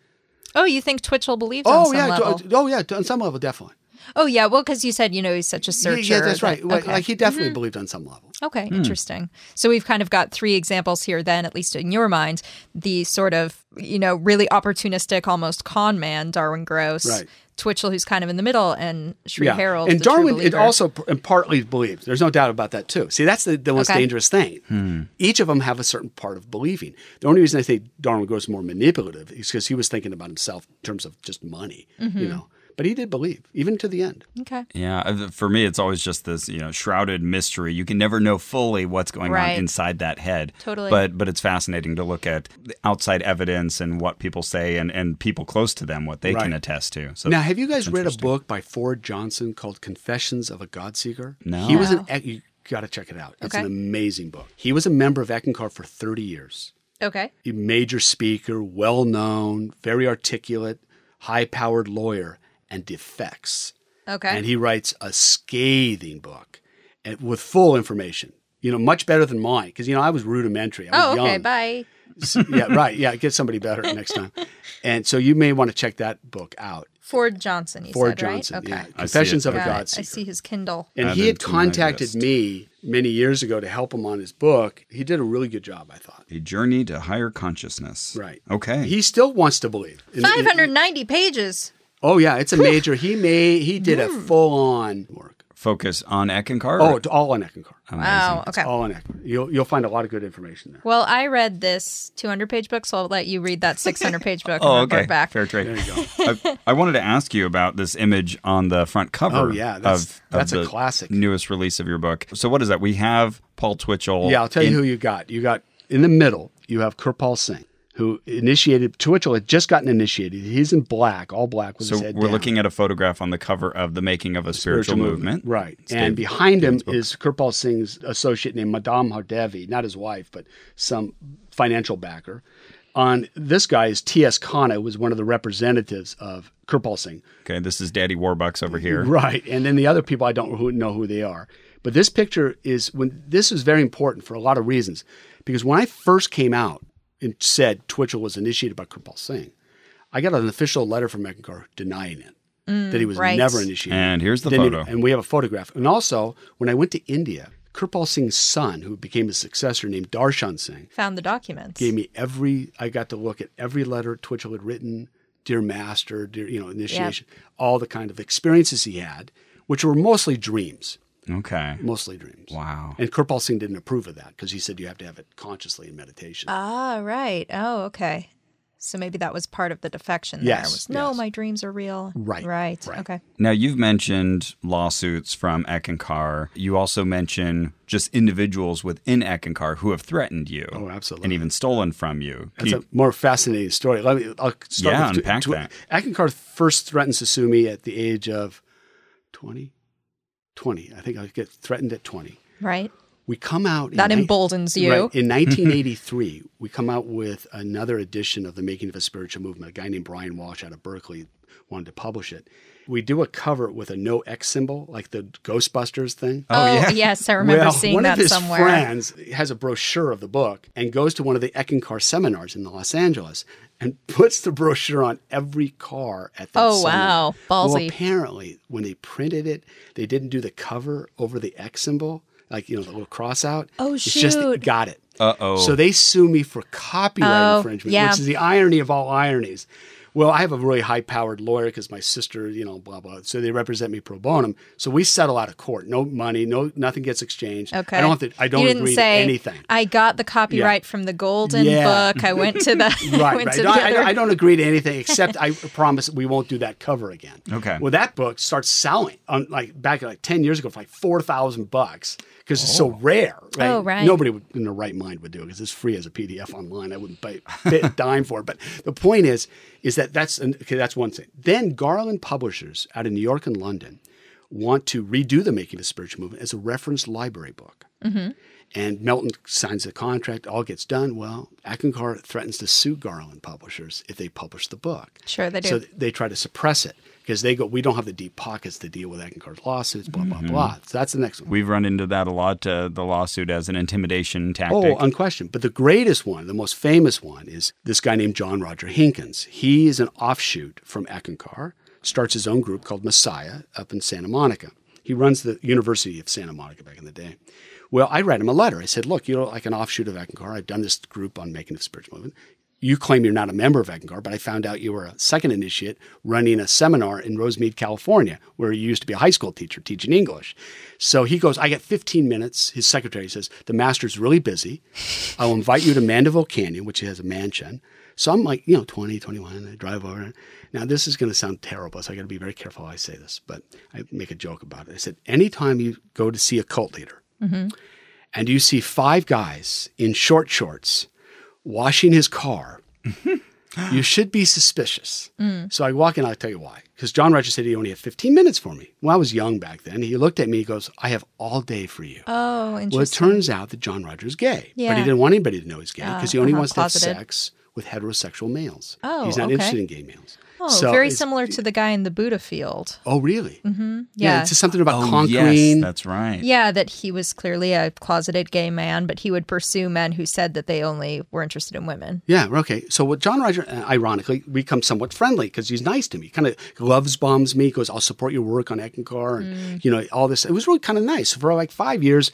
[SPEAKER 2] Oh, you think Twitchell believes on
[SPEAKER 3] Oh
[SPEAKER 2] some
[SPEAKER 3] yeah,
[SPEAKER 2] level?
[SPEAKER 3] to- oh yeah, to- on some level definitely.
[SPEAKER 2] oh, yeah. Well, because you said, you know, he's such a
[SPEAKER 3] Yeah,
[SPEAKER 2] searcher.
[SPEAKER 3] yeah, that's
[SPEAKER 2] that-
[SPEAKER 3] right.
[SPEAKER 2] okay.
[SPEAKER 3] Like,
[SPEAKER 2] Mm-hmm.
[SPEAKER 3] like he definitely believed on some level.
[SPEAKER 2] Okay, interesting. So we've kind of got three examples here, then, at least in your mind, the sort of, you know, really opportunistic, almost con man, Darwin Gross,
[SPEAKER 3] Right.
[SPEAKER 2] Twitchell, who's kind of in the middle, and Sri Harold.
[SPEAKER 3] and
[SPEAKER 2] the true
[SPEAKER 3] Darwin it
[SPEAKER 2] believer.
[SPEAKER 3] also p- and partly believes. There's no doubt about that too. See, that's the, the most
[SPEAKER 2] Okay.
[SPEAKER 3] dangerous thing.
[SPEAKER 1] Hmm.
[SPEAKER 3] Each of them have a certain part of believing. The only
[SPEAKER 2] Mm-hmm.
[SPEAKER 3] reason I think Darwin goes more manipulative is because he was thinking about himself in terms of just money. You know, But he did believe, even to the end.
[SPEAKER 2] Okay.
[SPEAKER 1] Yeah, uh, for me, it's always just this, you know, shrouded mystery. You can never know fully what's going
[SPEAKER 2] Right.
[SPEAKER 1] on inside that head.
[SPEAKER 2] Totally.
[SPEAKER 1] But but it's fascinating to look at the outside evidence and what people say and and people close to them what they can
[SPEAKER 3] Right.
[SPEAKER 1] attest to. So
[SPEAKER 3] now, have you guys read a
[SPEAKER 1] interesting.
[SPEAKER 3] book by Ford Johnson called Confessions of a God Seeker?
[SPEAKER 1] No.
[SPEAKER 3] He was an, ec- you got to check it out. It's
[SPEAKER 2] Okay.
[SPEAKER 3] an amazing book. He was a member of Eckankar for 30 years.
[SPEAKER 2] Okay.
[SPEAKER 3] a major speaker, well known, very articulate, high powered lawyer, and defects.
[SPEAKER 2] Okay.
[SPEAKER 3] And he writes a scathing book and with full information. You know, much better than mine because you know I was rudimentary. I
[SPEAKER 2] oh,
[SPEAKER 3] was
[SPEAKER 2] okay.
[SPEAKER 3] young.
[SPEAKER 2] Bye.
[SPEAKER 3] S- yeah, right. Yeah, get somebody better next time. And so you may want to check that book out.
[SPEAKER 2] Ford Johnson. You
[SPEAKER 3] Ford
[SPEAKER 2] said right.
[SPEAKER 3] Johnson.
[SPEAKER 2] okay.
[SPEAKER 3] Yeah,
[SPEAKER 1] it.
[SPEAKER 3] Confessions of a
[SPEAKER 2] Got it.
[SPEAKER 3] God
[SPEAKER 2] I
[SPEAKER 3] Seeker.
[SPEAKER 2] see his Kindle.
[SPEAKER 3] And
[SPEAKER 1] Added
[SPEAKER 3] he had
[SPEAKER 1] to my
[SPEAKER 3] contacted
[SPEAKER 1] list.
[SPEAKER 3] me many years ago to help him on his book. He did a really good job, I thought.
[SPEAKER 1] a journey to higher consciousness.
[SPEAKER 3] Right.
[SPEAKER 1] Okay.
[SPEAKER 3] He still wants to believe. In- in-
[SPEAKER 2] 590 pages.
[SPEAKER 3] Oh yeah, it's a major. He made he did
[SPEAKER 1] Hmm.
[SPEAKER 3] a full on work.
[SPEAKER 1] Focus on Eckankar.
[SPEAKER 3] Oh, it's all on Eckankar.
[SPEAKER 2] Wow.
[SPEAKER 3] It's
[SPEAKER 2] Okay.
[SPEAKER 3] all on Eckankar. You'll you'll find a lot of good information there.
[SPEAKER 2] Well, I read this 200 page book, so I'll let you read that 600 page book.
[SPEAKER 1] Oh,
[SPEAKER 2] and report
[SPEAKER 1] okay.
[SPEAKER 2] Back.
[SPEAKER 1] Fair trade.
[SPEAKER 3] There you go.
[SPEAKER 1] I, I wanted to ask you about this image on the front cover.
[SPEAKER 3] Oh, yeah, that's-
[SPEAKER 1] of,
[SPEAKER 3] that's
[SPEAKER 1] of
[SPEAKER 3] a
[SPEAKER 1] the
[SPEAKER 3] classic.
[SPEAKER 1] Newest release of your book. So what is that? We have Paul Twitchell.
[SPEAKER 3] Yeah, I'll tell you
[SPEAKER 1] in-
[SPEAKER 3] who you got. You got in the middle. You have Kirpal Singh, who initiated. Twitchell had just gotten initiated. He's in black, all black with
[SPEAKER 1] So
[SPEAKER 3] his head
[SPEAKER 1] we're
[SPEAKER 3] down.
[SPEAKER 1] looking at a photograph on the cover of the making of a spiritual, movement.
[SPEAKER 3] right?
[SPEAKER 1] It's Dave-
[SPEAKER 3] and behind him
[SPEAKER 1] Dave's book.
[SPEAKER 3] is Kirpal Singh's associate named Madame Hardevi, not his wife, but some financial backer. On this guy is T.S. Khanna, who was one of the representatives of Kirpal Singh.
[SPEAKER 1] Okay, this is Daddy Warbucks over here.
[SPEAKER 3] Right. And then the other people, I don't who, know who they are. But this picture is when this is very important for a lot of reasons. Because when I first came out and said Twitchell was initiated by Kripal Singh, I got an official letter from Eckankar denying it, that he was
[SPEAKER 2] right.
[SPEAKER 3] never initiated.
[SPEAKER 1] And here's the
[SPEAKER 3] Didn't
[SPEAKER 1] photo.
[SPEAKER 3] even- and we have a photograph. And also, when I went to India, Kripal Singh's son, who became his successor, named Darshan Singh,
[SPEAKER 2] Found the documents.
[SPEAKER 3] gave me every I got to look at every letter Twitchell had written, dear master, dear you know, initiation, all the kind of experiences he had, which were mostly dreams.
[SPEAKER 1] Okay.
[SPEAKER 3] Mostly dreams.
[SPEAKER 1] Wow.
[SPEAKER 3] And Kirpal Singh didn't approve of that because he said you have to have it consciously in meditation.
[SPEAKER 2] Ah, right. Oh, okay. So maybe that was part of the defection there.
[SPEAKER 3] Yes,
[SPEAKER 2] Was, no,
[SPEAKER 3] yes.
[SPEAKER 2] my dreams are real.
[SPEAKER 3] Right,
[SPEAKER 2] Right.
[SPEAKER 3] right.
[SPEAKER 2] Okay.
[SPEAKER 1] Now you've mentioned lawsuits from Eckankar. You also mention just individuals within Eckankar who have threatened you.
[SPEAKER 3] Oh, absolutely.
[SPEAKER 1] And even stolen from you. Can
[SPEAKER 3] That's
[SPEAKER 1] you-
[SPEAKER 3] a more fascinating story. Let me. I'll start
[SPEAKER 1] Yeah,
[SPEAKER 3] with
[SPEAKER 1] unpack that.
[SPEAKER 3] Akinkar first threatens to sue me at the age of 20. 20. I think I get threatened at 20.
[SPEAKER 2] Right.
[SPEAKER 3] We come out.
[SPEAKER 2] That
[SPEAKER 3] in, ni-
[SPEAKER 2] emboldens you.
[SPEAKER 3] Right. In 1983, we come out with another edition of The Making of a Spiritual Movement. A guy named Brian Walsh out of Berkeley wanted to publish it. We do a cover with a no X symbol, like the Ghostbusters thing.
[SPEAKER 2] Oh,
[SPEAKER 1] yeah.
[SPEAKER 2] yes. I remember
[SPEAKER 3] well,
[SPEAKER 2] seeing
[SPEAKER 3] one
[SPEAKER 2] that
[SPEAKER 3] of his
[SPEAKER 2] somewhere.
[SPEAKER 3] friends has a brochure of the book and goes to one of the Eckankar seminars in Los Angeles and puts the brochure on every car at that
[SPEAKER 2] Oh,
[SPEAKER 3] seminar.
[SPEAKER 2] wow.
[SPEAKER 3] Well,
[SPEAKER 2] Ballsy.
[SPEAKER 3] apparently, when they printed it, they didn't do the cover over the X symbol, like, you know, the little cross out.
[SPEAKER 2] Oh,
[SPEAKER 3] It's just
[SPEAKER 2] shoot.
[SPEAKER 3] got it.
[SPEAKER 1] Uh-oh.
[SPEAKER 3] So they sue me for copyright
[SPEAKER 2] Oh,
[SPEAKER 3] infringement,
[SPEAKER 2] yeah.
[SPEAKER 3] which is the irony of all ironies. Well, I have a really high powered lawyer because my sister, you know, blah, blah. So they represent me pro bonum. So we settle out of court. No money, no nothing gets exchanged.
[SPEAKER 2] Okay.
[SPEAKER 3] I don't have to, I don't
[SPEAKER 2] you didn't
[SPEAKER 3] agree
[SPEAKER 2] say,
[SPEAKER 3] to anything.
[SPEAKER 2] I got the copyright from the golden
[SPEAKER 3] Yeah.
[SPEAKER 2] book. I went to the I
[SPEAKER 3] Right,
[SPEAKER 2] went
[SPEAKER 3] right.
[SPEAKER 2] to
[SPEAKER 3] No,
[SPEAKER 2] the
[SPEAKER 3] I,
[SPEAKER 2] other.
[SPEAKER 3] I don't agree to anything except I promise we won't do that cover again.
[SPEAKER 1] Okay.
[SPEAKER 3] Well, that book starts selling on like back like ten years ago for like four thousand bucks because it's so rare. Right?
[SPEAKER 2] Oh, right.
[SPEAKER 3] Nobody would, in their right mind would do it because it's free as a PDF online. I wouldn't pay pay a dime for it. But the point is, is that that's an, okay. That's one thing. Then Garland Publishers out of New York and London want to redo the Making of the Spiritual Movement as a reference library book. And Melton signs the contract, all gets done. Well, Akinkar threatens to sue Garland publishers if they publish the book.
[SPEAKER 2] Sure, they do.
[SPEAKER 3] So they try to suppress it because they go, we don't have the deep pockets to deal with Akinkar's lawsuits, blah, blah, blah. So that's the next one.
[SPEAKER 1] We've run into that a lot, uh, the lawsuit as an intimidation tactic.
[SPEAKER 3] Oh, unquestioned. But the greatest one, the most famous one, is this guy named John Roger Hinkins. He is an offshoot from Akinkar, starts his own group called Messiah up in Santa Monica. He runs the University of Santa Monica back in the day. Well, I write him a letter. I said, look, you know, like an offshoot of Akinkar, I've done this group on making the spiritual movement. You claim you're not a member of Eckankar, but I found out you were a second initiate running a seminar in Rosemead, California, where you used to be a high school teacher teaching English. So he goes, I get 15 minutes. His secretary says, The master's really busy. I'll invite you to Mandeville Canyon, which has a mansion. So I'm like, you know, 20, 21. I drive over. Now, this is going to sound terrible, so I got to be very careful how I say this, but I make a joke about it. I said, anytime you go to see a cult leader and you see five guys in short shorts washing his car,
[SPEAKER 2] Mm-hmm.
[SPEAKER 3] you should be suspicious.
[SPEAKER 2] Mm.
[SPEAKER 3] So I walk in, I'll tell you why. Because John Roger said he only had 15 minutes for me. When I was young back then, he looked at me, he goes, I have all day for you.
[SPEAKER 2] Oh,
[SPEAKER 3] Well, it
[SPEAKER 2] interesting.
[SPEAKER 3] turns out that John Rogers is gay, but
[SPEAKER 2] Yeah.
[SPEAKER 3] he didn't want anybody to know he's gay because he only
[SPEAKER 2] uh-huh,
[SPEAKER 3] wants to
[SPEAKER 2] closeted.
[SPEAKER 3] have sex with heterosexual males.
[SPEAKER 2] Oh,
[SPEAKER 3] he's not
[SPEAKER 2] okay.
[SPEAKER 3] interested in gay males.
[SPEAKER 2] Oh,
[SPEAKER 3] So
[SPEAKER 2] very
[SPEAKER 3] it's-
[SPEAKER 2] similar to the guy in the Buddha field.
[SPEAKER 3] Oh, really?
[SPEAKER 2] Yeah.
[SPEAKER 3] it's just something
[SPEAKER 1] Oh,
[SPEAKER 3] about
[SPEAKER 1] yes,
[SPEAKER 3] conquering.
[SPEAKER 1] that's right.
[SPEAKER 2] Yeah, that he was clearly a closeted gay man, but he would pursue men who said that they only were interested in women.
[SPEAKER 3] yeah, we're okay. So, what John Roger, uh, ironically, becomes somewhat friendly because he's nice to me. Kind of loves bombs me. Goes, I'll support your work on Eckencar, and you know all this. It was really kind of nice for like five years.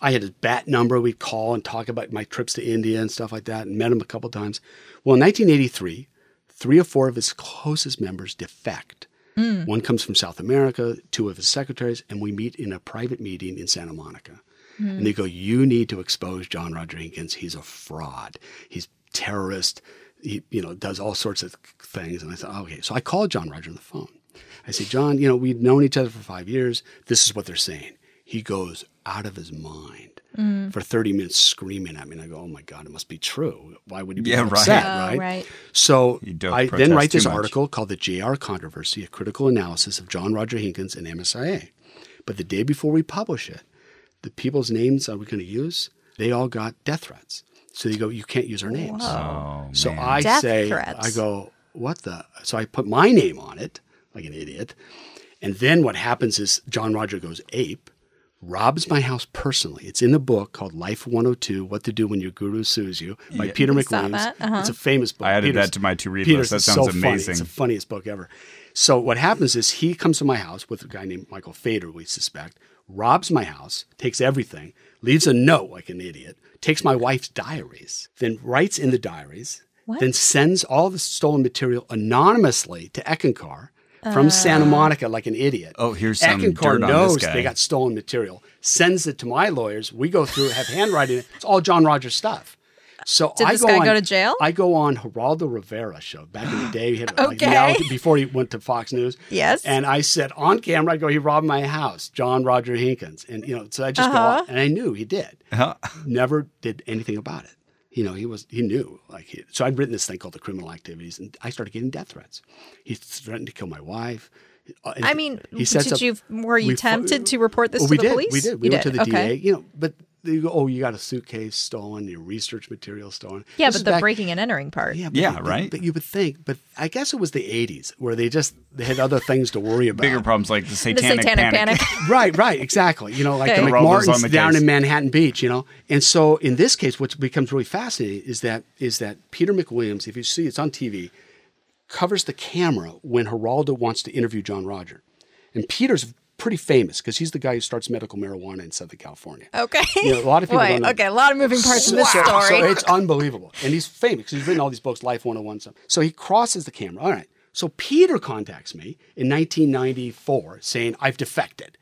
[SPEAKER 3] I had his bat number. We'd call and talk about my trips to India and stuff like that, and met him a couple times. Well, in 1983, three or four of his closest members defect. One comes from South America, two of his secretaries, and we meet in a private meeting in Santa Monica. And they go, You need to expose John Roger Hinkins. He's a fraud. He's terrorist. He, you know, does all sorts of things. And I said, okay. So I called John Roger on the phone. I said, John, you know, we've known each other for five years. This is what they're saying. He goes out of his mind for 30 minutes screaming at me. And I go, oh my God, it must be true. Why would he be
[SPEAKER 1] Yeah, right.
[SPEAKER 3] upset,
[SPEAKER 2] Oh, right.
[SPEAKER 3] so
[SPEAKER 1] don't
[SPEAKER 3] I
[SPEAKER 1] protest
[SPEAKER 3] then write this
[SPEAKER 1] too much.
[SPEAKER 3] article called The JR Controversy, a critical analysis of John Roger Hinkins and MSIA. But the day before we publish it, the people's names that we're going to use, they all got death threats. So they go, you can't use our names.
[SPEAKER 1] Oh,
[SPEAKER 3] So
[SPEAKER 1] man.
[SPEAKER 3] I
[SPEAKER 2] Death
[SPEAKER 3] say,
[SPEAKER 2] threats.
[SPEAKER 3] I go, what the? So I put my name on it, like an idiot. And then what happens is John Roger goes ape, robs my house personally. It's in the book called Life 102 What to Do When Your Guru Sues You by Peter
[SPEAKER 2] saw
[SPEAKER 3] McWilliams.
[SPEAKER 2] that, uh-huh.
[SPEAKER 3] It's a famous book.
[SPEAKER 1] I added
[SPEAKER 3] Peter's-
[SPEAKER 1] that to my to-read list.
[SPEAKER 3] Peter's
[SPEAKER 1] That
[SPEAKER 3] is
[SPEAKER 1] sounds
[SPEAKER 3] so funny.
[SPEAKER 1] amazing.
[SPEAKER 3] It's the funniest book ever. So what happens is he comes to my house with a guy named Michael Fader, we suspect, robs my house, takes everything, leaves a note like an idiot, takes my wife's diaries, then writes in the diaries,
[SPEAKER 2] What?
[SPEAKER 3] then sends all the stolen material anonymously to Eckencar
[SPEAKER 2] Uh.
[SPEAKER 3] from Santa Monica like an idiot.
[SPEAKER 1] Oh, here's some
[SPEAKER 3] Eckencar
[SPEAKER 1] dirt on this
[SPEAKER 3] knows
[SPEAKER 1] guy.
[SPEAKER 3] they got stolen material, sends it to my lawyers. We go through, have handwriting. It's all John Rogers stuff. So
[SPEAKER 2] Did
[SPEAKER 3] I
[SPEAKER 2] this
[SPEAKER 3] go
[SPEAKER 2] guy
[SPEAKER 3] on-
[SPEAKER 2] go to jail?
[SPEAKER 3] I go on Geraldo Rivera show back in the day. He had like
[SPEAKER 2] Okay.
[SPEAKER 3] now, before he went to Fox News.
[SPEAKER 2] Yes.
[SPEAKER 3] And I said on camera, I go, he robbed my house, John Roger Hinkins, and you know, so I just
[SPEAKER 2] Uh-huh.
[SPEAKER 3] go on, and I knew he did. Never did anything about it. You know, he was he knew like he, so. I'd written this thing called the criminal activities, and I started getting death threats. He threatened to kill my wife. Uh, and
[SPEAKER 2] I mean,
[SPEAKER 3] sets
[SPEAKER 2] did
[SPEAKER 3] up-
[SPEAKER 2] you were you
[SPEAKER 3] we fo-
[SPEAKER 2] tempted to report this
[SPEAKER 3] Oh,
[SPEAKER 2] to
[SPEAKER 3] we
[SPEAKER 2] the
[SPEAKER 3] did.
[SPEAKER 2] police?
[SPEAKER 3] We did. We
[SPEAKER 2] You
[SPEAKER 3] went to the
[SPEAKER 2] okay.
[SPEAKER 3] DA. You know, but they go, oh, you got a suitcase stolen, your research material stolen.
[SPEAKER 2] Yeah,
[SPEAKER 3] This is
[SPEAKER 2] but the
[SPEAKER 3] back-
[SPEAKER 2] breaking and entering part.
[SPEAKER 3] yeah, but
[SPEAKER 1] Yeah,
[SPEAKER 3] you-
[SPEAKER 1] right?
[SPEAKER 3] But you would think, but I guess it was the '80s where they just they had other things to worry about.
[SPEAKER 1] Bigger problems like the
[SPEAKER 2] The
[SPEAKER 1] satanic,
[SPEAKER 2] satanic panic.
[SPEAKER 3] right, right, exactly. You know, like
[SPEAKER 2] Okay.
[SPEAKER 3] the
[SPEAKER 1] The Romans on
[SPEAKER 3] McMartins
[SPEAKER 1] the
[SPEAKER 3] down
[SPEAKER 1] case.
[SPEAKER 3] in Manhattan Beach. You know, and so in this case, what becomes really fascinating is that is that Peter McWilliams, if you see, it's on TV, covers the camera when Geraldo wants to interview John Roger, and Peter's pretty famous because he's the guy who starts medical marijuana in Southern California.
[SPEAKER 2] okay.
[SPEAKER 3] Yeah, a lot of people
[SPEAKER 2] Boy,
[SPEAKER 3] don't know.
[SPEAKER 2] Okay, a lot of moving parts in this
[SPEAKER 3] So-
[SPEAKER 2] story.
[SPEAKER 3] So it's unbelievable. And he's famous. 'cause He's written all these books, Life 101 stuff. So he crosses the camera. All right. So Peter contacts me in 1994 saying, I've defected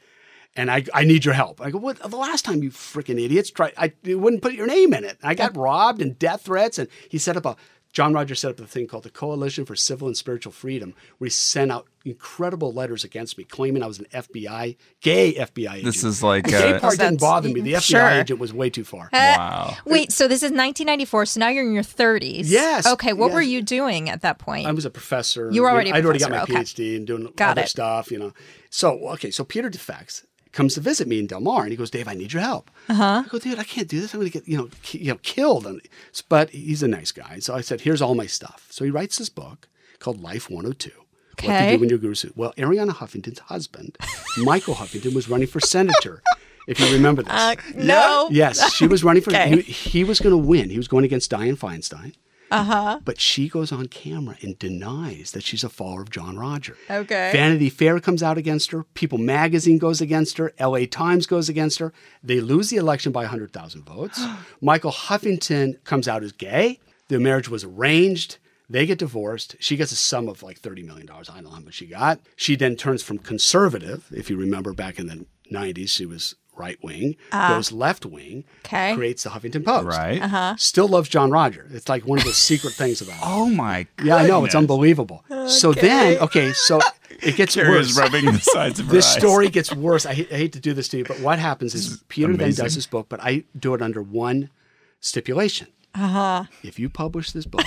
[SPEAKER 3] and I, I need your help. I go, what? The last time you freaking idiots tried, I you wouldn't put your name in it. I got robbed and death threats. And he set up a, John Rogers set up a thing called the Coalition for Civil and Spiritual Freedom, where he sent out incredible letters against me, claiming I was an FBI, gay FBI agent.
[SPEAKER 1] This is like
[SPEAKER 3] the gay
[SPEAKER 1] uh,
[SPEAKER 2] Oh,
[SPEAKER 3] part
[SPEAKER 2] that's-
[SPEAKER 3] didn't bother me. The FBI
[SPEAKER 2] sure.
[SPEAKER 3] agent was way too far.
[SPEAKER 1] wow.
[SPEAKER 2] Wait, so this is 1994. So now you're in your 30s.
[SPEAKER 3] Yes,
[SPEAKER 2] Okay, what
[SPEAKER 3] yes.
[SPEAKER 2] were you doing at that point?
[SPEAKER 3] I was a professor.
[SPEAKER 2] You were already a
[SPEAKER 3] I'd already got my
[SPEAKER 2] professor, okay.
[SPEAKER 3] PhD and doing
[SPEAKER 2] Got
[SPEAKER 3] other
[SPEAKER 2] it.
[SPEAKER 3] stuff, you know. So okay, so Peter defects, comes to visit me in Del Mar, and he goes, "Dave, I need your help." Uh-huh. I go, "Dude, I can't do this. I'm going to get you know, ki- you know killed." And, but he's a nice guy, so I said, "Here's all my stuff." So he writes this book called Life 102. What to
[SPEAKER 2] Okay.
[SPEAKER 3] do when you're guru suit. Well, Ariana Huffington's husband, Michael Huffington, was running for senator. If you remember this,
[SPEAKER 2] Uh, no.
[SPEAKER 3] Yes, she was running for.
[SPEAKER 2] Okay.
[SPEAKER 3] He, he was going to win. He was going against Dianne Feinstein. Uh
[SPEAKER 2] Uh-huh.
[SPEAKER 3] huh. But she goes on camera and denies that she's a follower of John Roger.
[SPEAKER 2] Okay.
[SPEAKER 3] Vanity Fair comes out against her. People Magazine goes against her. L.A. Times goes against her. They lose the election by 100,000 votes. Michael Huffington comes out as gay. Their marriage was arranged. They get divorced. She gets a sum of like $30 million. I don't know how much she got. She then turns from conservative, if you remember back in the 90s, she was right wing, goes left wing,
[SPEAKER 2] Uh-huh. Okay.
[SPEAKER 3] creates the Huffington Post.
[SPEAKER 1] Right.
[SPEAKER 2] Uh-huh.
[SPEAKER 3] Still loves John Roger. It's like one of the secret things about him.
[SPEAKER 1] Oh my god.
[SPEAKER 3] Yeah, I know. It's unbelievable. So then, okay, so it gets worse.
[SPEAKER 1] Kara's rubbing the sides of her
[SPEAKER 3] This
[SPEAKER 1] eyes.
[SPEAKER 3] story gets worse. I hate, I hate to do this to you, but what happens is Peter
[SPEAKER 1] amazing.
[SPEAKER 3] then does his book, but I do it under one stipulation. Uh-huh. If you publish this book,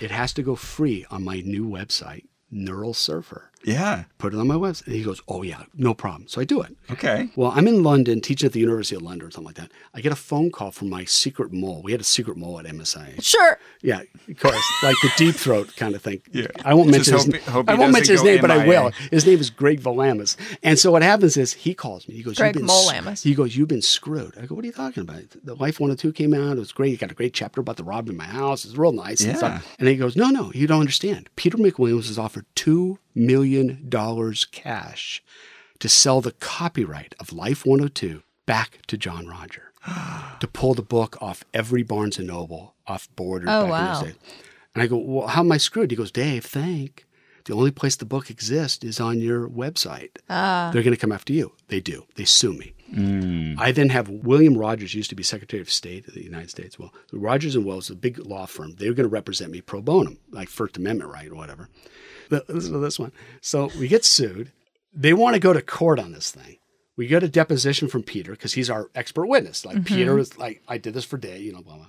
[SPEAKER 3] it has to go free on my new website, Neural Surfer.
[SPEAKER 1] Yeah.
[SPEAKER 3] Put it on my website. And he goes, Oh, yeah, no problem. So I do it.
[SPEAKER 1] Okay.
[SPEAKER 3] Well, I'm in London teaching at the University of London or something like that. I get a phone call from my secret mole. We had a secret mole at MSI.
[SPEAKER 2] Sure.
[SPEAKER 3] Yeah, of course, like the deep throat kind of thing.
[SPEAKER 1] Yeah.
[SPEAKER 3] I won't
[SPEAKER 1] Just
[SPEAKER 3] mention
[SPEAKER 1] hope
[SPEAKER 3] his,
[SPEAKER 1] he- hope he
[SPEAKER 3] I
[SPEAKER 1] doesn't
[SPEAKER 3] won't mention his
[SPEAKER 1] go
[SPEAKER 3] name, but
[SPEAKER 1] MIA.
[SPEAKER 3] I will. His name is Greg Valamas. And so what happens is he calls me. He goes,
[SPEAKER 2] Greg
[SPEAKER 3] "You've been s-
[SPEAKER 2] Molamas.
[SPEAKER 3] He goes, "You've been screwed." I go, "What are you talking about?" The Life 102 came out. It was great. You got a great chapter about the robbery in my house. It's real nice. And, stuff. and he goes, "No, no, you don't understand. Peter McWilliams was offered two million dollars cash to sell the copyright of Life 102 back to John Roger." to pull the book off every Barnes and Noble off border
[SPEAKER 2] Oh,
[SPEAKER 3] back
[SPEAKER 2] wow.
[SPEAKER 3] in those days. And I go, well, how am I screwed? He goes, Dave, think the only place the book exists is on your website.
[SPEAKER 2] Ah.
[SPEAKER 3] They're going to come after you. They do. They sue me. I then have William Rogers, used to be Secretary of State of the United States. Well, Rogers and Wells, a big law firm, they were going to represent me pro bonum, like First Amendment right or whatever. But Listen to this one. So we get sued. They want to go to court on this thing. We get a deposition from Peter because he's our expert witness. Like Peter is like, I did this for day, you know, blah blah.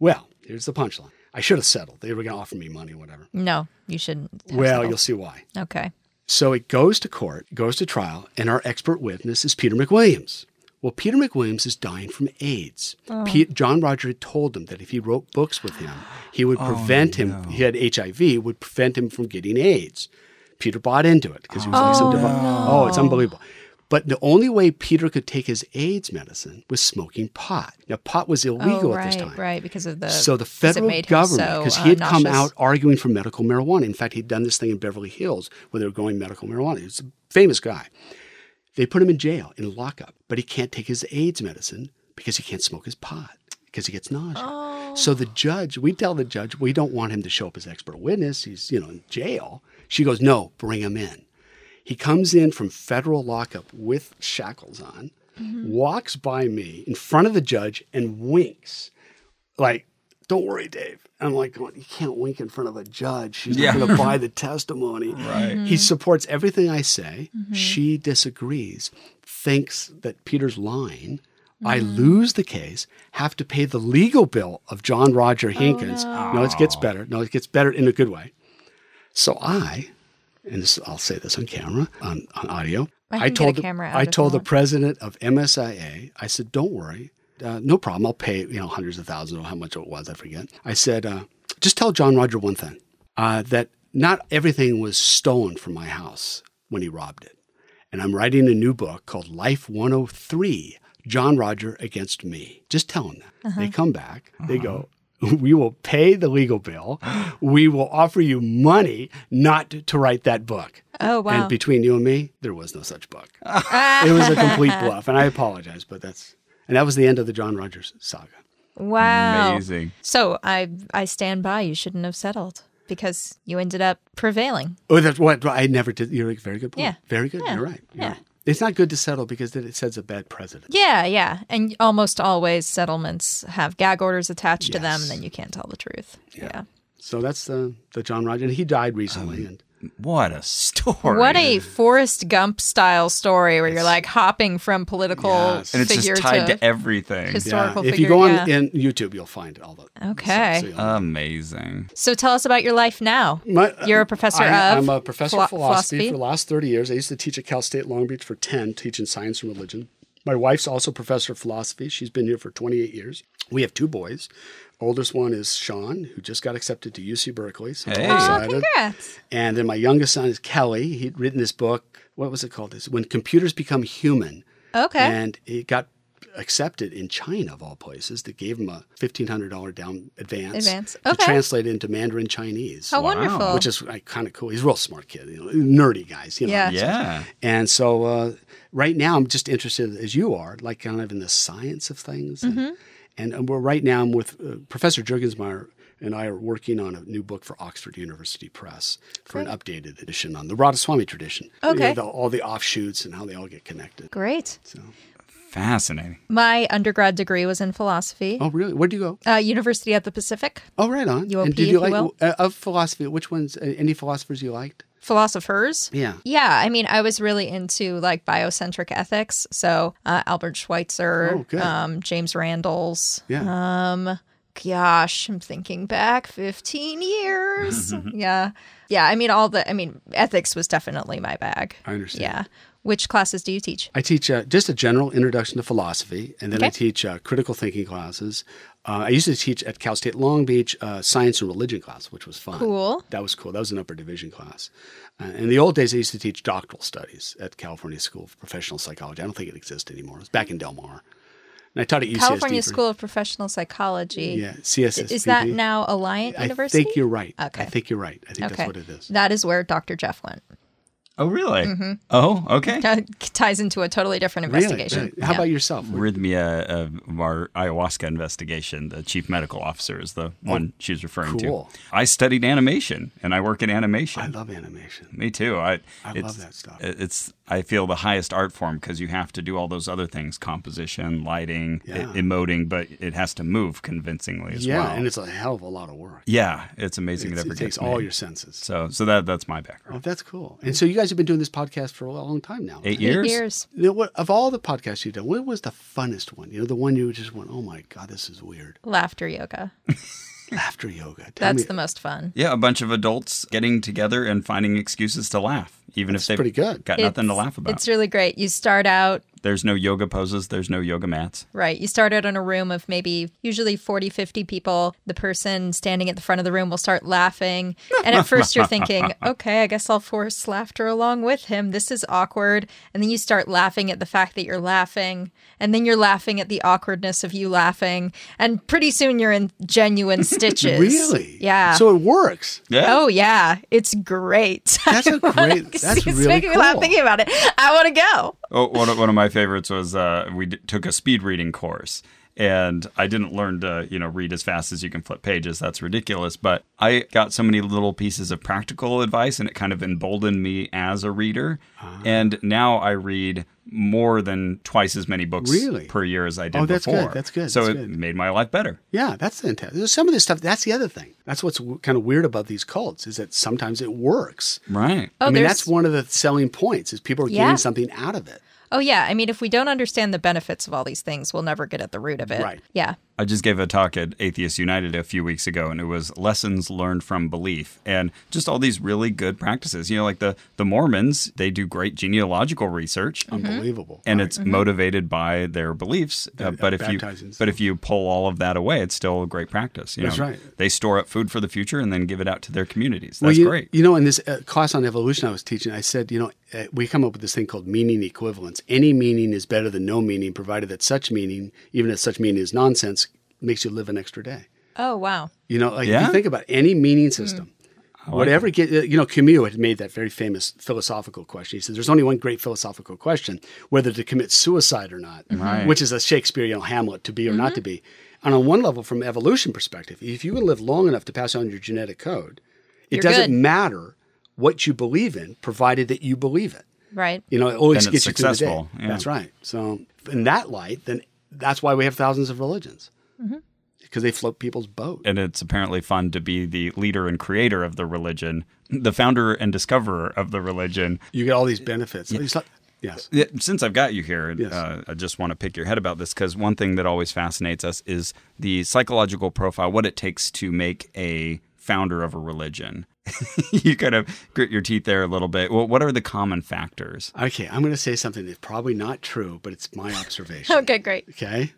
[SPEAKER 3] Well, here's the punchline. I should have settled. They were going to offer me money, whatever.
[SPEAKER 2] No, you shouldn't. have
[SPEAKER 3] well,
[SPEAKER 2] settled.
[SPEAKER 3] you'll see why.
[SPEAKER 2] Okay.
[SPEAKER 3] So it goes to court, goes to trial, and our expert witness is Peter McWilliams. Well, Peter McWilliams is dying from AIDS.
[SPEAKER 2] Oh.
[SPEAKER 3] Pete, John Roger had told him that if he wrote books with him, he
[SPEAKER 2] Oh,
[SPEAKER 3] would prevent him. He had HIV, would prevent him from getting AIDS. Peter bought into it because he was like some divine. Oh, it's unbelievable. But the only way Peter could take his AIDS medicine was smoking pot. Now, pot was
[SPEAKER 2] oh,
[SPEAKER 3] illegal at
[SPEAKER 2] right,
[SPEAKER 3] this time.
[SPEAKER 2] right, because of the
[SPEAKER 3] So the
[SPEAKER 2] 'cause it
[SPEAKER 3] federal
[SPEAKER 2] made him
[SPEAKER 3] government,
[SPEAKER 2] so,
[SPEAKER 3] because
[SPEAKER 2] uh,
[SPEAKER 3] he had come
[SPEAKER 2] nauseous.
[SPEAKER 3] out arguing for medical marijuana. In fact, he'd done this thing in Beverly Hills where they were going medical marijuana. He was a famous guy. They put him in jail in lockup, but he can't take his AIDS medicine because he can't smoke his pot because he gets nausea. So
[SPEAKER 2] Oh.
[SPEAKER 3] the judge, we tell the judge we don't want him to show up as expert witness. He's you know in jail. She goes, no, bring him in. He comes in from federal lockup with shackles on,
[SPEAKER 2] Mm-hmm.
[SPEAKER 3] walks by me in front of the judge and winks. Like, don't worry, Dave. I'm like, "Well, you can't wink in front of a judge. She's
[SPEAKER 1] Yeah.
[SPEAKER 3] not going to buy the testimony. Right. He supports everything I say. She disagrees, thinks that Peter's lying. I lose the case, have to pay the legal bill of John Roger Hinkins. no, it gets better. No, it gets better in a good way. So I and this, I'll say this on camera, on, on audio.
[SPEAKER 2] I can get
[SPEAKER 3] told
[SPEAKER 2] a
[SPEAKER 3] the,
[SPEAKER 2] camera out
[SPEAKER 3] I
[SPEAKER 2] if you
[SPEAKER 3] told the
[SPEAKER 2] want.
[SPEAKER 3] president of MSIA, I said, "Don't worry, uh, no problem. I'll pay you know hundreds of thousands or how much it was, I forget." I said, uh, "Just tell John Roger one thing: uh, that not everything was stolen from my house when he robbed it." And I'm writing a new book called Life 103: John Roger Against Me. Just tell him that. They
[SPEAKER 2] Uh-huh.
[SPEAKER 3] come back. They go. We will pay the legal bill. We will offer you money not to write that book.
[SPEAKER 2] Oh wow.
[SPEAKER 3] And between you and me, there was no such book. it was a complete bluff. And I apologize, but that's, and that was the end of the John Rogers saga.
[SPEAKER 2] wow.
[SPEAKER 1] Amazing.
[SPEAKER 2] So I I stand by. You shouldn't have settled because you ended up prevailing.
[SPEAKER 3] Oh, that's what I never did. You're a very good point.
[SPEAKER 2] Yeah.
[SPEAKER 3] Very good.
[SPEAKER 2] Yeah.
[SPEAKER 3] You're right. You're
[SPEAKER 2] Yeah.
[SPEAKER 3] right. It's not good to settle because then it sets a bad precedent.
[SPEAKER 2] Yeah, yeah. And almost always settlements have gag orders attached to them,
[SPEAKER 3] Yes.
[SPEAKER 2] and then you can't tell the truth. Yeah.
[SPEAKER 3] So that's the, the John Rogers. And he died recently. and
[SPEAKER 1] What a story.
[SPEAKER 2] What a Forrest Gump style story where you're like hopping from political
[SPEAKER 3] Yes.
[SPEAKER 1] and it's
[SPEAKER 2] figure
[SPEAKER 1] just tied to, e-
[SPEAKER 2] to,
[SPEAKER 1] everything.
[SPEAKER 2] his-
[SPEAKER 3] yeah.
[SPEAKER 2] historical
[SPEAKER 3] If
[SPEAKER 2] figure,
[SPEAKER 3] you go on
[SPEAKER 2] yeah.
[SPEAKER 3] in YouTube, you'll find all the.
[SPEAKER 2] Okay.
[SPEAKER 3] so- so
[SPEAKER 1] Uh,
[SPEAKER 3] you'll-
[SPEAKER 1] Amazing.
[SPEAKER 2] So tell us about your life now.
[SPEAKER 3] My-
[SPEAKER 2] You're a professor
[SPEAKER 3] I,
[SPEAKER 2] of
[SPEAKER 3] I'm a professor
[SPEAKER 2] philo-
[SPEAKER 3] of philosophy, for the last 30 years. I used to teach at Cal State Long Beach for 10, teaching science and religion. My wife's also a professor of philosophy. She's been here for 28 years. We have two boys. Oldest one is Sean, who just got accepted to UC Berkeley. So I'm
[SPEAKER 1] Hey.
[SPEAKER 3] all
[SPEAKER 1] Aw,
[SPEAKER 2] Oh,
[SPEAKER 3] excited.
[SPEAKER 2] congrats.
[SPEAKER 3] And then my youngest son is Kelly. He'd written this book. What was it called? It's When Computers Become Human.
[SPEAKER 2] Okay.
[SPEAKER 3] And it got accepted in China, of all places. They gave him a $1,500 down advance,
[SPEAKER 2] Advance.
[SPEAKER 3] to
[SPEAKER 2] Okay.
[SPEAKER 3] translate it into Mandarin Chinese
[SPEAKER 2] How
[SPEAKER 1] Wow.
[SPEAKER 2] wonderful.
[SPEAKER 3] which is like, kind of cool. He's a real smart kid, you know, nerdy guys, you know.
[SPEAKER 2] Yeah.
[SPEAKER 1] Yeah.
[SPEAKER 3] And so uh, right now, I'm just interested, as you are, like kind of in the science of things.
[SPEAKER 2] Mm-hmm.
[SPEAKER 3] And, and, and we're right now, I'm with uh, Professor Jurgensmeyer and I are working on a new book for Oxford University Press for an updated edition on the Radha Swami tradition. You know,
[SPEAKER 2] Okay.
[SPEAKER 3] the- all the offshoots and how they all get connected.
[SPEAKER 2] Great.
[SPEAKER 1] Fascinating.
[SPEAKER 2] My undergrad degree was in philosophy.
[SPEAKER 3] Oh, really? Where'd you go?
[SPEAKER 2] Uh, University of the Pacific.
[SPEAKER 3] Oh, right on.
[SPEAKER 2] UOP,
[SPEAKER 3] and did
[SPEAKER 2] if
[SPEAKER 3] you
[SPEAKER 2] you
[SPEAKER 3] like
[SPEAKER 2] will.
[SPEAKER 3] uh, of philosophy? Which ones? Uh, any philosophers you liked?
[SPEAKER 2] Philosophers.
[SPEAKER 3] Yeah.
[SPEAKER 2] Yeah, I mean, I was really into like biocentric ethics. So uh, Albert Schweitzer,
[SPEAKER 3] Oh, good.
[SPEAKER 2] um, James Randall's.
[SPEAKER 3] Yeah.
[SPEAKER 2] Um, gosh, I'm thinking back 15 years. yeah. Yeah. I mean, all the, I mean, ethics was definitely my bag.
[SPEAKER 3] I understand.
[SPEAKER 2] Yeah. Which classes do you teach?
[SPEAKER 3] I teach uh, just a general introduction to philosophy, and then I
[SPEAKER 2] Okay.
[SPEAKER 3] teach uh, critical thinking classes. Uh, I used to teach at Cal State Long Beach uh, science and religion class, which was fun.
[SPEAKER 2] Cool.
[SPEAKER 3] That was cool. That was an upper division class. Uh, in the old days, I used to teach doctoral studies at California School of Professional Psychology. I don't think it exists anymore. It was back in Del Mar. And I taught at UCSD.
[SPEAKER 2] California
[SPEAKER 3] for-
[SPEAKER 2] School of Professional Psychology.
[SPEAKER 3] Yeah, CSSPD.
[SPEAKER 2] Is that now Alliant
[SPEAKER 3] I
[SPEAKER 2] University?
[SPEAKER 3] think you're right. I
[SPEAKER 2] Okay.
[SPEAKER 3] think you're right. I think
[SPEAKER 2] okay.
[SPEAKER 3] that's what it is.
[SPEAKER 2] That is where Dr. Jeff went.
[SPEAKER 1] Oh, really?
[SPEAKER 2] Mm-hmm.
[SPEAKER 1] Oh, okay.
[SPEAKER 2] That ties into a totally different investigation.
[SPEAKER 3] Really? really. How
[SPEAKER 2] Yeah.
[SPEAKER 3] about yourself?
[SPEAKER 1] Arrhythmia of our ayahuasca investigation, the chief medical officer is the one she was referring
[SPEAKER 3] Oh, cool.
[SPEAKER 1] to. I studied animation and I work in animation.
[SPEAKER 3] I love animation.
[SPEAKER 1] Me too. I,
[SPEAKER 3] I
[SPEAKER 1] it's-
[SPEAKER 3] love that stuff.
[SPEAKER 1] it- It's I feel the highest art form because you have to do all those other things: composition, lighting, e-
[SPEAKER 3] Yeah.
[SPEAKER 1] emoting, but it has to move convincingly as
[SPEAKER 3] yeah,
[SPEAKER 1] well.
[SPEAKER 3] and it's a hell of a lot of work.
[SPEAKER 1] yeah, it's amazing
[SPEAKER 3] It's-
[SPEAKER 1] it ever
[SPEAKER 3] it takes
[SPEAKER 1] gets
[SPEAKER 3] all
[SPEAKER 1] made.
[SPEAKER 3] your senses.
[SPEAKER 1] So, so that that's my background.
[SPEAKER 3] Oh, that's cool. And so you guys have been doing this podcast for a long time now.
[SPEAKER 1] Eight
[SPEAKER 3] Oh, Eight.
[SPEAKER 1] years.
[SPEAKER 2] Eight years.
[SPEAKER 3] What, of all the podcasts you've done, what was the funnest one? You know, the one you just went, oh my God, this is weird.
[SPEAKER 2] Laughter yoga.
[SPEAKER 3] After yoga. Tell
[SPEAKER 2] That's
[SPEAKER 3] me,
[SPEAKER 2] the most fun.
[SPEAKER 1] Yeah, a bunch of adults getting together and finding excuses to laugh, even if they've
[SPEAKER 3] pretty good.
[SPEAKER 1] got nothing to laugh about.
[SPEAKER 2] It's really great. You start out
[SPEAKER 1] There's no yoga poses. There's no yoga mats.
[SPEAKER 2] Right. You start out in a room of maybe usually 40, 50 people. The person standing at the front of the room will start laughing. And at first you're thinking, okay, I guess I'll force laughter along with him. This is awkward. And then you start laughing at the fact that you're laughing. And then you're laughing at the awkwardness of you laughing. And pretty soon you're in genuine stitches.
[SPEAKER 3] Really?
[SPEAKER 2] Yeah.
[SPEAKER 3] So it works.
[SPEAKER 1] Yeah.
[SPEAKER 2] oh, yeah. It's great.
[SPEAKER 3] That's a great, that's
[SPEAKER 2] it's
[SPEAKER 3] really
[SPEAKER 2] making
[SPEAKER 3] cool.
[SPEAKER 2] me laugh thinking about it. I want to go.
[SPEAKER 1] Oh, one of, one of my favorites was uh, we d- took a speed reading course, and I didn't learn to you know read as fast as you can flip pages. That's ridiculous. But I got so many little pieces of practical advice, and it kind of emboldened me as a reader.
[SPEAKER 3] Ah.
[SPEAKER 1] And now I read more than twice as many books
[SPEAKER 3] Really?
[SPEAKER 1] per year as I did
[SPEAKER 3] Oh, that's good.
[SPEAKER 1] before.
[SPEAKER 3] That's good.
[SPEAKER 1] So
[SPEAKER 3] That's
[SPEAKER 1] it
[SPEAKER 3] good.
[SPEAKER 1] made my life better.
[SPEAKER 3] Yeah, that's fantastic. Some of this stuff, that's the other thing. That's what's w- kind of weird about these cults is that sometimes it works.
[SPEAKER 1] Right.
[SPEAKER 2] Oh,
[SPEAKER 3] I mean,
[SPEAKER 2] there's-
[SPEAKER 3] that's one of the selling points is people are
[SPEAKER 2] Yeah.
[SPEAKER 3] getting something out of it.
[SPEAKER 2] Oh, yeah. I mean, if we don't understand the benefits of all these things, we'll never get at the root of it.
[SPEAKER 3] Right.
[SPEAKER 2] Yeah.
[SPEAKER 1] I just gave a talk at Atheist United a few weeks ago, and it was lessons learned from belief, and just all these really good practices. You know, like the the Mormons, they do great genealogical research,
[SPEAKER 3] Mm-hmm. Unbelievable.
[SPEAKER 1] Mm-hmm. and it's motivated by their beliefs. Uh, but if you
[SPEAKER 3] baptizing and
[SPEAKER 1] but if you pull all of that away, it's still a great practice. You
[SPEAKER 3] That's
[SPEAKER 1] know?
[SPEAKER 3] right.
[SPEAKER 1] They store up food for the future and then give it out to their communities. That's
[SPEAKER 3] Well, you,
[SPEAKER 1] great.
[SPEAKER 3] You know, in this uh, class on evolution I was teaching, I said, you know, uh, we come up with this thing called meaning equivalence. Any meaning is better than no meaning, provided that such meaning, even if such meaning is nonsense, makes you live an extra day.
[SPEAKER 2] Oh, wow.
[SPEAKER 3] You know, like if
[SPEAKER 1] Yeah?
[SPEAKER 3] you think about any meaning system, whatever, get, uh, you know, Camus had made that very famous philosophical question. He said, there's only one great philosophical question, whether to commit suicide or not,
[SPEAKER 1] Right.
[SPEAKER 3] which is a Shakespearean Hamlet, to be or not to
[SPEAKER 2] Mm-hmm.
[SPEAKER 3] be. And on one level, from evolution perspective, if you can live long enough to pass on your genetic code, it
[SPEAKER 2] You're
[SPEAKER 3] doesn't
[SPEAKER 2] good.
[SPEAKER 3] matter what you believe in, provided that you believe it.
[SPEAKER 2] Right.
[SPEAKER 3] You know, it always
[SPEAKER 1] Then it's
[SPEAKER 3] gets you through the
[SPEAKER 1] successful,
[SPEAKER 3] day.
[SPEAKER 1] yeah.
[SPEAKER 3] That's right. So in that light, then that's why we have thousands of religions.
[SPEAKER 2] Mm-hmm.
[SPEAKER 3] Because they float people's boat.
[SPEAKER 1] and it's apparently fun to be the leader and creator of the religion, the founder and discoverer of the religion.
[SPEAKER 3] You get all these benefits. It's like- yes.
[SPEAKER 1] Yeah, since I've got you here, uh, I just want to pick your head about this because one thing that always fascinates us is the psychological profile, what it takes to make a founder of a religion. you kind of grit your teeth there a little bit. Well, what are the common factors?
[SPEAKER 3] Okay, I'm going to say something that's probably not true, but it's my observation.
[SPEAKER 2] Okay, great.
[SPEAKER 3] Okay?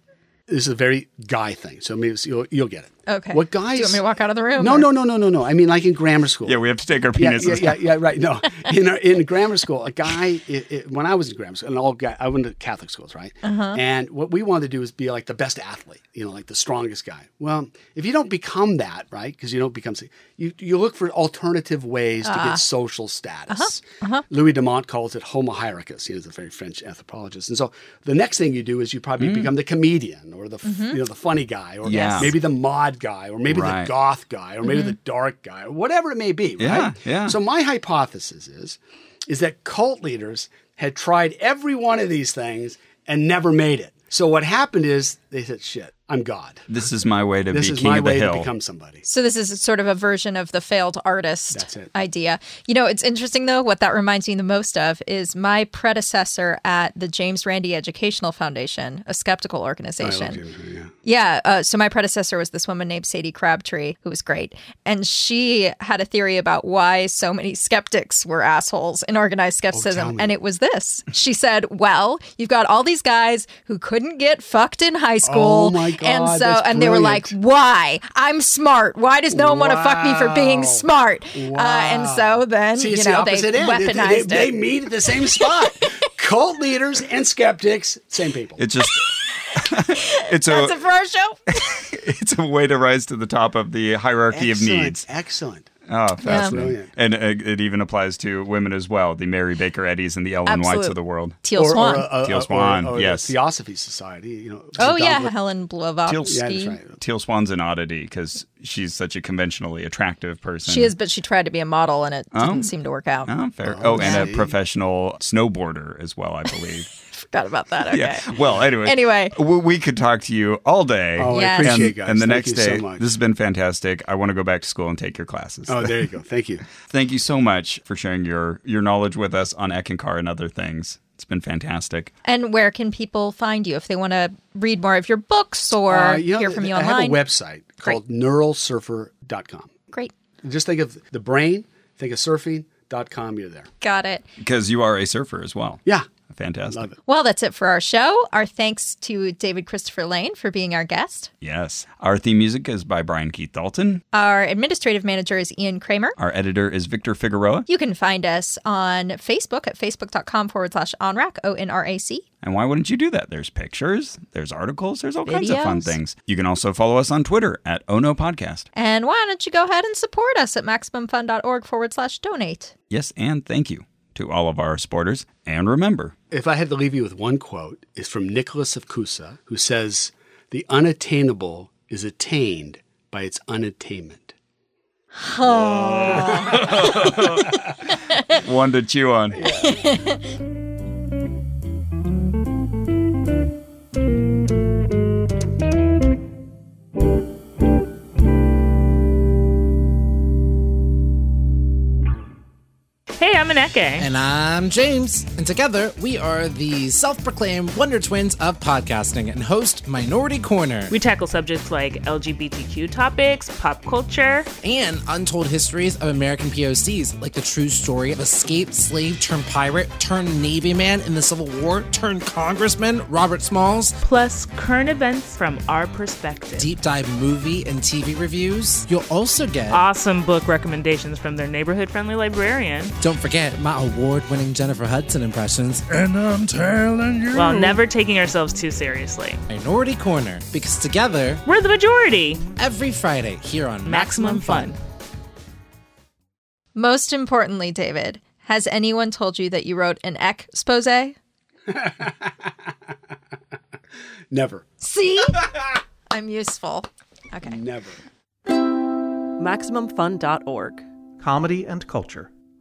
[SPEAKER 3] This is a very guy thing. So I mean, it's- you'll, you'll get it.
[SPEAKER 2] Okay.
[SPEAKER 3] What guys.
[SPEAKER 2] Do you want me to walk out of the room?
[SPEAKER 3] No,
[SPEAKER 2] or-
[SPEAKER 3] no, no, no, no, no. I mean, like in grammar school.
[SPEAKER 1] Yeah, we have to take our
[SPEAKER 3] Yeah,
[SPEAKER 1] penises.
[SPEAKER 3] yeah, yeah, yeah, right. No, in our, in grammar school, a guy. It, it, when I was in grammar school, and all guy, I went to Catholic schools, right? And what we wanted to do is be like the best athlete, you know, like the strongest guy. Well, if you don't become that, right? Because you don't become, you you look for alternative ways to get social status. Louis Dumont calls it homo hierarchus. He is a very French anthropologist, and so the next thing you do is you probably become the comedian or the f you know the funny guy or
[SPEAKER 1] Mm. Yes.
[SPEAKER 3] maybe the mod guy or maybe
[SPEAKER 1] Right.
[SPEAKER 3] the goth guy or maybe the dark guy or whatever it may be.
[SPEAKER 1] Yeah,
[SPEAKER 3] right?
[SPEAKER 1] yeah.
[SPEAKER 3] So my hypothesis is, is that cult leaders had tried every one of these things and never made it. So what happened is they said, "Shit, I'm God.
[SPEAKER 1] This is my way to
[SPEAKER 3] This
[SPEAKER 1] be
[SPEAKER 3] is
[SPEAKER 1] king
[SPEAKER 3] my
[SPEAKER 1] of the
[SPEAKER 3] way to
[SPEAKER 1] hill.
[SPEAKER 3] become somebody."
[SPEAKER 2] So this is sort of a version of the failed artist
[SPEAKER 3] That's it.
[SPEAKER 2] idea. You know, it's interesting though. What that reminds me the most of is my predecessor at the James Randi Educational Foundation, a skeptical organization.
[SPEAKER 3] Yeah.
[SPEAKER 2] Yeah. Uh, so my predecessor was this woman named Sadie Crabtree, who was great. And she had a theory about why so many skeptics were assholes in organized
[SPEAKER 3] Oh,
[SPEAKER 2] skepticism. and it was this She said, Well, you've got all these guys who couldn't get fucked in high school.
[SPEAKER 3] Oh my
[SPEAKER 2] and so,
[SPEAKER 3] God, that's
[SPEAKER 2] and they were like,
[SPEAKER 3] brilliant.
[SPEAKER 2] Why? I'm smart. Why does no one want to fuck me for being
[SPEAKER 3] Wow.
[SPEAKER 2] smart? Uh, and so then,
[SPEAKER 3] See,
[SPEAKER 2] you
[SPEAKER 3] it's the
[SPEAKER 2] know, they
[SPEAKER 3] opposite end. They-
[SPEAKER 2] weaponized
[SPEAKER 3] they, they
[SPEAKER 2] it.
[SPEAKER 3] meet at the same spot. Cult leaders and skeptics, same people.
[SPEAKER 1] It's just it's a,
[SPEAKER 2] That's it for our show.
[SPEAKER 1] it's a way to rise to the top of the hierarchy of
[SPEAKER 3] Excellent,
[SPEAKER 1] needs.
[SPEAKER 3] Excellent.
[SPEAKER 1] Oh, fascinating!
[SPEAKER 3] Brilliant.
[SPEAKER 1] And uh, it even applies to women as well. The Mary Baker Eddies and the Ellen Whites
[SPEAKER 2] Absolute.
[SPEAKER 1] of the world.
[SPEAKER 2] Teal Swan.
[SPEAKER 1] Teal Swan,
[SPEAKER 3] the
[SPEAKER 1] yes.
[SPEAKER 3] Theosophy Society. You know.
[SPEAKER 2] oh,
[SPEAKER 3] Donald-
[SPEAKER 2] yeah. Helen
[SPEAKER 3] Yeah,
[SPEAKER 2] Blavatsky.
[SPEAKER 3] that's right.
[SPEAKER 1] Teal Swan's an oddity because she's such a conventionally attractive person.
[SPEAKER 2] She is, but she tried to be a model and it didn't seem to work out.
[SPEAKER 1] Oh, fair. Oh, and a
[SPEAKER 3] see.
[SPEAKER 1] professional snowboarder as well, I believe.
[SPEAKER 2] Forgot about that. Okay.
[SPEAKER 1] yeah. Well, anyway.
[SPEAKER 2] Anyway.
[SPEAKER 1] we, we could talk to you all day.
[SPEAKER 3] Oh,
[SPEAKER 2] Yes.
[SPEAKER 3] I
[SPEAKER 1] and,
[SPEAKER 3] appreciate it, guys.
[SPEAKER 1] and the
[SPEAKER 3] Thank
[SPEAKER 1] next
[SPEAKER 3] you
[SPEAKER 1] day,
[SPEAKER 3] so much.
[SPEAKER 1] this has been fantastic. I want to go back to school and take your classes.
[SPEAKER 3] oh, there you go. Thank you.
[SPEAKER 1] Thank you so much for sharing your your knowledge with us on Ekankar and other things. It's been fantastic.
[SPEAKER 2] And where can people find you if they want to read more of your books or
[SPEAKER 3] Uh, you know,
[SPEAKER 2] hear from you
[SPEAKER 3] I have a
[SPEAKER 2] online?
[SPEAKER 3] website called neuralsurfer.com.
[SPEAKER 2] Great.
[SPEAKER 3] Just think of the brain, think of surfing.com, you're there.
[SPEAKER 2] Got it.
[SPEAKER 1] Because you are a surfer as well.
[SPEAKER 3] Yeah.
[SPEAKER 1] Fantastic.
[SPEAKER 3] Love it.
[SPEAKER 2] Well, that's it for our show. Our thanks to David Christopher Lane for being our guest.
[SPEAKER 1] Yes. Our theme music is by Brian Keith Dalton.
[SPEAKER 2] Our administrative manager is Ian Kramer.
[SPEAKER 1] Our editor is Victor Figueroa.
[SPEAKER 2] You can find us on Facebook at facebook.com forward slash onrac, O N R A C.
[SPEAKER 1] And why wouldn't you do that? There's pictures, there's articles, there's all kinds of fun
[SPEAKER 2] Videos.
[SPEAKER 1] things. You can also follow us on Twitter at Ono Podcast.
[SPEAKER 2] And why don't you go ahead and support us at MaximumFun.org forward slash donate?
[SPEAKER 1] Yes, and thank you to all of our supporters. And remember,
[SPEAKER 3] If I had to leave you with one quote, it's from Nicholas of Cusa, who says, The unattainable is attained by its unattainment.
[SPEAKER 1] one to chew on.
[SPEAKER 4] Hey, I'm an Eke.
[SPEAKER 5] And I'm James. And together, we are the self proclaimed Wonder Twins of podcasting and host Minority Corner
[SPEAKER 4] We tackle subjects like LGBTQ topics, pop culture,
[SPEAKER 5] and untold histories of American POCs, like the true story of escaped slave turned pirate turned Navy man in the Civil War turned Congressman Robert Smalls,
[SPEAKER 4] plus current events from our perspective.
[SPEAKER 5] deep dive movie and TV reviews. You'll also get,
[SPEAKER 4] Awesome book recommendations from their neighborhood friendly librarian.
[SPEAKER 5] don't forget, my award winning Jennifer Hudson impressions.
[SPEAKER 4] While never taking ourselves too seriously.
[SPEAKER 5] Minority Corner, because together,
[SPEAKER 4] We're the majority.
[SPEAKER 5] every Friday here on
[SPEAKER 4] Maximum fun.
[SPEAKER 2] Most importantly, David, has anyone told you that you wrote an expose?
[SPEAKER 3] Never,
[SPEAKER 2] See? I'm useful. Okay.
[SPEAKER 3] never.
[SPEAKER 6] MaximumFun.org.
[SPEAKER 7] comedy and culture.